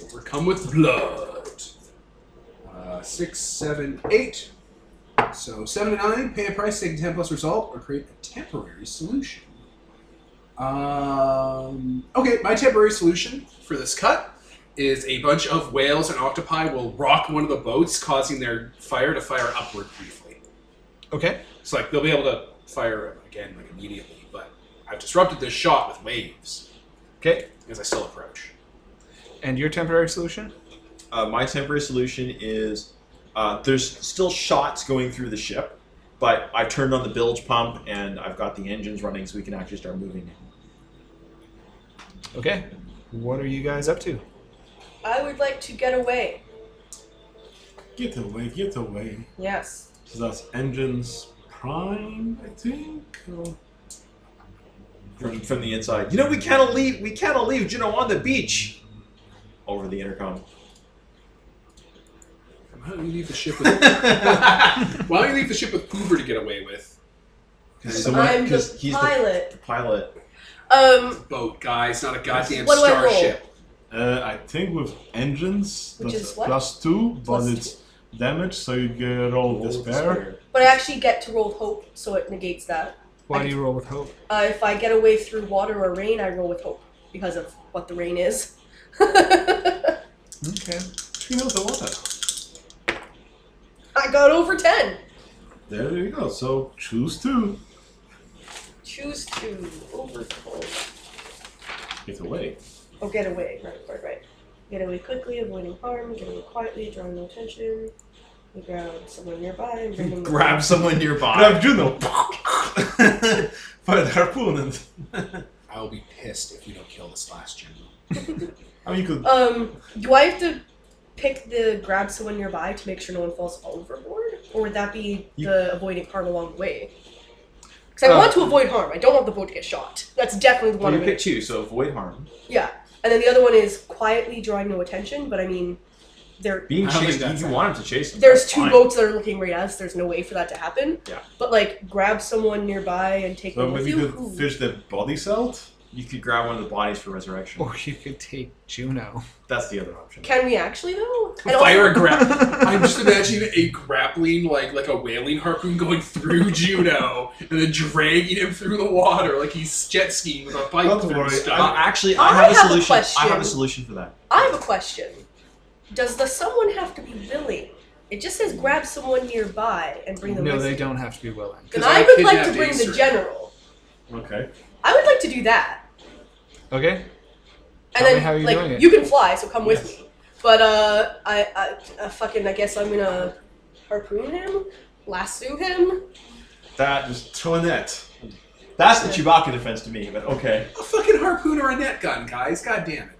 Overcome with blood. Uh, six, seven, eight. So seven to nine. Pay a price, take a ten plus result, or create a temporary solution. Um, okay, my temporary solution for this cut is a bunch of whales and octopi will rock one of the boats, causing their fire to fire upward briefly. Okay. So like they'll be able to fire again like immediately, but I've disrupted this shot with waves Okay. as I still approach. And your temporary solution? Uh, my temporary solution is uh, there's still shots going through the ship, but I've turned on the bilge pump and I've got the engines running so we can actually start moving now. Okay. What are you guys up to? I would like to get away. Get away, get away. Yes. So that's engines prime, I think. or- From, from the inside. You know, we cannot leave, we cannot leave, you know, on the beach. Over the intercom. Why don't you leave the ship with Why don't you leave the ship with Poover to get away with? Because I'm the he's the, pilot. the pilot. Um, Boat, guys, not a goddamn What do I roll? starship. Uh, I think with engines, Which that's is what? plus two, but Plus it's damage, so you get roll despair. but I actually get to roll hope, so it negates that. Why do you roll with hope? Uh, if I get away through water or rain, I roll with hope because of what the rain is. I Okay. She knows the water. got over 10. There you go. So choose two. Choose to overcome Get away. or get away. Right, right, right. Get away quickly, avoiding harm, get away quietly, drawing no attention. We grab someone nearby and bring them. Grab someone nearby. Grab Juno. Fire the harpoon. And I'll be pissed if you don't kill this last general. I mean, you could. Um, do I have to pick the grab someone nearby to make sure no one falls overboard, or would that be the avoiding harm along the way? Because I Uh, want to avoid harm. I don't want the boat to get shot. That's definitely the Well, one. you I'm gonna- pick two, so avoid harm. Yeah, and then the other one is quietly drawing no attention. But I mean, there Being I don't chased, think that's you want him to chase him. there's that's two fine. boats that are looking right at us. There's no way for that to happen. Yeah. But like, grab someone nearby and take So them with maybe you. you Ooh. could fish the body celt. You could grab one of the bodies for resurrection. Oh. Or you could take Juno. That's the other option. Can we actually though? And also- Fire a grapple. I'm just imagining a grappling, like like a whaling harpoon going through Juno and then dragging him through the water like he's jet skiing with a bike. Don't through worry, stuff. Uh, actually, I, I have, a have a solution. I have question. a solution for that. I have a question. Does the someone have to be willing? It just says grab someone nearby and bring them No, with they you. don't have to be willing. Then 'Cause I I would like to kidnapped bring the Acer. general. Okay. I would like to do that. Okay. And Tell me then how you're like doing it. you can fly, so come with me. But uh I, I, I fucking I guess I'm gonna harpoon him, lasso him. That Just throw a net. that's the Chewbacca defense to me, but okay. a fucking harpoon or a net gun, guys. God damn it.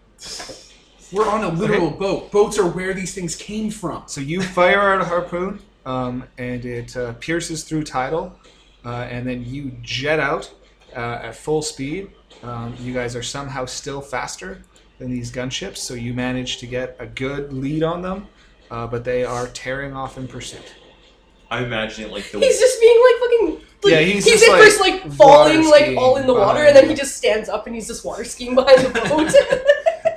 We're on a literal boat. Boats are where these things came from. So you fire out a harpoon, um, and it uh, pierces through tidal, uh, and then you jet out uh, at full speed. Um, you guys are somehow still faster than these gunships, so you manage to get a good lead on them, uh, but they are tearing off in pursuit. I'm imagining like the He's just being like fucking like, Yeah, he's he's just, at like, first like falling water like all in the skiing water and then he behind. just stands up and he's just water skiing behind the boat.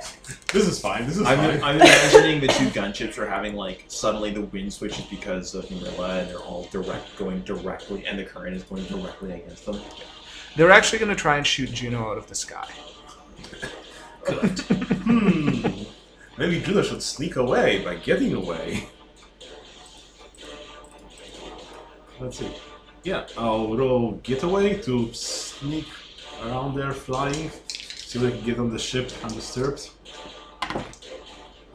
This is fine. This is I'm, fine. I'm imagining the two gunships are having like suddenly the wind switches because of Marilla and they're all direct going directly and the current is going directly against them. They're actually going to try and shoot Juno out of the sky. hmm. Maybe Juno should sneak away by getting away. Let's see. Yeah, I'll roll getaway to sneak around there flying. See if I can get on the ship undisturbed.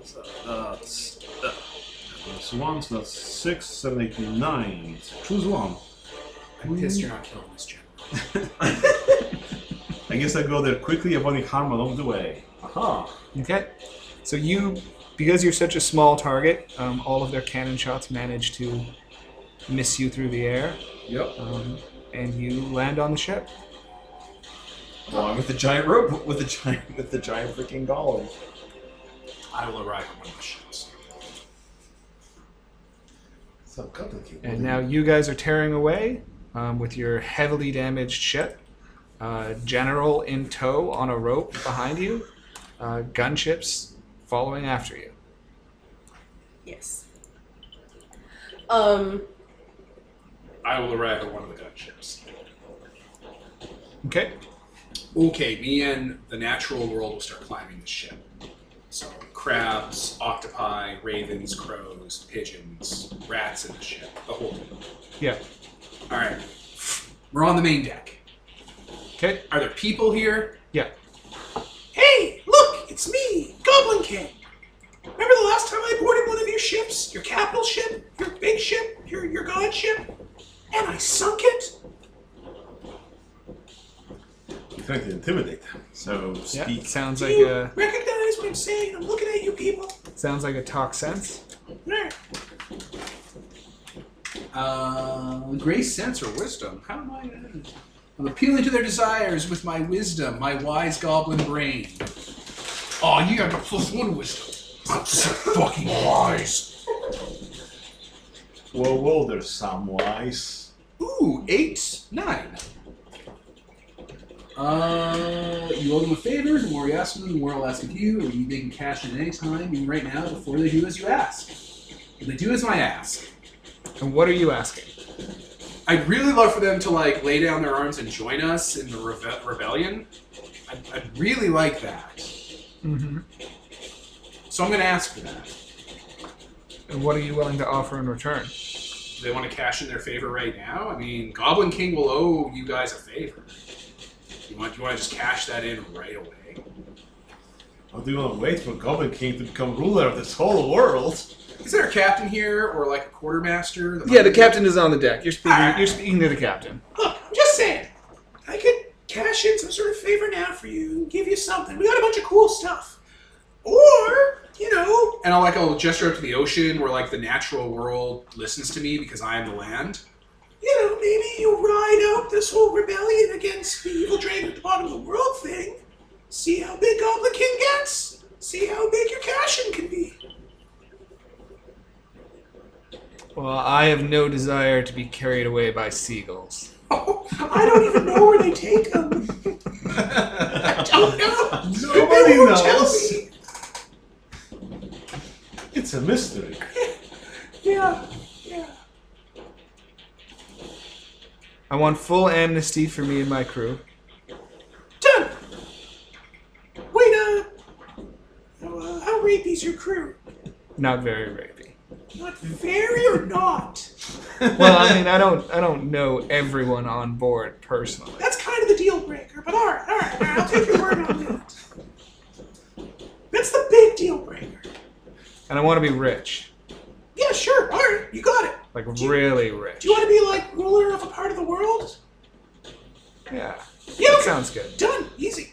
So that's, uh, that's one, so that's six, seven, eight, nine. Choose one. I'm pissed you're not killing this general. I guess I go there quickly, avoiding harm along the way. Aha! Okay. So you, because you're such a small target, um, all of their cannon shots manage to miss you through the air, Yep. um, and you land on the ship. Along with the giant rope with the giant with the giant freaking golem. I will arrive at one of the ships. So complicated. And now you guys are tearing away um, with your heavily damaged ship. Uh, General in tow on a rope behind you. Uh, gunships following after you. yes. Um I will arrive at one of the gunships. Okay. Okay, me and the natural world will start climbing the ship. So crabs, octopi, ravens, crows, pigeons, rats in the ship. The whole thing. Yeah. All right. We're on the main deck. Okay. Are there people here? Yeah. Hey, look, it's me, Goblin Sun King. Remember the last time I boarded one of your ships? Your capital ship? Your big ship? Your, your god ship? And I sunk it? You're trying to intimidate them. So Yeah, speak. sounds Do like you a recognize what I'm saying? I'm looking at you people. sounds like a talk sense. There. Uh, grace, sense, or wisdom? How am I? uh, I'm appealing to their desires with my wisdom, my wise goblin brain. Oh, you got a plus one wisdom. I'm so fucking wise. Whoa, whoa, there's some wise. Ooh, eight, nine. Uh, you owe them a favor. The more you ask them, the more I'll ask of you, and they can cash in any time, even right now, before they do as you ask. If they do as I ask, And what are you asking? I'd really love for them to like lay down their arms and join us in the reve- rebellion. I'd, I'd really like that. Mm-hmm. So I'm going to ask for that. And what are you willing to offer in return? Do they want to cash in their favor right now? I mean, Goblin King will owe you guys a favor. You want you want to just cash that in right away? Or do you want to wait for Goblin King to become ruler of this whole world? Is there a captain here or like a quartermaster? that Yeah, might the be- captain is on the deck. You're speaking. You're speaking to the captain. Look, I'm just saying. I could cash in some sort of favor now for you and give you something. We got a bunch of cool stuff. Or, you know, And I'll like I'll gesture up to the ocean where like the natural world listens to me because I am the land. you know, maybe you ride out this whole rebellion against the evil dragon at the bottom of the world thing. See how big Goblin King gets. See how big your cashing can be. Well, I have no desire to be carried away by seagulls. Oh, I don't even know where they take them. I don't know. Nobody They won't tell knows. me. It's a mystery. Yeah, yeah. I want full amnesty for me and my crew. Done. Wait, uh, uh, how rapey is your crew? Not very rapey. Not very or not? Well, I mean, I don't, I don't know everyone on board personally. That's kind of the deal breaker, but alright, alright, alright, I'll take your word on that. That's the big deal breaker. And I want to be rich, Yeah, sure, alright, you got it. like Do you- really rich. Do you want to be like ruler of a part of the world? Yeah, Yeah, that okay. sounds good. Done, easy.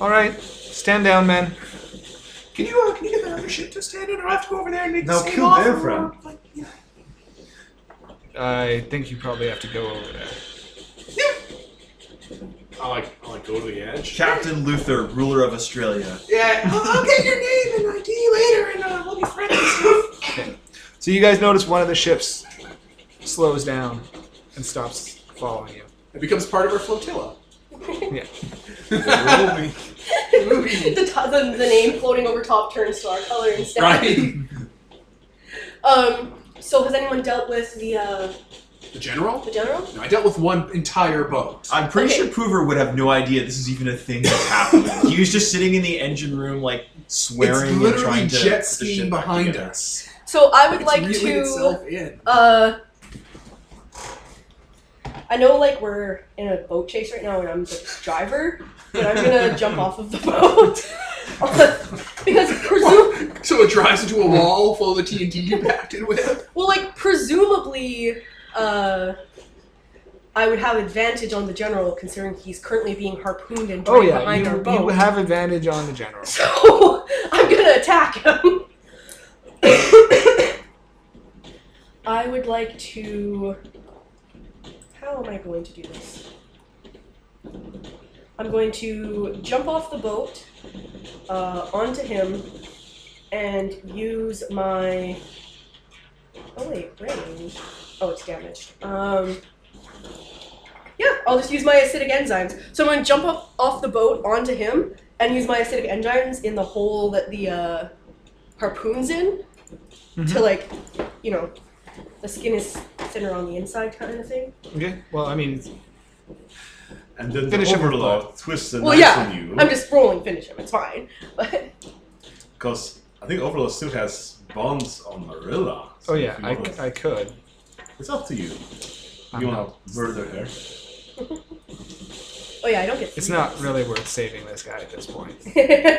All right, stand down, men. Can you, uh, can you get that other ship to stand in, or I have to go over there and make the No, same kill offer? their friend. Like, you know. I think you probably have to go over there. Yeah, I like I like go to the edge. Captain Luther, ruler of Australia. Yeah. I'll, I'll get your name and ID later, and uh, we'll be friends and stuff. So you guys notice one of the ships slows down and stops following you. It becomes part of our flotilla. Yeah. Roaming. the, to- the, the name floating over top turns to our color instead. Right? Um. So has anyone dealt with the uh, the general? the general? No, I dealt with one entire boat. I'm pretty Okay. sure Prover would have no idea this is even a thing that's happening. he was just sitting in the engine room, like swearing it's and literally trying to jet put the ship skiing back behind together. us. So I would It's like reeling to. itself in. Uh, I know, like, we're in a boat chase right now, and I'm the driver, but I'm gonna jump off of the boat. because, presu- So it drives into a wall full of the TNT you packed it with. well, like, presumably, uh, I would have advantage on the general, considering he's currently being harpooned and Oh dragged yeah, behind our you, boat. you have advantage on the general. So, I'm gonna attack him. I would like to. How am I going to do this? I'm going to jump off the boat uh, onto him and use my. Oh, wait, range. Oh, it's damaged. Um. Yeah, I'll just use my acidic enzymes. So I'm gonna jump up off the boat onto him and use my acidic enzymes in the hole that the uh, harpoon's in to Mhm. like, you know, the skin is thinner on the inside kind of thing. Okay. Well, I mean, it's- And then Finish the him with overlord twists the Well, knife on yeah, you. I'm just rolling finish him. It's fine. But Because I think Overlord still has bonds on Marilla. so oh if yeah, you I, wanna- I could. Um, It's up to you. I'm You not, want to murder her? oh yeah, I don't get. it's not really worth saving this guy at this point. Really-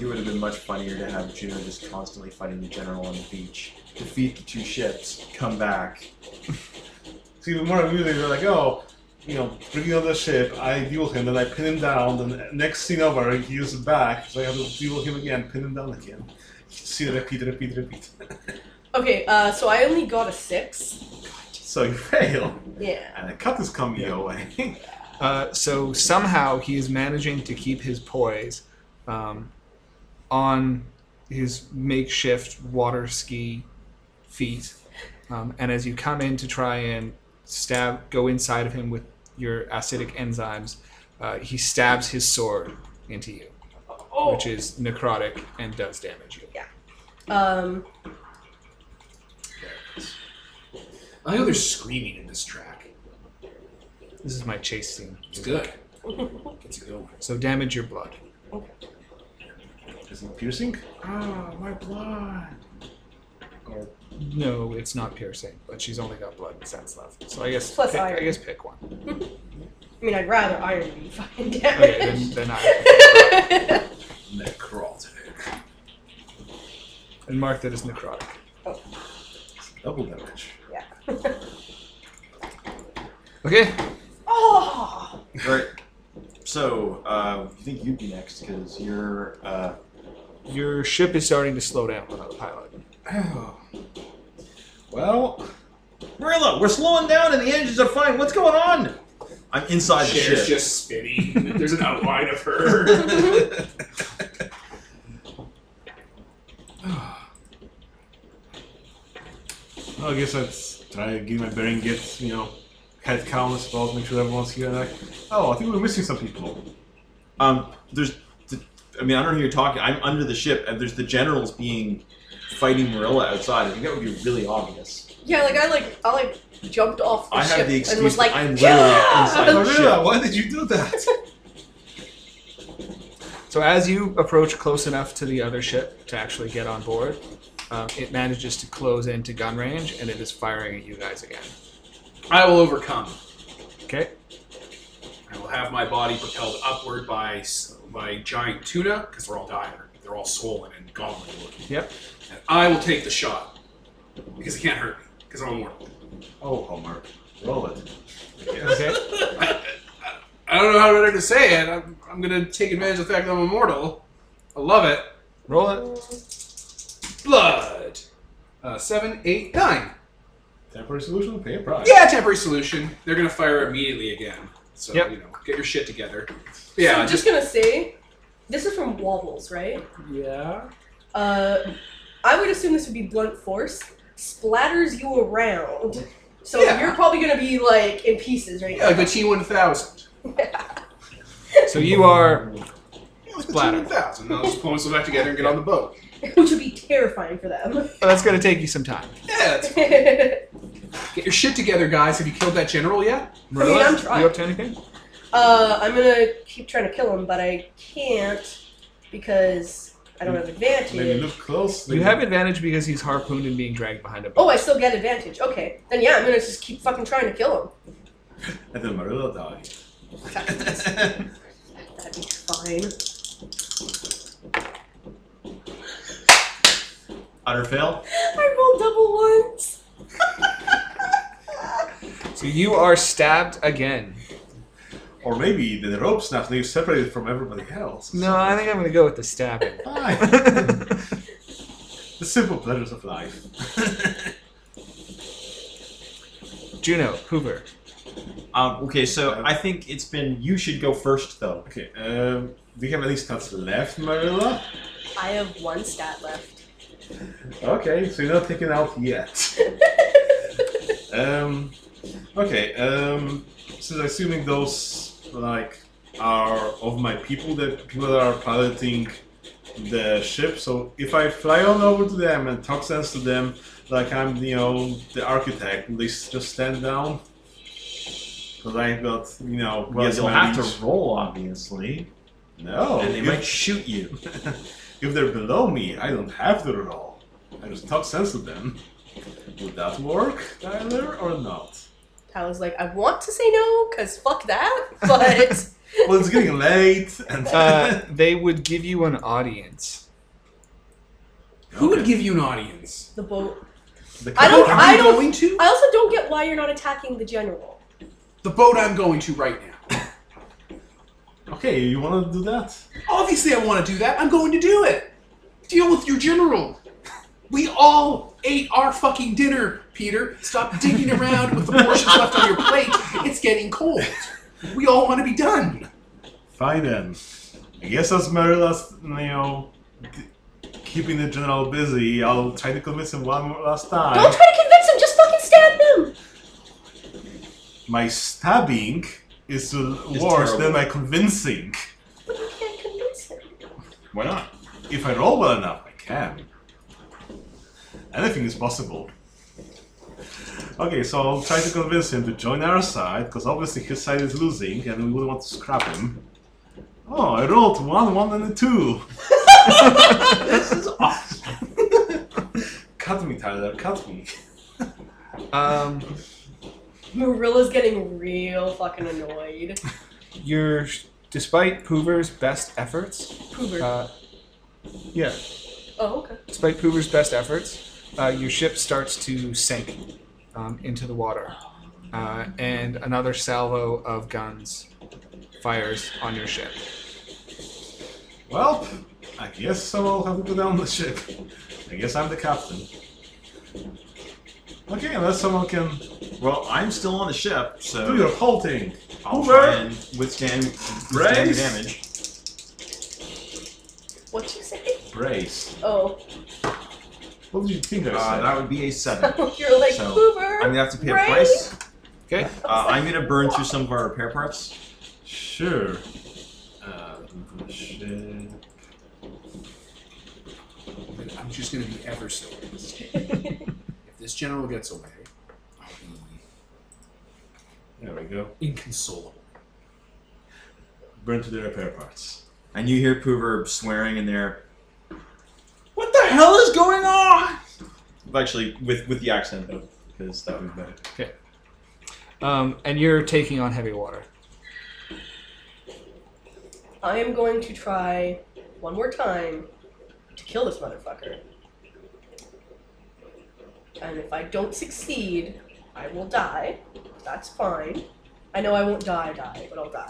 time, Juno just constantly fighting the general on the beach. Defeat the two ships, come back. See, the more amusing, they're like, oh, you know, bringing on the ship, I deal him, then I pin him down, then next scene over, he is back, so I have to deal him again, pin him down again. See, repeat, repeat, repeat. Okay, uh, so I only got a six. So you fail. Yeah. And the cut is coming your way. Uh, so somehow he is managing to keep his poise um, on his makeshift water ski feet. Um, and as you come in to try and stab, go inside of him with your acidic enzymes, uh, he stabs his sword into you, Oh. which is necrotic and does damage you. Um, I know they're screaming in this track. This is my chase scene. It's good. It's a good one. So damage your blood. Is it piercing? Ah, my blood. Or no, it's not piercing, but she's only got blood and sense left. So I guess Plus pick, I iron. guess pick one. I mean, I'd rather iron be fucking Okay, then, damaged. then I. Necrotic. and mark that as necrotic. Double damage. Okay. oh, Alright. So, uh, I think you'd be next because you're. Uh, Your ship is starting to slow down without a pilot. Well, Marilla, we're slowing down and the engines are fine. What's going on? I'm inside the Chair's ship. just spinning. There's an outline of her. I guess let's try to get my bearing, get, you know, head count, I suppose, make sure everyone's here. Like, oh, I think we're missing some people. Um, there's. The, I mean, I don't hear you talking. I'm under the ship and there's the generals being. fighting Marilla outside. I think that would be really obvious. yeah. Like I like I like jumped off the I ship have the and excuse was like, that I'm literally inside yeah! the ship. Marilla, Oh, why did you do that? So as you approach close enough to the other ship to actually get on board, um, it manages to close into gun range and it is firing at you guys again. I will overcome. Okay. I will have my body propelled upward by s- by giant tuna because they're all dire. They're all swollen and goblin looking. Yep. And I will take the shot because it can't hurt me because I'm mortal. Oh, Homer, roll it. Okay. I don't know how better to say it. I'm, I'm gonna take advantage of the fact that I'm immortal. I love it. Roll it. Blood. Uh, seven, eight, nine. Temporary solution, pay a price. Yeah, temporary solution. They're gonna fire immediately again. So Yep. you know, get your shit together. So Yeah, I'm just gonna say, this is from Wobbles, right? yeah. Uh, I would assume this would be blunt force. Splatters you around. So Yeah. you're probably gonna be like in pieces right Yeah, like the T1000. So you are Yeah, like the Splatter. T1000. Now just pull myself back together and get on the boat. now, which would be terrifying for them. well, oh, that's gonna take you some time. Yeah, it's Get your shit together, guys. Have you killed that general yet? mean, I'm trying. you up to anything? Uh, I'm gonna keep trying to kill him, but I can't because I don't have Maybe advantage. look close. You have advantage because he's harpooned and being dragged behind a boat. Oh, I still get advantage. Okay, then yeah, I'm gonna just keep fucking trying to kill And then Marilla died. him. That- That'd be fine. Utter fail. I rolled double ones. So you are stabbed again. Or maybe the rope snapped and you separated from everybody else. No, I think I'm gonna go with the stabbing. Fine. the simple pleasures of life. Juno, Hoover. Um, okay, so I think it's been. You should go first, though. Okay, um, do you have any stats left, Marilla? I have one stat left. Okay, so you're not taken out yet. um, okay, um, so assuming those, like, are of my people, the people that are piloting the ship, so if I fly on over to them and talk sense to them, like I'm, you know, the architect, will they s- just stand down? Because I've got, you know, Well, yes, you'll my have reach. to roll, obviously, No. and they if- might shoot you. if they're below me, I don't have to roll. I just talk sense to them. Would that work, Tyler, or not? Tyler's like, I want to say no, cause fuck that, but Uh, Well, it's getting late, and Uh, they would give you an audience. Who would give you an audience? The boat. The I don't. Are I you don't. going to? I also don't get why you're not attacking the general. The boat I'm going to right now. Okay, you want to do that? Obviously, I want to do that. I'm going to do it. Deal with your general. We all ate our fucking dinner, Peter. Stop digging around with the portions left on your plate. It's getting cold. We all want to be done. Fine then. I guess as Marilla's, you know, d- keeping the general busy, I'll try to convince him one more last Don't time. try to convince him. Just fucking stab him. My stabbing is l- It's worse terrible. than my convincing. But you can't convince him. Why not? If I roll well enough, I can. Anything is possible. Okay, so I'll try to convince him to join our side, because obviously his side is losing, and we wouldn't want to scrap him. Oh, I rolled one, one, and a two. this is awesome. cut me, Tyler, cut me. Um, Marilla's getting real fucking annoyed. you're, despite Poover's best efforts, Poover. uh, yeah, oh, okay. despite Poover's best efforts, uh, your ship starts to sink um, into the water, uh, and another salvo of guns fires on your ship. Well, I guess I will have to go down the ship. I guess I'm the captain. Okay, unless someone can Well, I'm still on the ship, so do your whole thing. I'll Over. try and withstand, withstand the Brace. damage. What'd you say? Brace. Oh, What did you think I Uh, said? that would be a seven. you're like So, Poover. I'm gonna have to pay Brace. a price. Okay. Uh, I'm gonna burn through some of our repair parts. Sure. Uh, shit. I'm just going to be ever so honest. If this general gets away, I'll There we go. be inconsolable. Burn to the repair parts. And you hear Poover swearing in there. What the hell is going on? Actually, with with the accent though, because that would be better. Um, and you're taking on heavy water. I am going to try one more time to kill this motherfucker. And if I don't succeed, I will die. That's fine. I know I won't die, die, but I'll die.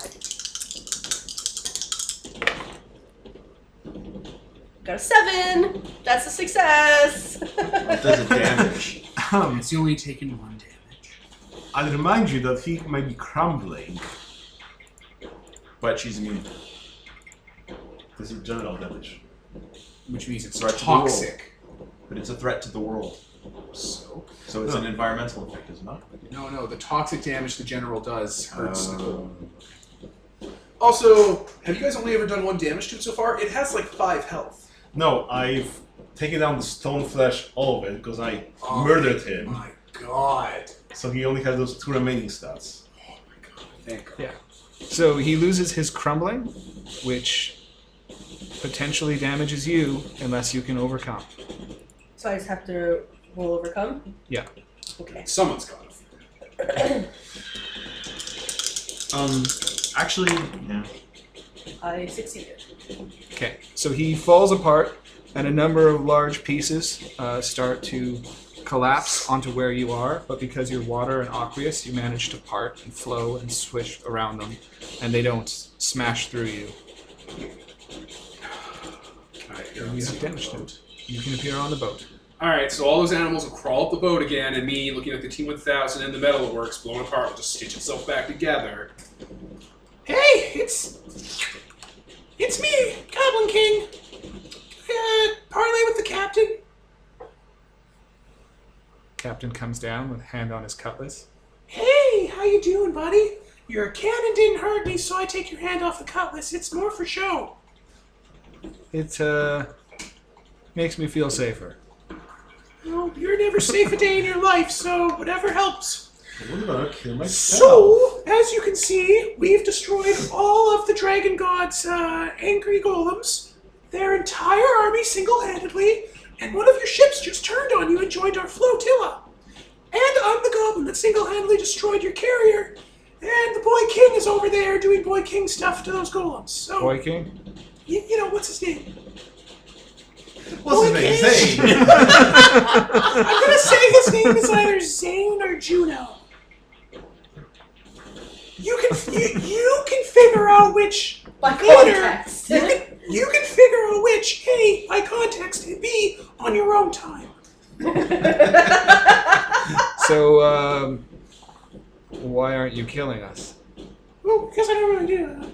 Got a seven. That's a success. That does a damage. And it's only taken one damage. I'll remind you that he might be crumbling. but she's immune. This is general damage. Which means it's Right to the Oh. wall. toxic. But it's a threat to the world. So So it's an environmental effect, is it not? no, no, the toxic damage the general does hurts Um, Uh, Nicole. Also, have you guys only ever done one damage to it so far? It has like five health. No, I've taken down the stone flesh all of it because I Oh. murdered him. My God. So he only has those two remaining stats. Oh my God. Thank God. Yeah. So he loses his crumbling, which potentially damages you unless you can overcome. so I just have to roll overcome. Yeah. Okay. Someone's got it. Um, actually, yeah. I succeeded. Okay. So he falls apart, and a number of large pieces uh, start to collapse onto where you are. But because you're water and aqueous, you manage to part and flow and swish around them, and they don't smash through you. Can I hear And you us? have damaged them. You can appear on the boat. All right, so all those animals will crawl up the boat again, and me looking at the T one thousand and the metal it works blown apart will just stitch itself back together. Hey, it's it's me, Goblin King. Uh, parlay with the captain. Captain comes down with hand on his cutlass. Hey, how you doing, buddy? Your cannon didn't hurt me, so I take your hand off the cutlass. It's more for show. It uh, makes me feel safer. No, you're never safe a day in your life, so whatever helps. I wonder if I kill myself. So, as you can see, we've destroyed all of the Dragon God's uh, angry golems, their entire army single handedly, and one of your ships just turned on you and joined our flotilla. And I'm the goblin that single handedly destroyed your carrier, and the Boy King is over there doing Boy King stuff to those golems. So, Boy Oh. King? y- you know, what's his name? What's his name? Okay. Zane. I'm gonna say his name is either Zane or Juno. You can you, you can figure out which By Peter, context. you can you can figure out which A by context and B on your own time. So, um, why aren't you killing us? Well, because Oh, I don't really do that.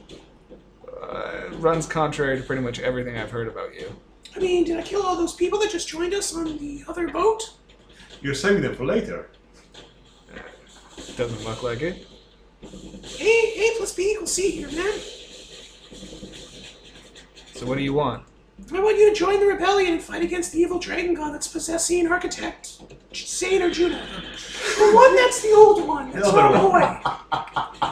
Uh, it runs contrary to pretty much everything I've heard about you. I mean, did I kill all those people that just joined us on the other boat? You're saving them for later. Doesn't look like it. A A plus B equals C here, man. So, what do you want? I want you to join the rebellion and fight against the evil dragon god that's possessing Architect, Zane or Juno. The one that's the old one. It's The other not boy.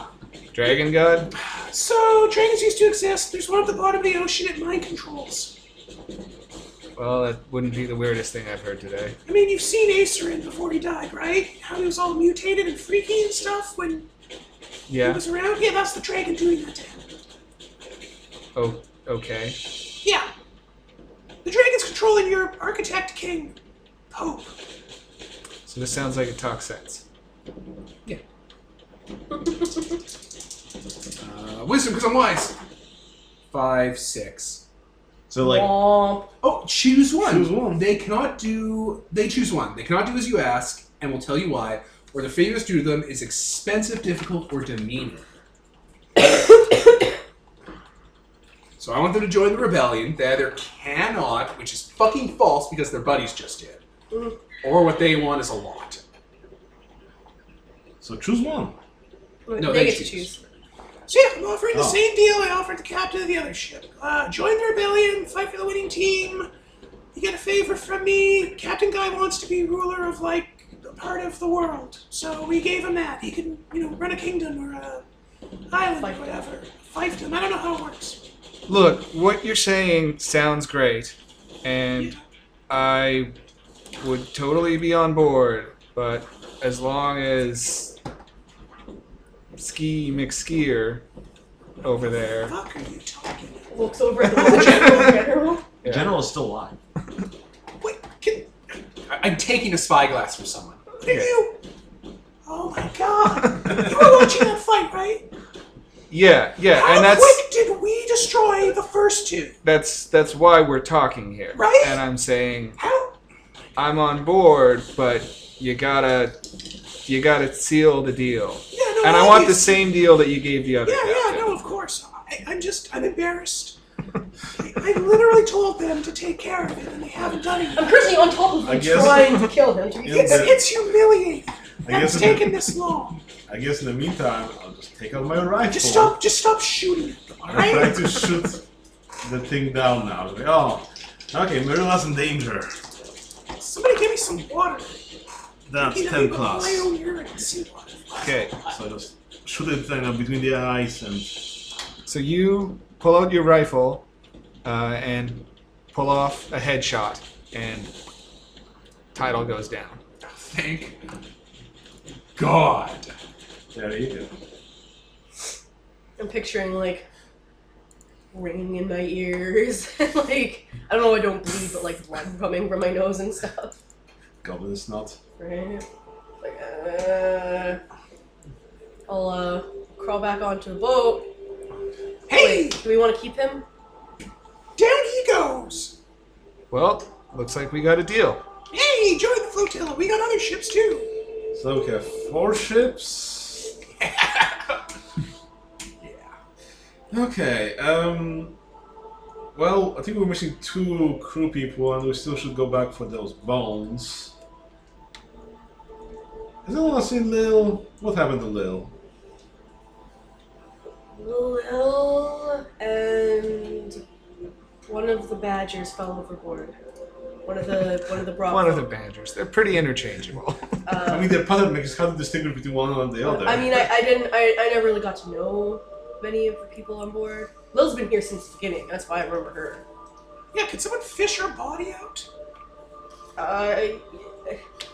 Dragon God? So dragons used to exist. There's one at the bottom of the ocean at mind controls. Well, that wouldn't be the weirdest thing I've heard today. I mean, you've seen Acerin before he died, right? How he was all mutated and freaky and stuff when he Yeah. was around. Yeah, that's the dragon doing that to him. Oh, okay. Yeah. The dragon's controlling your architect king, Pope. So this sounds like it talks sense. Uh, wisdom, because I'm wise. Five, six. So like, Womp. Oh, choose one. Choose one. They cannot do. They choose one. They cannot do as you ask, and will tell you why. Or the favor is due to them is expensive, difficult, or demeaning. so I want them to join the rebellion. They either cannot, which is fucking false because their buddies just did, Mm. or what they want is a lot. So choose one. No, they they get to choose. choose. So yeah, I'm offering the Oh. same deal I offered the captain of the other ship. Uh, join the rebellion, fight for the winning team. You get a favor from me. Captain Guy wants to be ruler of like a part of the world, so we gave him that. He can, you know, run a kingdom or a island or Fiefdom. whatever. Fiefdom. I don't know how it works. Look, what you're saying sounds great, and I would totally be on board, but as long as Ski McSkier over there. Fuck are you talking? about? Looks over at the general. general. Yeah. General is still alive. Wait, can, I- I'm taking a spyglass from someone. what are you? Oh my god! you were watching that fight, right? Yeah, yeah, How and that's quick did we destroy the first two? that's that's why we're talking here. Right? And I'm saying How? I'm on board, but you gotta you gotta seal the deal. Yeah, no. And I want the obviously. same deal that you gave the other Yeah, yeah, captain. no, of course. I, I'm just, I'm embarrassed. I, I literally told them to take care of it, and they haven't done it. I'm currently on top of I him, guess- trying to kill him. To be Yeah. It's, it's humiliating. I It's guess, taken in the, this long. I guess in the meantime, I'll just take out my rifle. Just stop, just stop shooting it. I'm trying to shoot the thing down now. Like, oh, okay, Marilla's in danger. Somebody give me some water. That's You know, ten even My plus. own urine and seawater. Okay. So I just shoot it thing up between the eyes and So you pull out your rifle uh, and pull off a headshot, and title goes down. Thank God. there you go. I'm picturing like ringing in my ears, like I don't know, I don't bleed, but like blood coming from my nose and stuff. Goblin is not. Right? Like, uh, I'll uh, crawl back onto the boat. Hey, Wait, do we want to keep him? down he goes. Well, looks like we got a deal. Hey, join the flotilla. We got other ships too. So we have four ships. yeah. Okay. Um. Well, I think we're missing two crew people, and we still should go back for those bones. Has anyone seen Lil? What happened to Lil? Lil and one of the badgers fell overboard. One of the one of the broad. One of the badgers. They're pretty interchangeable. I mean, their pattern makes it hard to distinguish between one and the other. I mean, I, I didn't. I, I never really got to know many of the people on board. Lil's been here since the beginning. That's why I remember her. Yeah, could someone fish her body out? Uh,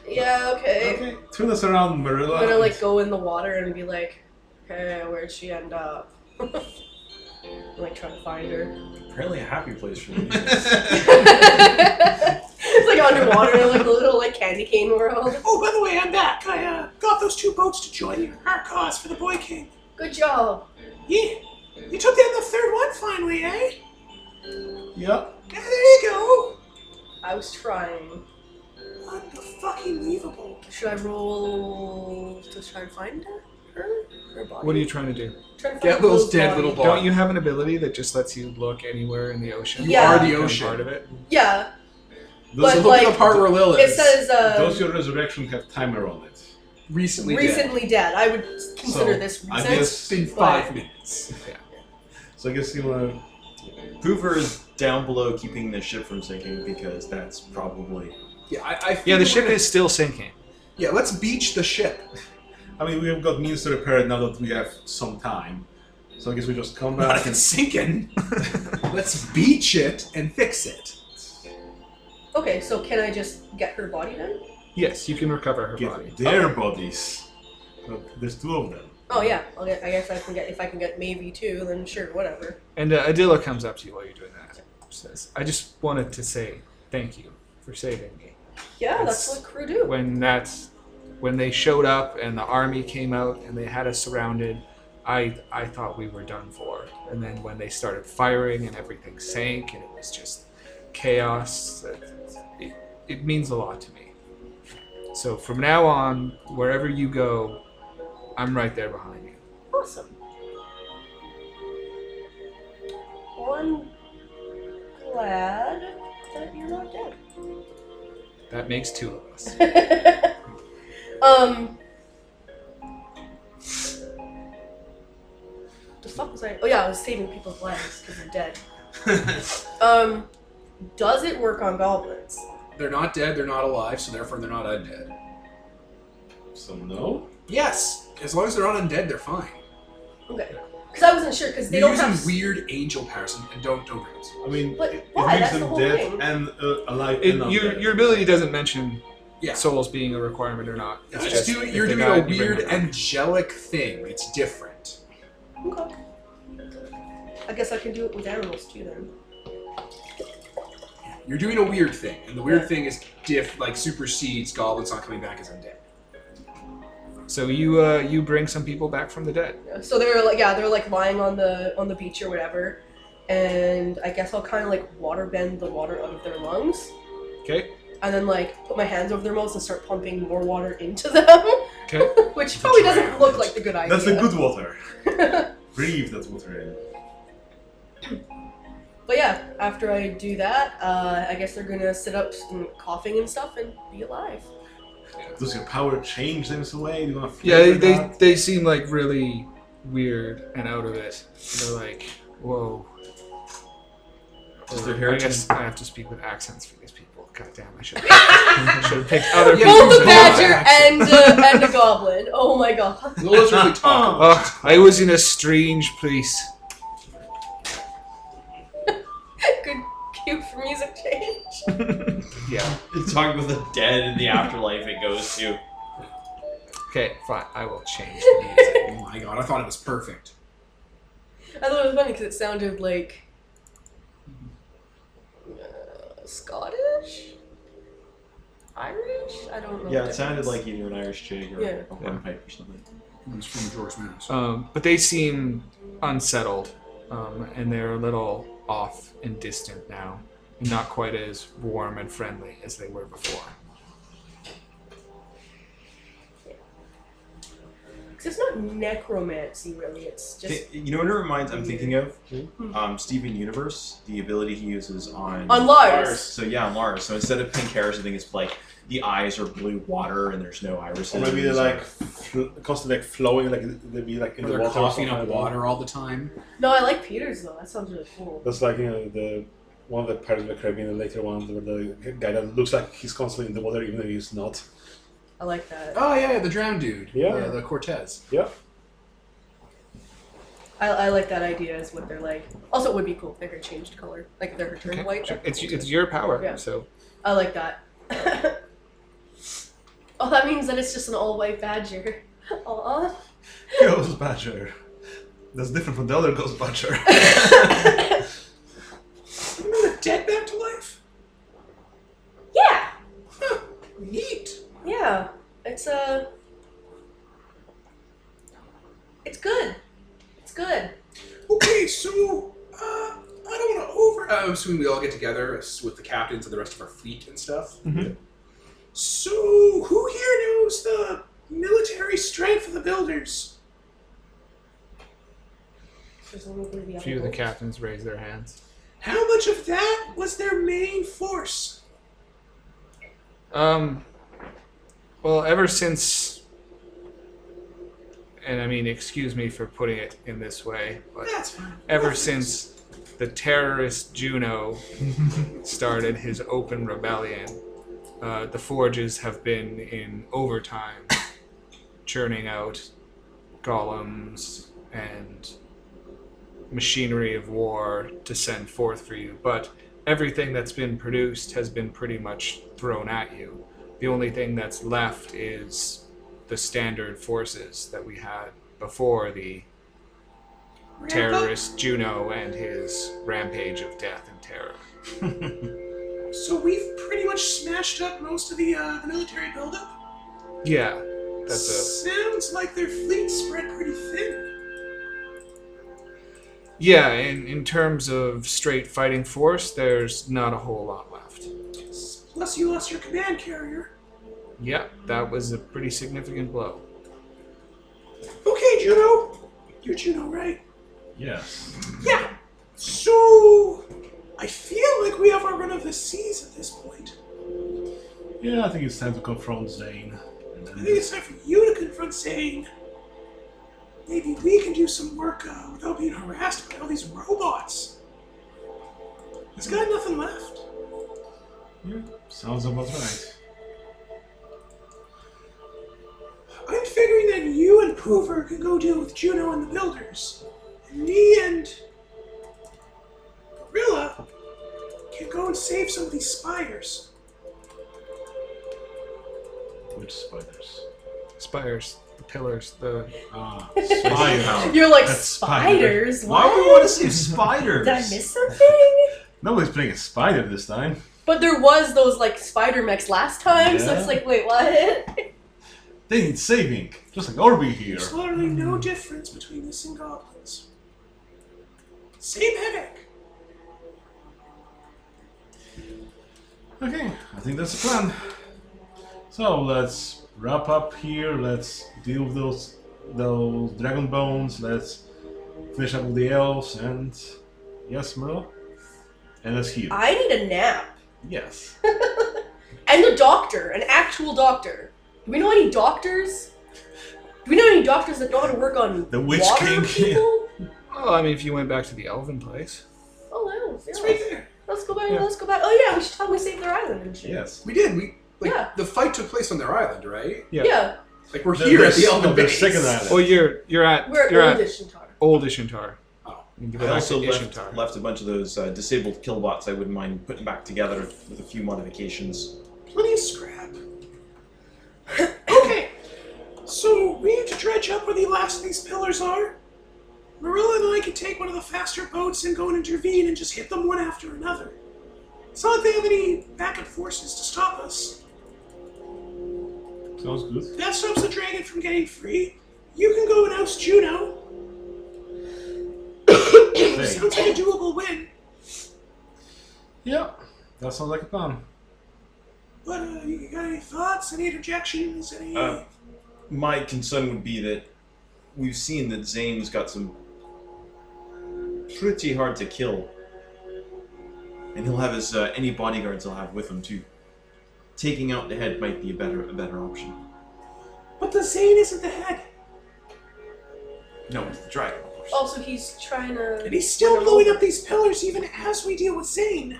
yeah, okay. Okay, turn us around, Marilla. I'm gonna like go in the water and be like, "Hey, where'd she end up?" and, like trying to find her. Apparently, a happy place for me. it's like underwater in like a little like candy cane world. Oh, by the way, I'm back. I uh, got those two boats to join you. Our cause for the Boy King. Good job. Yeah. You took down the third one finally, eh? Yep. Yeah, there you go. I was trying. Unfucking-leavable. Should I roll to try and find her? Her, her body. What are you trying to do? trying to find um, Get Will's Will's dead body. little ball. Don't you have an ability that just lets you look anywhere in the ocean? You Yeah. are the Become ocean. Part of it. Yeah, Let's but look at like- the part where Lil it is. says uh, Does your resurrection have timer on it? recently. dead. recently dead. I would consider So, this I recent. It's been But- five minutes. So I guess you wanna. Hoover is down below keeping the ship from sinking because that's probably. Yeah, I, I think Yeah, the we're ship gonna- is still sinking. Yeah, let's beach the ship. I mean, we have got means to repair it now that we have some time. So I guess we just come Not back if and. it's sinking. let's beach it and fix it. Okay, so can I just get her body then? Yes, you can recover her body. Get their bodies. But there's two of them. Oh yeah, I'll get, I guess I can get if I can get maybe two, then sure, whatever. And uh, Adila comes up to you while you're doing that. Says, "I just wanted to say thank you for saving me. Yeah, that's It's- what crew do. When that's when they showed up and the army came out and they had us surrounded, I I thought we were done for. And then when they started firing and everything sank and it was just chaos, it, it, it means a lot to me. So from now on, wherever you go, I'm right there behind you. Awesome. Well, I'm glad that you're not That makes two of us." dead. um. The fuck was I? Oh yeah, I was saving people's lives because they're dead. Um, does it work on goblins? They're not dead, they're not alive, so therefore they're not undead. So no? Yes, as long as they're not undead, they're fine. Okay, because I wasn't sure because they You're don't using have. weird angel powers and- and don't don't bring this. I mean, But it, it why? makes That's them the whole dead thing. and uh, alive and It, not your, dead. your ability doesn't mention Yeah. souls being a requirement or not. It's It's just do- if you're they doing die, a you bring weird them back. angelic thing. It's different. Okay. I guess I can do it with animals too then. You're doing a weird thing, and the weird Yeah. thing is diff like supersedes goblins not coming back as undead. So you uh, you bring some people back from the dead. So they're like, yeah, they're like lying on the on the beach or whatever, and I guess I'll kind of like water bend the water out of their lungs, Okay. and then like put my hands over their mouths and start pumping more water into them, Okay. which probably doesn't look like the good idea. That's the good water. Breathe that water in. But yeah, after I do that, uh, I guess they're gonna sit up and coughing and stuff and be alive. Does your power change them in a way? Do you want to Yeah, they, they they seem like really weird and out of it. They're like, whoa. Does their Or, hair I guess I have to speak with accents for these people. God damn, I should I should have picked other Yeah, people. Both Both a a to- badger badger and uh, and a goblin. Oh my god. Lila's really talking. Oh, I was in a strange place. Good cue for music change. Yeah. Talk with the dead in the afterlife it goes to. Okay, fine. I will change the music. Oh my god, I thought it was perfect. I thought it was funny because it sounded like uh, Scottish, Irish. I don't know. Yeah, the it sounded difference. like you knew an Irish jig or Yeah. a hornpipe or something. It's from George Mouse. Um, but they seem unsettled, um, and they're a little off and distant now, and not quite as warm and friendly as they were before. Cause it's not necromancy really. It's just Th- you know what it reminds I'm thinking of? Um, Steven Universe, the ability he uses on on Lars. So yeah, on Lars. So instead of pink hairs, I think it's like the eyes are blue water and there's no irises. Or maybe and they're so- like fl- constantly like flowing, like they'd be like in Or the they're water. or coughing up something. water all the time. No, I like Peter's though. That sounds really cool. That's like you know the one of the Pirates of the Caribbean, the later one, where the guy that looks like he's constantly in the water even though he's not. I like that. Oh yeah, yeah, the drowned dude. Yeah. The, the Cortez. Yeah. I, I like that idea. Is what they're like. Also, it would be cool if their hair changed color, like if their hair turned Okay, white. sure. that'd be It's cool, it's too. your power, Yeah. so I like that. oh, that means that it's just an all-white badger. Aw. Ghost Badger. That's different from the other ghost butcher. Remember the dead back to life? yeah, Neat. yeah. It's uh, it's good. It's good. Okay, so uh, I don't want to over. uh, I'm assuming we all get together s- with the captains and the rest of our fleet and stuff. So, who here knows the military strength of the builders? Presumably the A other few of the ones. captains raise their hands. How much of that was their main force? Um, well, ever since, and I mean, excuse me for putting it in this way, but That's fine. ever since the terrorist Juno started his open rebellion, uh, the forges have been in overtime, churning out golems and machinery of war to send forth for you. But everything that's been produced has been pretty much thrown at you. The only thing that's left is the standard forces that we had before the terrorist Juno and his rampage of death and terror. So we've pretty much smashed up most of the, uh, the military buildup. Yeah, that's a Sounds like their fleet spread pretty thin. yeah. In in terms of straight fighting force, there's not a whole lot left. Plus, you lost your command carrier. Yeah, that was a pretty significant blow. Okay, Juno. You're Juno, right? Yes. Yeah. So, I feel like we have our run of the seas at this point. yeah, I think it's time to confront Zane. And I think then- it's time for you to confront Zane. Maybe we can do some work uh, without being harassed by all these robots. He's got nothing left. Yeah, sounds about right. I'm figuring that you and Poover can go deal with Juno and the Builders. And me and Gorilla can go and save some of these spiders. Which spiders? Spires, the pillars, the Ah, Spiders. You're like That's spiders. Why What? would we want to save spiders? Did I miss something? Nobody's playing a spider this time. But there was those like spider mechs last time, so Yeah. it's like, wait, what? They need saving, just like Orby here. There's literally no difference between us and goblins. Same headache. Okay, I think that's the plan. So let's wrap up here. Let's deal with those those dragon bones. Let's finish up with the elves and yes, Merle. And let's heal. I need a nap. Yes. And a doctor, an actual doctor. Do we know any doctors? Do we know any doctors that know how to work on The Witch water King. people? oh, I mean, if you went back to the elven place, Oh It's no, right yeah. there. Let's go back. Yeah. Let's go back. Oh yeah, we should tell them we saved their island and shit. Yes. We did. We like Yeah. the fight took place on their island, right? Yeah. Yeah, Like we're They're- here they're at the s- Elven no, they're base. second island. oh, you're you're at we're you're old at Ishtar. old Ishintar. Oh. You can go I back also to left, Ishintar. left a bunch of those uh, disabled killbots I wouldn't mind putting back together with a few modifications. Plenty of scrap. okay. So we need to dredge up where the last of these pillars are. Marilla and I can take one of the faster boats and go and intervene and just hit them one after another. It's not that they have any backup forces to stop us. Sounds good. That stops the dragon from getting free. You can go and oust Juno. Hey. Sounds like a doable win. Yeah. That sounds like a plan. But uh, you got any thoughts? Any interjections? Any? Uh, My concern would be that we've seen that Zane's got some pretty hard to kill, and he'll have his uh, any bodyguards he'll have with him too. Taking out the head might be a better a better option. but the Zane isn't the head, No, it's the dragon, of Oh, course. Also, he's trying and to. he's still blowing up these pillars even as we deal with Zane.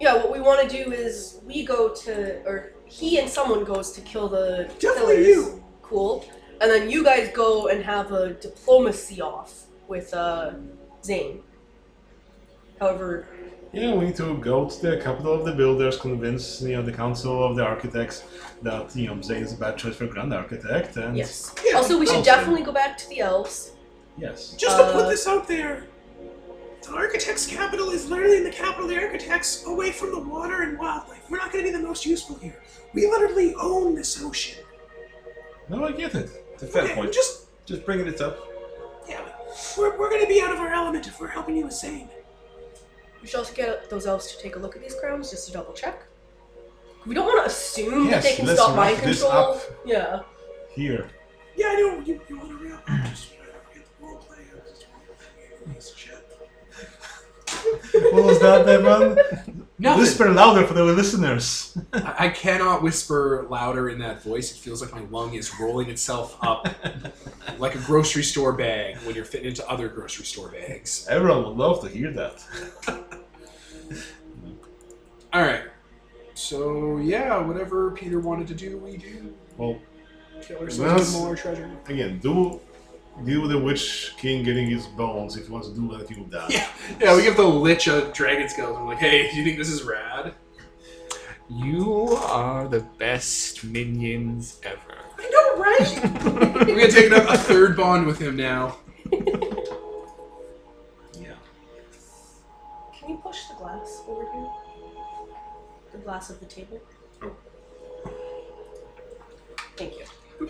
Yeah, what we want to do is we go to, or he and someone goes to kill the Definitely killers. you. Cool. And then you guys go and have a diplomacy off with uh, Zane. However, Yeah, we need to go to the capital of the builders, convince you know the council of the architects that you know Zane is a bad choice for grand architect, and yes. Yeah, also, we should also. definitely go back to the elves Yes. Just to Uh, put this out there, the architect's capital is literally in the capital of the architects, away from the water and wildlife. We're not going to be the most useful here. We literally own this ocean. No, I get it. It's a fair okay, point. just Just bringing it up. yeah, but we're, we're going to be out of our element if we're helping you with saying. We should also get those elves to take a look at these crowns just to double check. We don't want to assume Yes, that they can let's stop mind wrap this control. up. Yeah. Here. Yeah, I know you, you want to real. Just uh, get the role play. Just role play. Shit. What was that, Devon? Nothing. Whisper louder for the listeners. I I cannot whisper louder in that voice. It feels like my lung is rolling itself up like a grocery store bag when you're fitting into other grocery store bags. Everyone would love to hear that. All right. So, yeah, whatever Peter wanted to do, we do. Well, Kill ourselves Yes. with more treasure. again, do deal with the witch king getting his bones if he wants to do anything with that. Yeah. Yeah, we give the Lich a dragon skull. I'm like, hey, do you think this is rad? You are the best minions ever. I know, right? We're going to take up a third bond with him now. Yeah. Can you push the glass over here? The glass of the table? Thank you.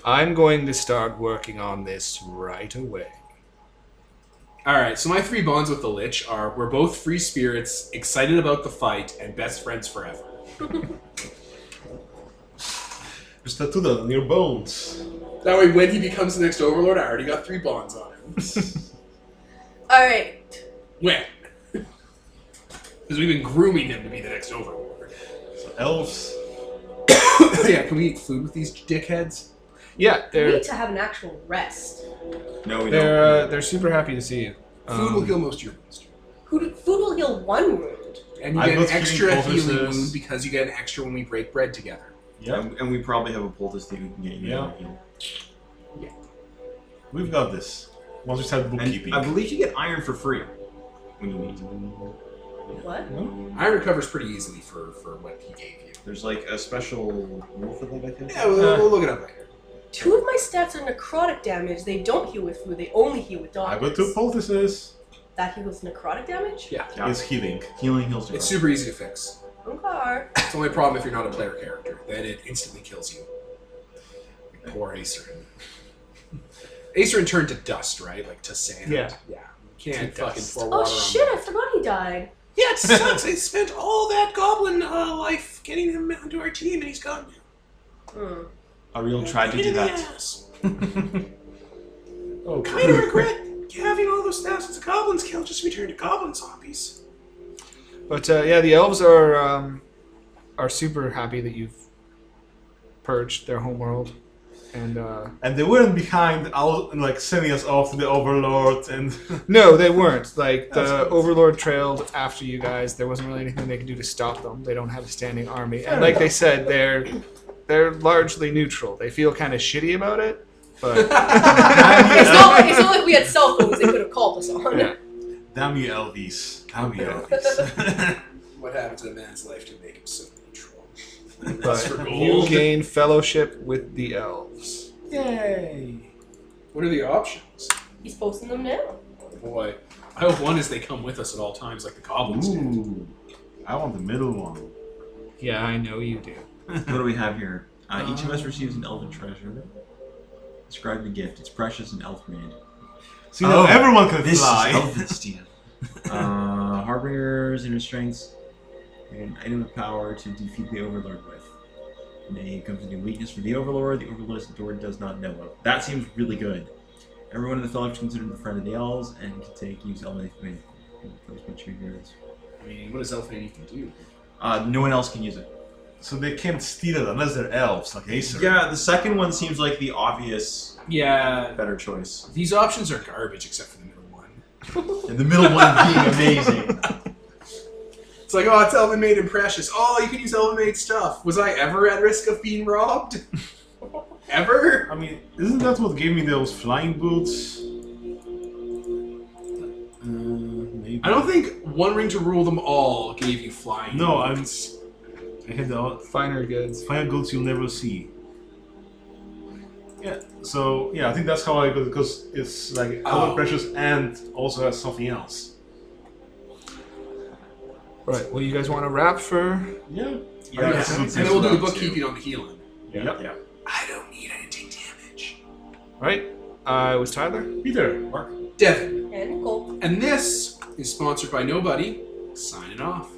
I'm going to start working on this right away. All right, so my three bonds with the Lich are we're both free spirits, excited about the fight, and best friends forever. Just tattoo that on your bones. That way, when he becomes the next overlord, I already got three bonds on him. Alright. When? Because we've been grooming him to be the next overlord. So elves. yeah, can we eat food with these dickheads? Yeah, We they're need to have an actual rest. No, we they're don't. uh, they're super happy to see you. food will Um, heal most of your wounds. Who do, food will heal one wound. And you I'm get an both extra eating healing pulses. wound because you get an extra when we break bread together. uh, Yeah, And, and we probably have a poultice that we can get you. Yeah. we've got this. Once we start bookkeeping. And I believe you get iron for free when you eat. What? Iron recovers pretty easily for, for what he gave you. There's like a special rule for that, I think. Yeah, we'll, Uh. we'll look it up later. Two of my stats are necrotic damage. They don't heal with food, they only heal with I darkness. got two poultices. That heals necrotic damage? Yeah. Yeah. It's healing. Healing heals. It's your super easy to fix. Okay. It's only a problem if you're not a player character. Then it instantly kills you. Poor Acer. Acer turned to dust, right? Like to sand. Yeah. Yeah. You can't To fucking dust. pour Oh water shit, on I forgot he died. Yeah, it sucks. I spent all that goblin uh, life getting him onto our team, and he's gone. now. Hmm. A real tragedy Pain in the that. ass. Oh, Kind of regret having all those thousands of goblins killed just to be turned to goblin zombies. But uh, yeah, the elves are um, are super happy that you've purged their homeworld, and uh, and they weren't behind, out, like sending us off to the overlord and no, they weren't. Like the That's good. Overlord trailed after you guys. There wasn't really anything they could do to stop them. They don't have a standing army, Fair and like they enough. said, they're they're largely neutral. They feel kind of shitty about it, but It's not, like, it's not like we had cell phones they could have called us on. Yeah. damn you, Elvis. Damn you, Elvis. him. What happened to a man's life to make him so neutral? That's for but you gold. gain fellowship with the elves. Yay. What are the options? He's posting them now. Boy, I hope one is they come with us at all times, like the goblins do. Ooh, I want the middle one. Yeah, I know you do. What do we have here? Uh, each of us receives an elven treasure. Describe the gift. It's precious and elf made. See, now Oh, everyone can This fly. is elven steel. uh, harbingers inner strengths. An item of power to defeat the overlord with. May comes a new weakness for the overlord. The overlord's door does not know of. That seems really good. Everyone in the fellowship is considered a friend of the elves and can take use elven command. Those much triggers. I mean, what does Elfman even do? Uh, no one else can use it. so they can't steal it unless they're elves, like Acer. Yeah, the second one seems like the obvious Yeah, better choice. these options are garbage except for the middle one. And the middle one being amazing. It's like, oh, it's Elven Maid and Precious. Oh, you can use Elven Maid stuff. Was I ever at risk of being robbed? ever? I mean, isn't that what gave me those flying boots? Uh, maybe. I don't think One Ring to Rule Them All gave you flying. Uh, No, I'm- boots. I had the Finer goods. flying boots you'll never see. So yeah, I think that's how I got because it's like other Oh. precious and also has something else. Right. Well, you guys want to wrap for? Yeah. I Yeah, yeah. guess it's- And then we'll do it's- the bookkeeping on the healing. Yeah. I don't need anything damage. Right. Uh, it was Tyler. Peter, Mark. Devin. And Cole. And this is sponsored by nobody. Signing off.